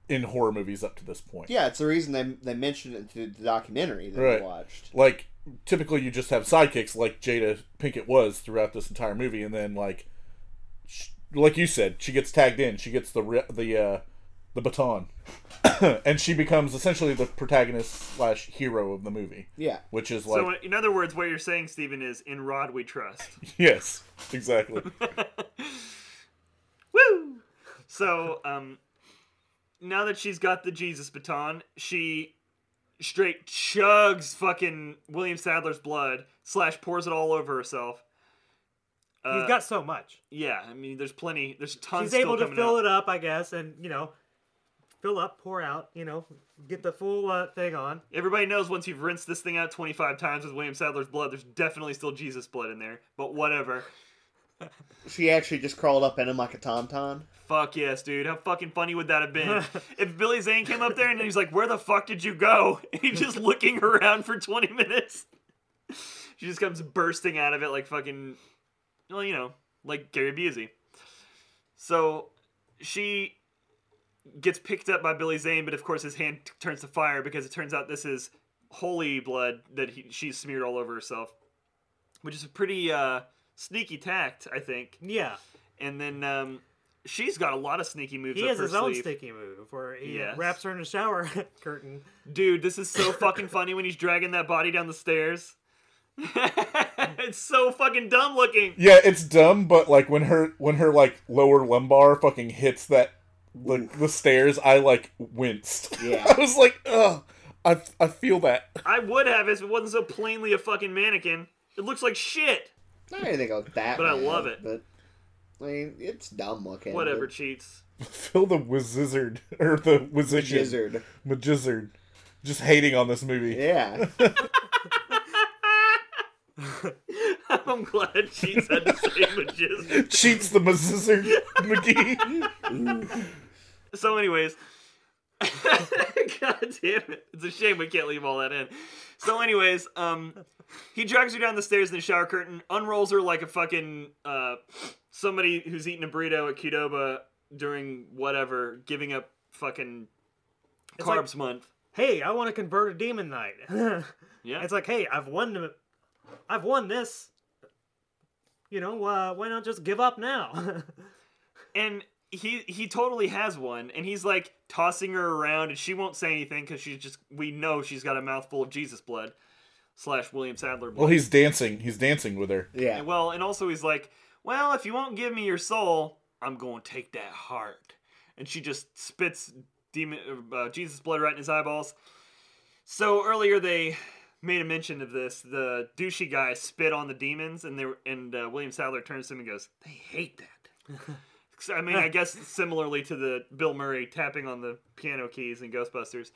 Speaker 2: in horror movies up to this point.
Speaker 4: yeah, it's the reason they, they mentioned it to the documentary that
Speaker 2: Right.
Speaker 4: we watched.
Speaker 2: Like typically you just have sidekicks like Jada Pinkett was throughout this entire movie and then like sh like you said she gets tagged in, she gets the ri- the uh the baton. and she becomes essentially the protagonist slash hero of the movie,
Speaker 4: Yeah.
Speaker 2: which is like
Speaker 3: so, in other words, what you're saying, Steven, is in Rod we trust.
Speaker 2: yes, exactly.
Speaker 3: Woo! So, um, now that she's got the Jesus baton, she straight chugs fucking William Sadler's blood slash pours it all over herself. Uh,
Speaker 1: He's got so much.
Speaker 3: yeah. I mean, there's plenty. There's tons.
Speaker 1: He's able to fill
Speaker 3: it.
Speaker 1: it up, I guess, and you know, fill up, pour out, you know, get the full uh, thing on.
Speaker 3: Everybody knows once you've rinsed this thing out 25 times with William Sadler's blood, there's definitely still Jesus blood in there. But whatever.
Speaker 4: She actually just crawled up in him like a tauntaun.
Speaker 3: Fuck yes, dude. How fucking funny would that have been? if Billy Zane came up there and he's like, Where the fuck did you go? And he's just looking around for 20 minutes. She just comes bursting out of it like fucking, well, you know, like Gary Busey. So she gets picked up by Billy Zane, but of course his hand t- turns to fire because it turns out this is holy blood that he, she's smeared all over herself, which is a pretty uh, sneaky tact, I think.
Speaker 1: Yeah,
Speaker 3: And then um, she's got a lot of sneaky moves.
Speaker 1: he
Speaker 3: up
Speaker 1: has
Speaker 3: her
Speaker 1: his own
Speaker 3: sleeve.
Speaker 1: sticky move where he uh,
Speaker 3: Yes.
Speaker 1: wraps her in a shower curtain.
Speaker 3: Dude, this is so fucking funny when he's dragging that body down the stairs. it's so fucking dumb looking.
Speaker 2: Yeah, it's dumb, but like when her when her like lower lumbar fucking hits that the, the stairs, I like winced.
Speaker 4: Yeah.
Speaker 2: I was like, ugh, I I feel that.
Speaker 3: I would have if it wasn't so plainly a fucking mannequin. It looks like shit.
Speaker 4: Not anything like that.
Speaker 3: But I
Speaker 4: bad,
Speaker 3: love it.
Speaker 4: But I mean, it's dumb looking.
Speaker 3: Whatever,
Speaker 4: but-
Speaker 3: cheats.
Speaker 2: Phil the wizard or the wizard
Speaker 4: Gizzard.
Speaker 2: Magizard. just hating on this movie.
Speaker 4: Yeah.
Speaker 3: I'm glad cheats had the same magician.
Speaker 2: Cheats the Mazizzard McGee.
Speaker 3: So, anyways, god damn it, it's a shame we can't leave all that in. So, anyways, um, he drags her down the stairs in the shower curtain, unrolls her like a fucking uh, somebody who's eating a burrito at Qdoba during whatever, giving up fucking
Speaker 1: It's like-
Speaker 3: carbs month.
Speaker 1: Hey, I want to convert a demon knight.
Speaker 3: Yeah,
Speaker 1: It's like, hey, I've won, the- I've won this. You know, uh, why not just give up now?
Speaker 3: and he he totally has one, and he's like tossing her around, and she won't say anything because she's just we know she's got a mouthful of Jesus blood slash William Sadler blood.
Speaker 2: well, he's dancing. He's dancing with her.
Speaker 4: Yeah.
Speaker 3: And well, and also he's like, "Well, if you won't give me your soul, I'm going to take that heart." And she just spits demon uh, Jesus blood right in his eyeballs. So earlier they made a mention of this. The douchey guy spit on the demons, and they were, and uh, William Sadler turns to him and goes, "They hate that." 'Cause, I mean, I guess similarly to the Bill Murray tapping on the piano keys in Ghostbusters.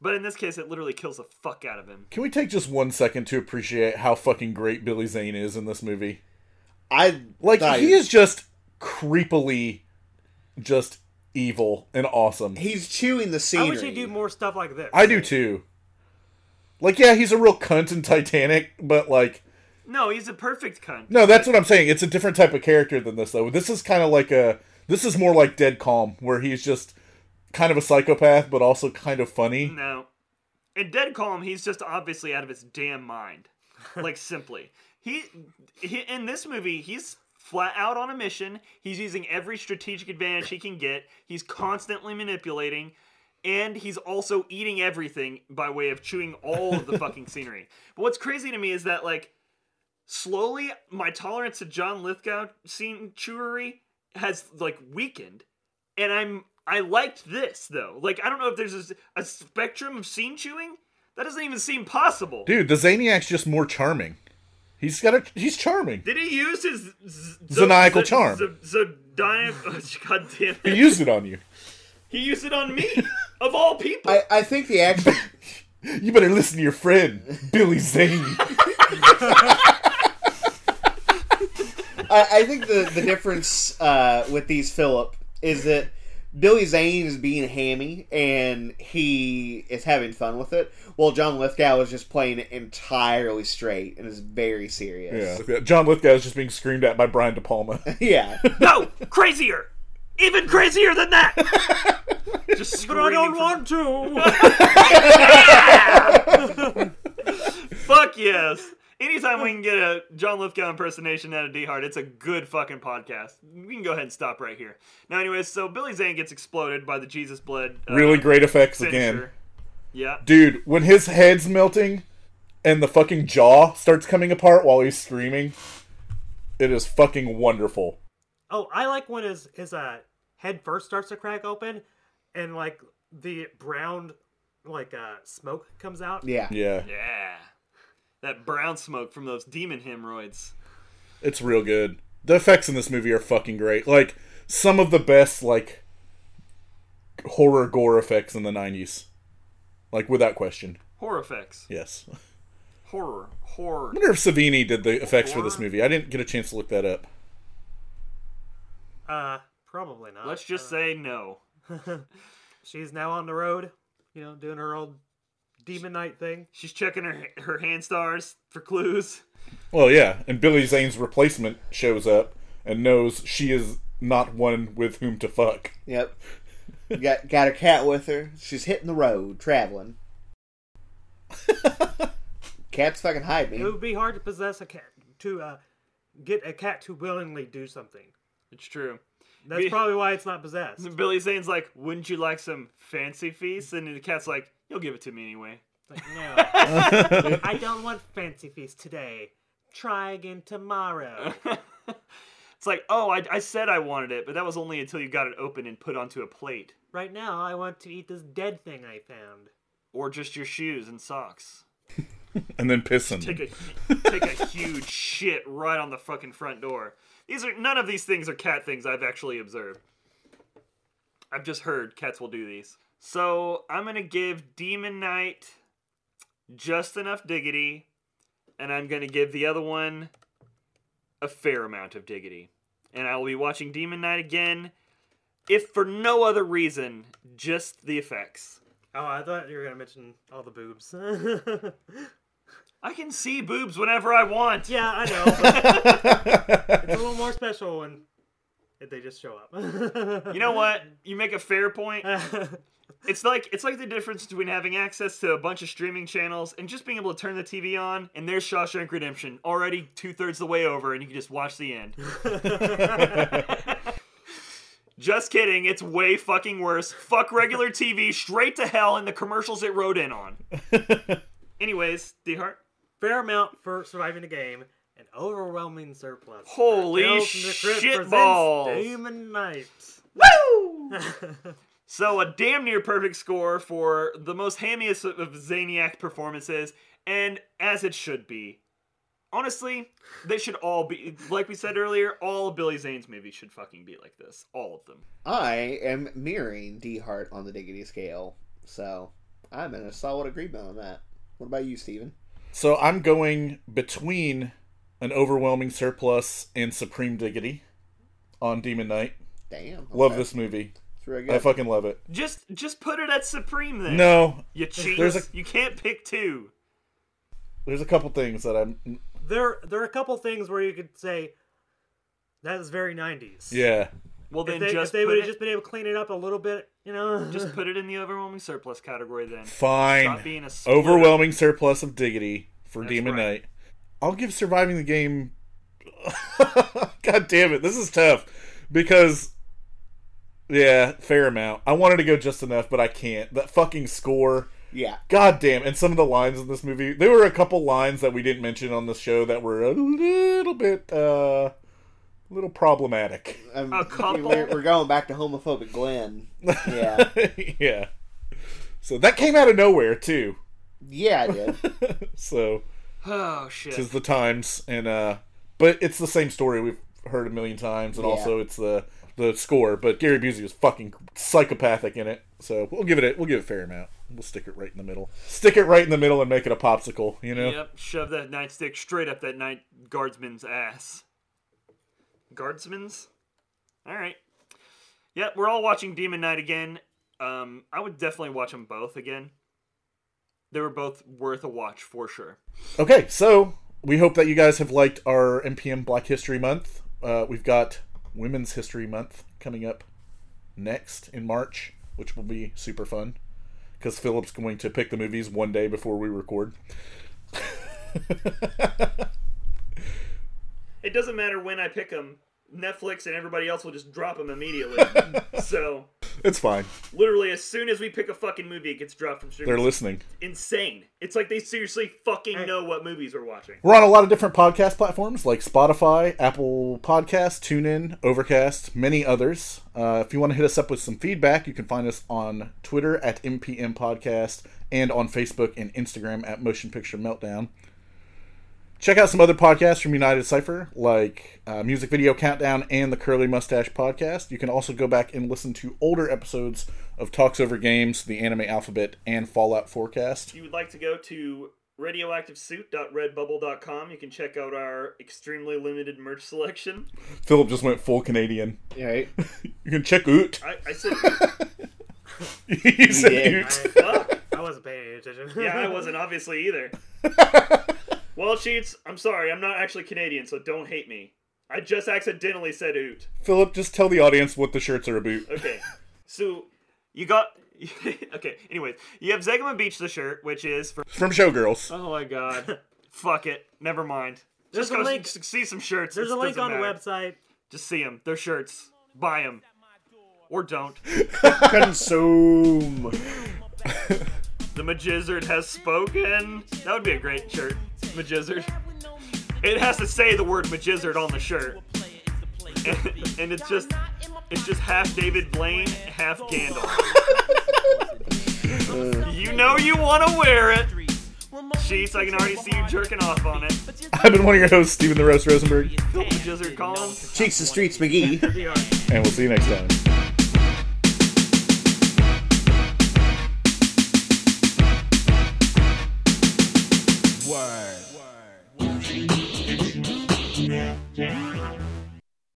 Speaker 3: But in this case, it literally kills the fuck out of him.
Speaker 2: Can we take just one second to appreciate how fucking great Billy Zane is in this movie?
Speaker 4: I
Speaker 2: Like
Speaker 4: thought
Speaker 2: he is just creepily just evil and awesome.
Speaker 4: He's chewing the
Speaker 1: I
Speaker 4: scenery.
Speaker 1: wish he'd do more stuff like this.
Speaker 2: I do too. Like, yeah, he's a real cunt in Titanic, but like,
Speaker 3: No, he's a perfect cunt.
Speaker 2: no, that's what I'm saying. It's a different type of character than this, though. This is kind of like a. This is more like Dead Calm, where he's just kind of a psychopath, but also kind of funny.
Speaker 3: No. In Dead Calm, he's just obviously out of his damn mind. Like simply. He, he in this movie, he's flat out on a mission. He's using every strategic advantage he can get. He's constantly manipulating and he's also eating everything by way of chewing all of the fucking scenery. But what's crazy to me is that like slowly my tolerance to John Lithgow scene chewery has like weakened, and I'm I liked this though. Like I don't know if there's a, a spectrum of scene chewing that doesn't even seem possible.
Speaker 2: Dude, the Zaniac's just more charming. He's got a. He's charming.
Speaker 3: Did he use his z-
Speaker 2: Zaniacal charm.
Speaker 3: Z- zodiac- oh, God damn
Speaker 2: He
Speaker 3: it!
Speaker 2: used it on you.
Speaker 3: He used it on me, of all people.
Speaker 4: I, I think the action
Speaker 2: You better listen to your friend, Billy Zane.
Speaker 4: I, I think the the difference uh, with these Philip is that Billy Zane is being hammy and he is having fun with it, while John Lithgow is just playing it entirely straight and is very
Speaker 2: Yeah.
Speaker 4: serious.
Speaker 2: John Lithgow is just being screamed at by Brian De Palma.
Speaker 4: Yeah,
Speaker 3: no, crazier, even crazier than that. Just
Speaker 1: But I don't want to.
Speaker 3: Fuck yes. Anytime we can get a John Lithgow impersonation out of D Hard, it's a good fucking podcast. We can go ahead and stop right here. Now, anyways, so Billy Zane gets exploded by the Jesus blood. Uh,
Speaker 2: really great effects
Speaker 3: finisher.
Speaker 2: again.
Speaker 3: Yeah.
Speaker 2: Dude, when his head's melting and the fucking jaw starts coming apart while he's screaming, it is fucking wonderful.
Speaker 1: Oh, I like when his his uh, head first starts to crack open, and like the brown like uh, smoke comes out.
Speaker 4: yeah.
Speaker 2: Yeah.
Speaker 3: Yeah. That brown smoke from those demon hemorrhoids.
Speaker 2: It's real good. The effects in this movie are fucking great. Like some of the best like horror gore effects in the 90s. Like without question.
Speaker 3: Horror effects.
Speaker 2: Yes. I
Speaker 3: Horror. Horror.
Speaker 2: wonder if Savini did the effects for this movie. I didn't get a chance to look that up.
Speaker 1: Uh, probably not. Uh,
Speaker 3: Let's just say no.
Speaker 1: She's now on the road, you know, doing her old demon night thing.
Speaker 3: She's checking her her hand stars for clues.
Speaker 2: Well, yeah, and Billy Zane's replacement shows up and knows she is not one with whom to fuck.
Speaker 4: Yep. got got her cat with her. She's hitting the road, traveling. Cats fucking hide
Speaker 1: It
Speaker 4: me.
Speaker 1: would be hard to possess a cat to uh, get a cat to willingly do something.
Speaker 3: It's true.
Speaker 1: That's
Speaker 3: Yeah.
Speaker 1: probably why it's not possessed.
Speaker 3: And Billy Zane's like, "Wouldn't you like some fancy feast?" And the cat's like, "You'll give it to me anyway."
Speaker 1: Like, no, I don't want fancy feast today. Try again tomorrow.
Speaker 3: It's like, "Oh, I, I said I wanted it, but that was only until you got it open and put onto a plate,
Speaker 1: Right now, I want to eat this dead thing I found.
Speaker 3: or just your shoes and socks."
Speaker 2: And then piss on
Speaker 3: Take
Speaker 2: them.
Speaker 3: a take a huge shit right on the fucking front door. These are none of these things are cat things I've actually observed. I've just heard cats will do these. So I'm gonna give Demon Knight just enough diggity, and I'm gonna give the other one a fair amount of diggity. And I will be watching Demon Knight again, if for no other reason, just the effects.
Speaker 1: Oh, I thought you were gonna mention all the boobs. yeah,
Speaker 3: I can see boobs whenever I want.
Speaker 1: I know. But it's a little more special when they just show up.
Speaker 3: You know what? You make a fair point.
Speaker 1: what?
Speaker 3: It's like it's like the difference between having access to a bunch of streaming channels and just being able to turn the TV on and there's Shawshank Redemption already two thirds the way over and you can just watch the end. just kidding, it's way fucking worse. Fuck regular TV, straight to hell and the commercials it rode in on. Anyways, D Hart.
Speaker 1: Fair amount for surviving the game, an overwhelming surplus.
Speaker 3: Holy
Speaker 1: Tales from the Crypt
Speaker 3: shit
Speaker 1: presents
Speaker 3: balls.
Speaker 1: Demon Knight.
Speaker 3: Woo! so a damn near perfect score for the most hammiest of- of Zaniac performances, and as it should be. Honestly, they should all be like we said earlier. All of Billy Zane's movies should fucking be like this. All of them.
Speaker 4: I am mirroring D Hart on the diggity scale, so I'm in a solid agreement on that. What about you, Steven?
Speaker 2: So I'm going between an overwhelming surplus and supreme diggity on Demon Knight.
Speaker 4: Damn. okay.
Speaker 2: Love this movie.
Speaker 4: It's really
Speaker 2: I
Speaker 4: good.
Speaker 2: fucking love it.
Speaker 3: Just just put it at Supreme then.
Speaker 2: No,
Speaker 3: you cheat.
Speaker 2: There's a-
Speaker 3: You can't pick two.
Speaker 2: There's a couple things that I'm.
Speaker 1: There, there are a couple things where you could say that is very '90s.
Speaker 2: Yeah.
Speaker 3: Well,
Speaker 1: If
Speaker 3: then
Speaker 1: they,
Speaker 3: just
Speaker 1: if they
Speaker 3: put
Speaker 1: would
Speaker 3: it,
Speaker 1: have just been able to clean it up a little bit, you know,
Speaker 3: just put it in the overwhelming surplus category. Then
Speaker 2: Fine.
Speaker 3: stop being a splitter.
Speaker 2: Overwhelming surplus of diggity for Demon
Speaker 3: right.
Speaker 2: Knight. I'll give surviving the game. God damn it, this is tough because. Yeah, fair amount. I wanted to go just enough, but I can't. That fucking score.
Speaker 4: Yeah.
Speaker 2: God damn. And some of the lines in this movie, there were a couple lines that we didn't mention on the show that were a little bit, uh, little problematic.
Speaker 4: Um,
Speaker 3: A couple-
Speaker 4: We're, we're going back to homophobic Glenn. Yeah.
Speaker 2: yeah. So that came out of nowhere, too.
Speaker 4: yeah, I did.
Speaker 2: So,
Speaker 3: Oh shit.
Speaker 2: tis the times. And, uh, but it's the same story we've heard a million times. And
Speaker 4: Yeah.
Speaker 2: also it's the, the score. But Gary Busey was fucking psychopathic in it. So we'll give it a, we'll give it a fair amount. We'll stick it right in the middle. Stick it right in the middle and make it a popsicle, you know?
Speaker 3: Yep, shove that nightstick straight up that night guardsman's ass. Guardsman's? Alright. Yep, we're all watching Demon Knight again. Um, I would definitely watch them both again. They were both worth a watch for sure.
Speaker 2: Okay, so we hope that you guys have liked our NPM Black History Month. Uh, we've got Women's History Month coming up next in March, which will be super fun because Philip's going to pick the movies one day before we record.
Speaker 3: It doesn't matter when I pick them. Netflix and everybody else will just drop them immediately. so,
Speaker 2: It's fine.
Speaker 3: literally, as soon as we pick a fucking movie, it gets dropped from
Speaker 2: They're
Speaker 3: streaming.
Speaker 2: listening.
Speaker 3: Insane. It's like they seriously fucking
Speaker 1: Hey.
Speaker 3: know what movies we're watching.
Speaker 2: We're on a lot of different podcast platforms like Spotify, Apple Podcasts, TuneIn, Overcast, many others. Uh, if you want to hit us up with some feedback, you can find us on Twitter at MPM Podcast and on Facebook and Instagram at Motion Picture Meltdown. Check out some other podcasts from United Cipher, like uh, Music Video Countdown and the Curly Mustache Podcast. You can also go back and listen to older episodes of Talks Over Games, the Anime Alphabet, and Fallout Forecast.
Speaker 3: If you would like to go to radioactivesuit.redbubble.com, you can check out our extremely limited merch selection.
Speaker 2: Philip just went full Canadian.
Speaker 4: Right.
Speaker 2: You can check out.
Speaker 3: I, I said,
Speaker 2: you said
Speaker 4: Yeah.
Speaker 2: you-
Speaker 3: fuck.
Speaker 1: I wasn't paying any attention.
Speaker 3: Yeah, I wasn't obviously either. Well, Cheats, I'm sorry, I'm not actually Canadian, so don't hate me. I just accidentally said oot.
Speaker 2: Philip, just tell the audience what the shirts are about.
Speaker 3: Okay, so you got. okay, anyways, you have Zegama Beach the shirt, which is for.
Speaker 2: From Showgirls.
Speaker 3: Oh my god. Fuck it. Never mind.
Speaker 1: There's
Speaker 3: just
Speaker 1: a
Speaker 3: go
Speaker 1: link-
Speaker 3: s- see some shirts.
Speaker 1: There's
Speaker 3: It
Speaker 1: a link
Speaker 3: doesn't
Speaker 1: on the
Speaker 3: matter.
Speaker 1: website.
Speaker 3: Just see them. They're shirts. Buy them. Or don't.
Speaker 4: Consume.
Speaker 3: The Majizzard has spoken. That would be a great shirt. Majizzard. It has to say the word Majizzard on the shirt. And, and it's just it's just half David Blaine, half Gandalf. you know you want to wear it. Sheets, I can already see you jerking off on it.
Speaker 2: I've been one of your hosts, Stephen the Roast Rosenberg,
Speaker 3: Philip Majizzard Collins.
Speaker 4: Cheeks the streets, McGee.
Speaker 2: and we'll see you next time.
Speaker 5: Word.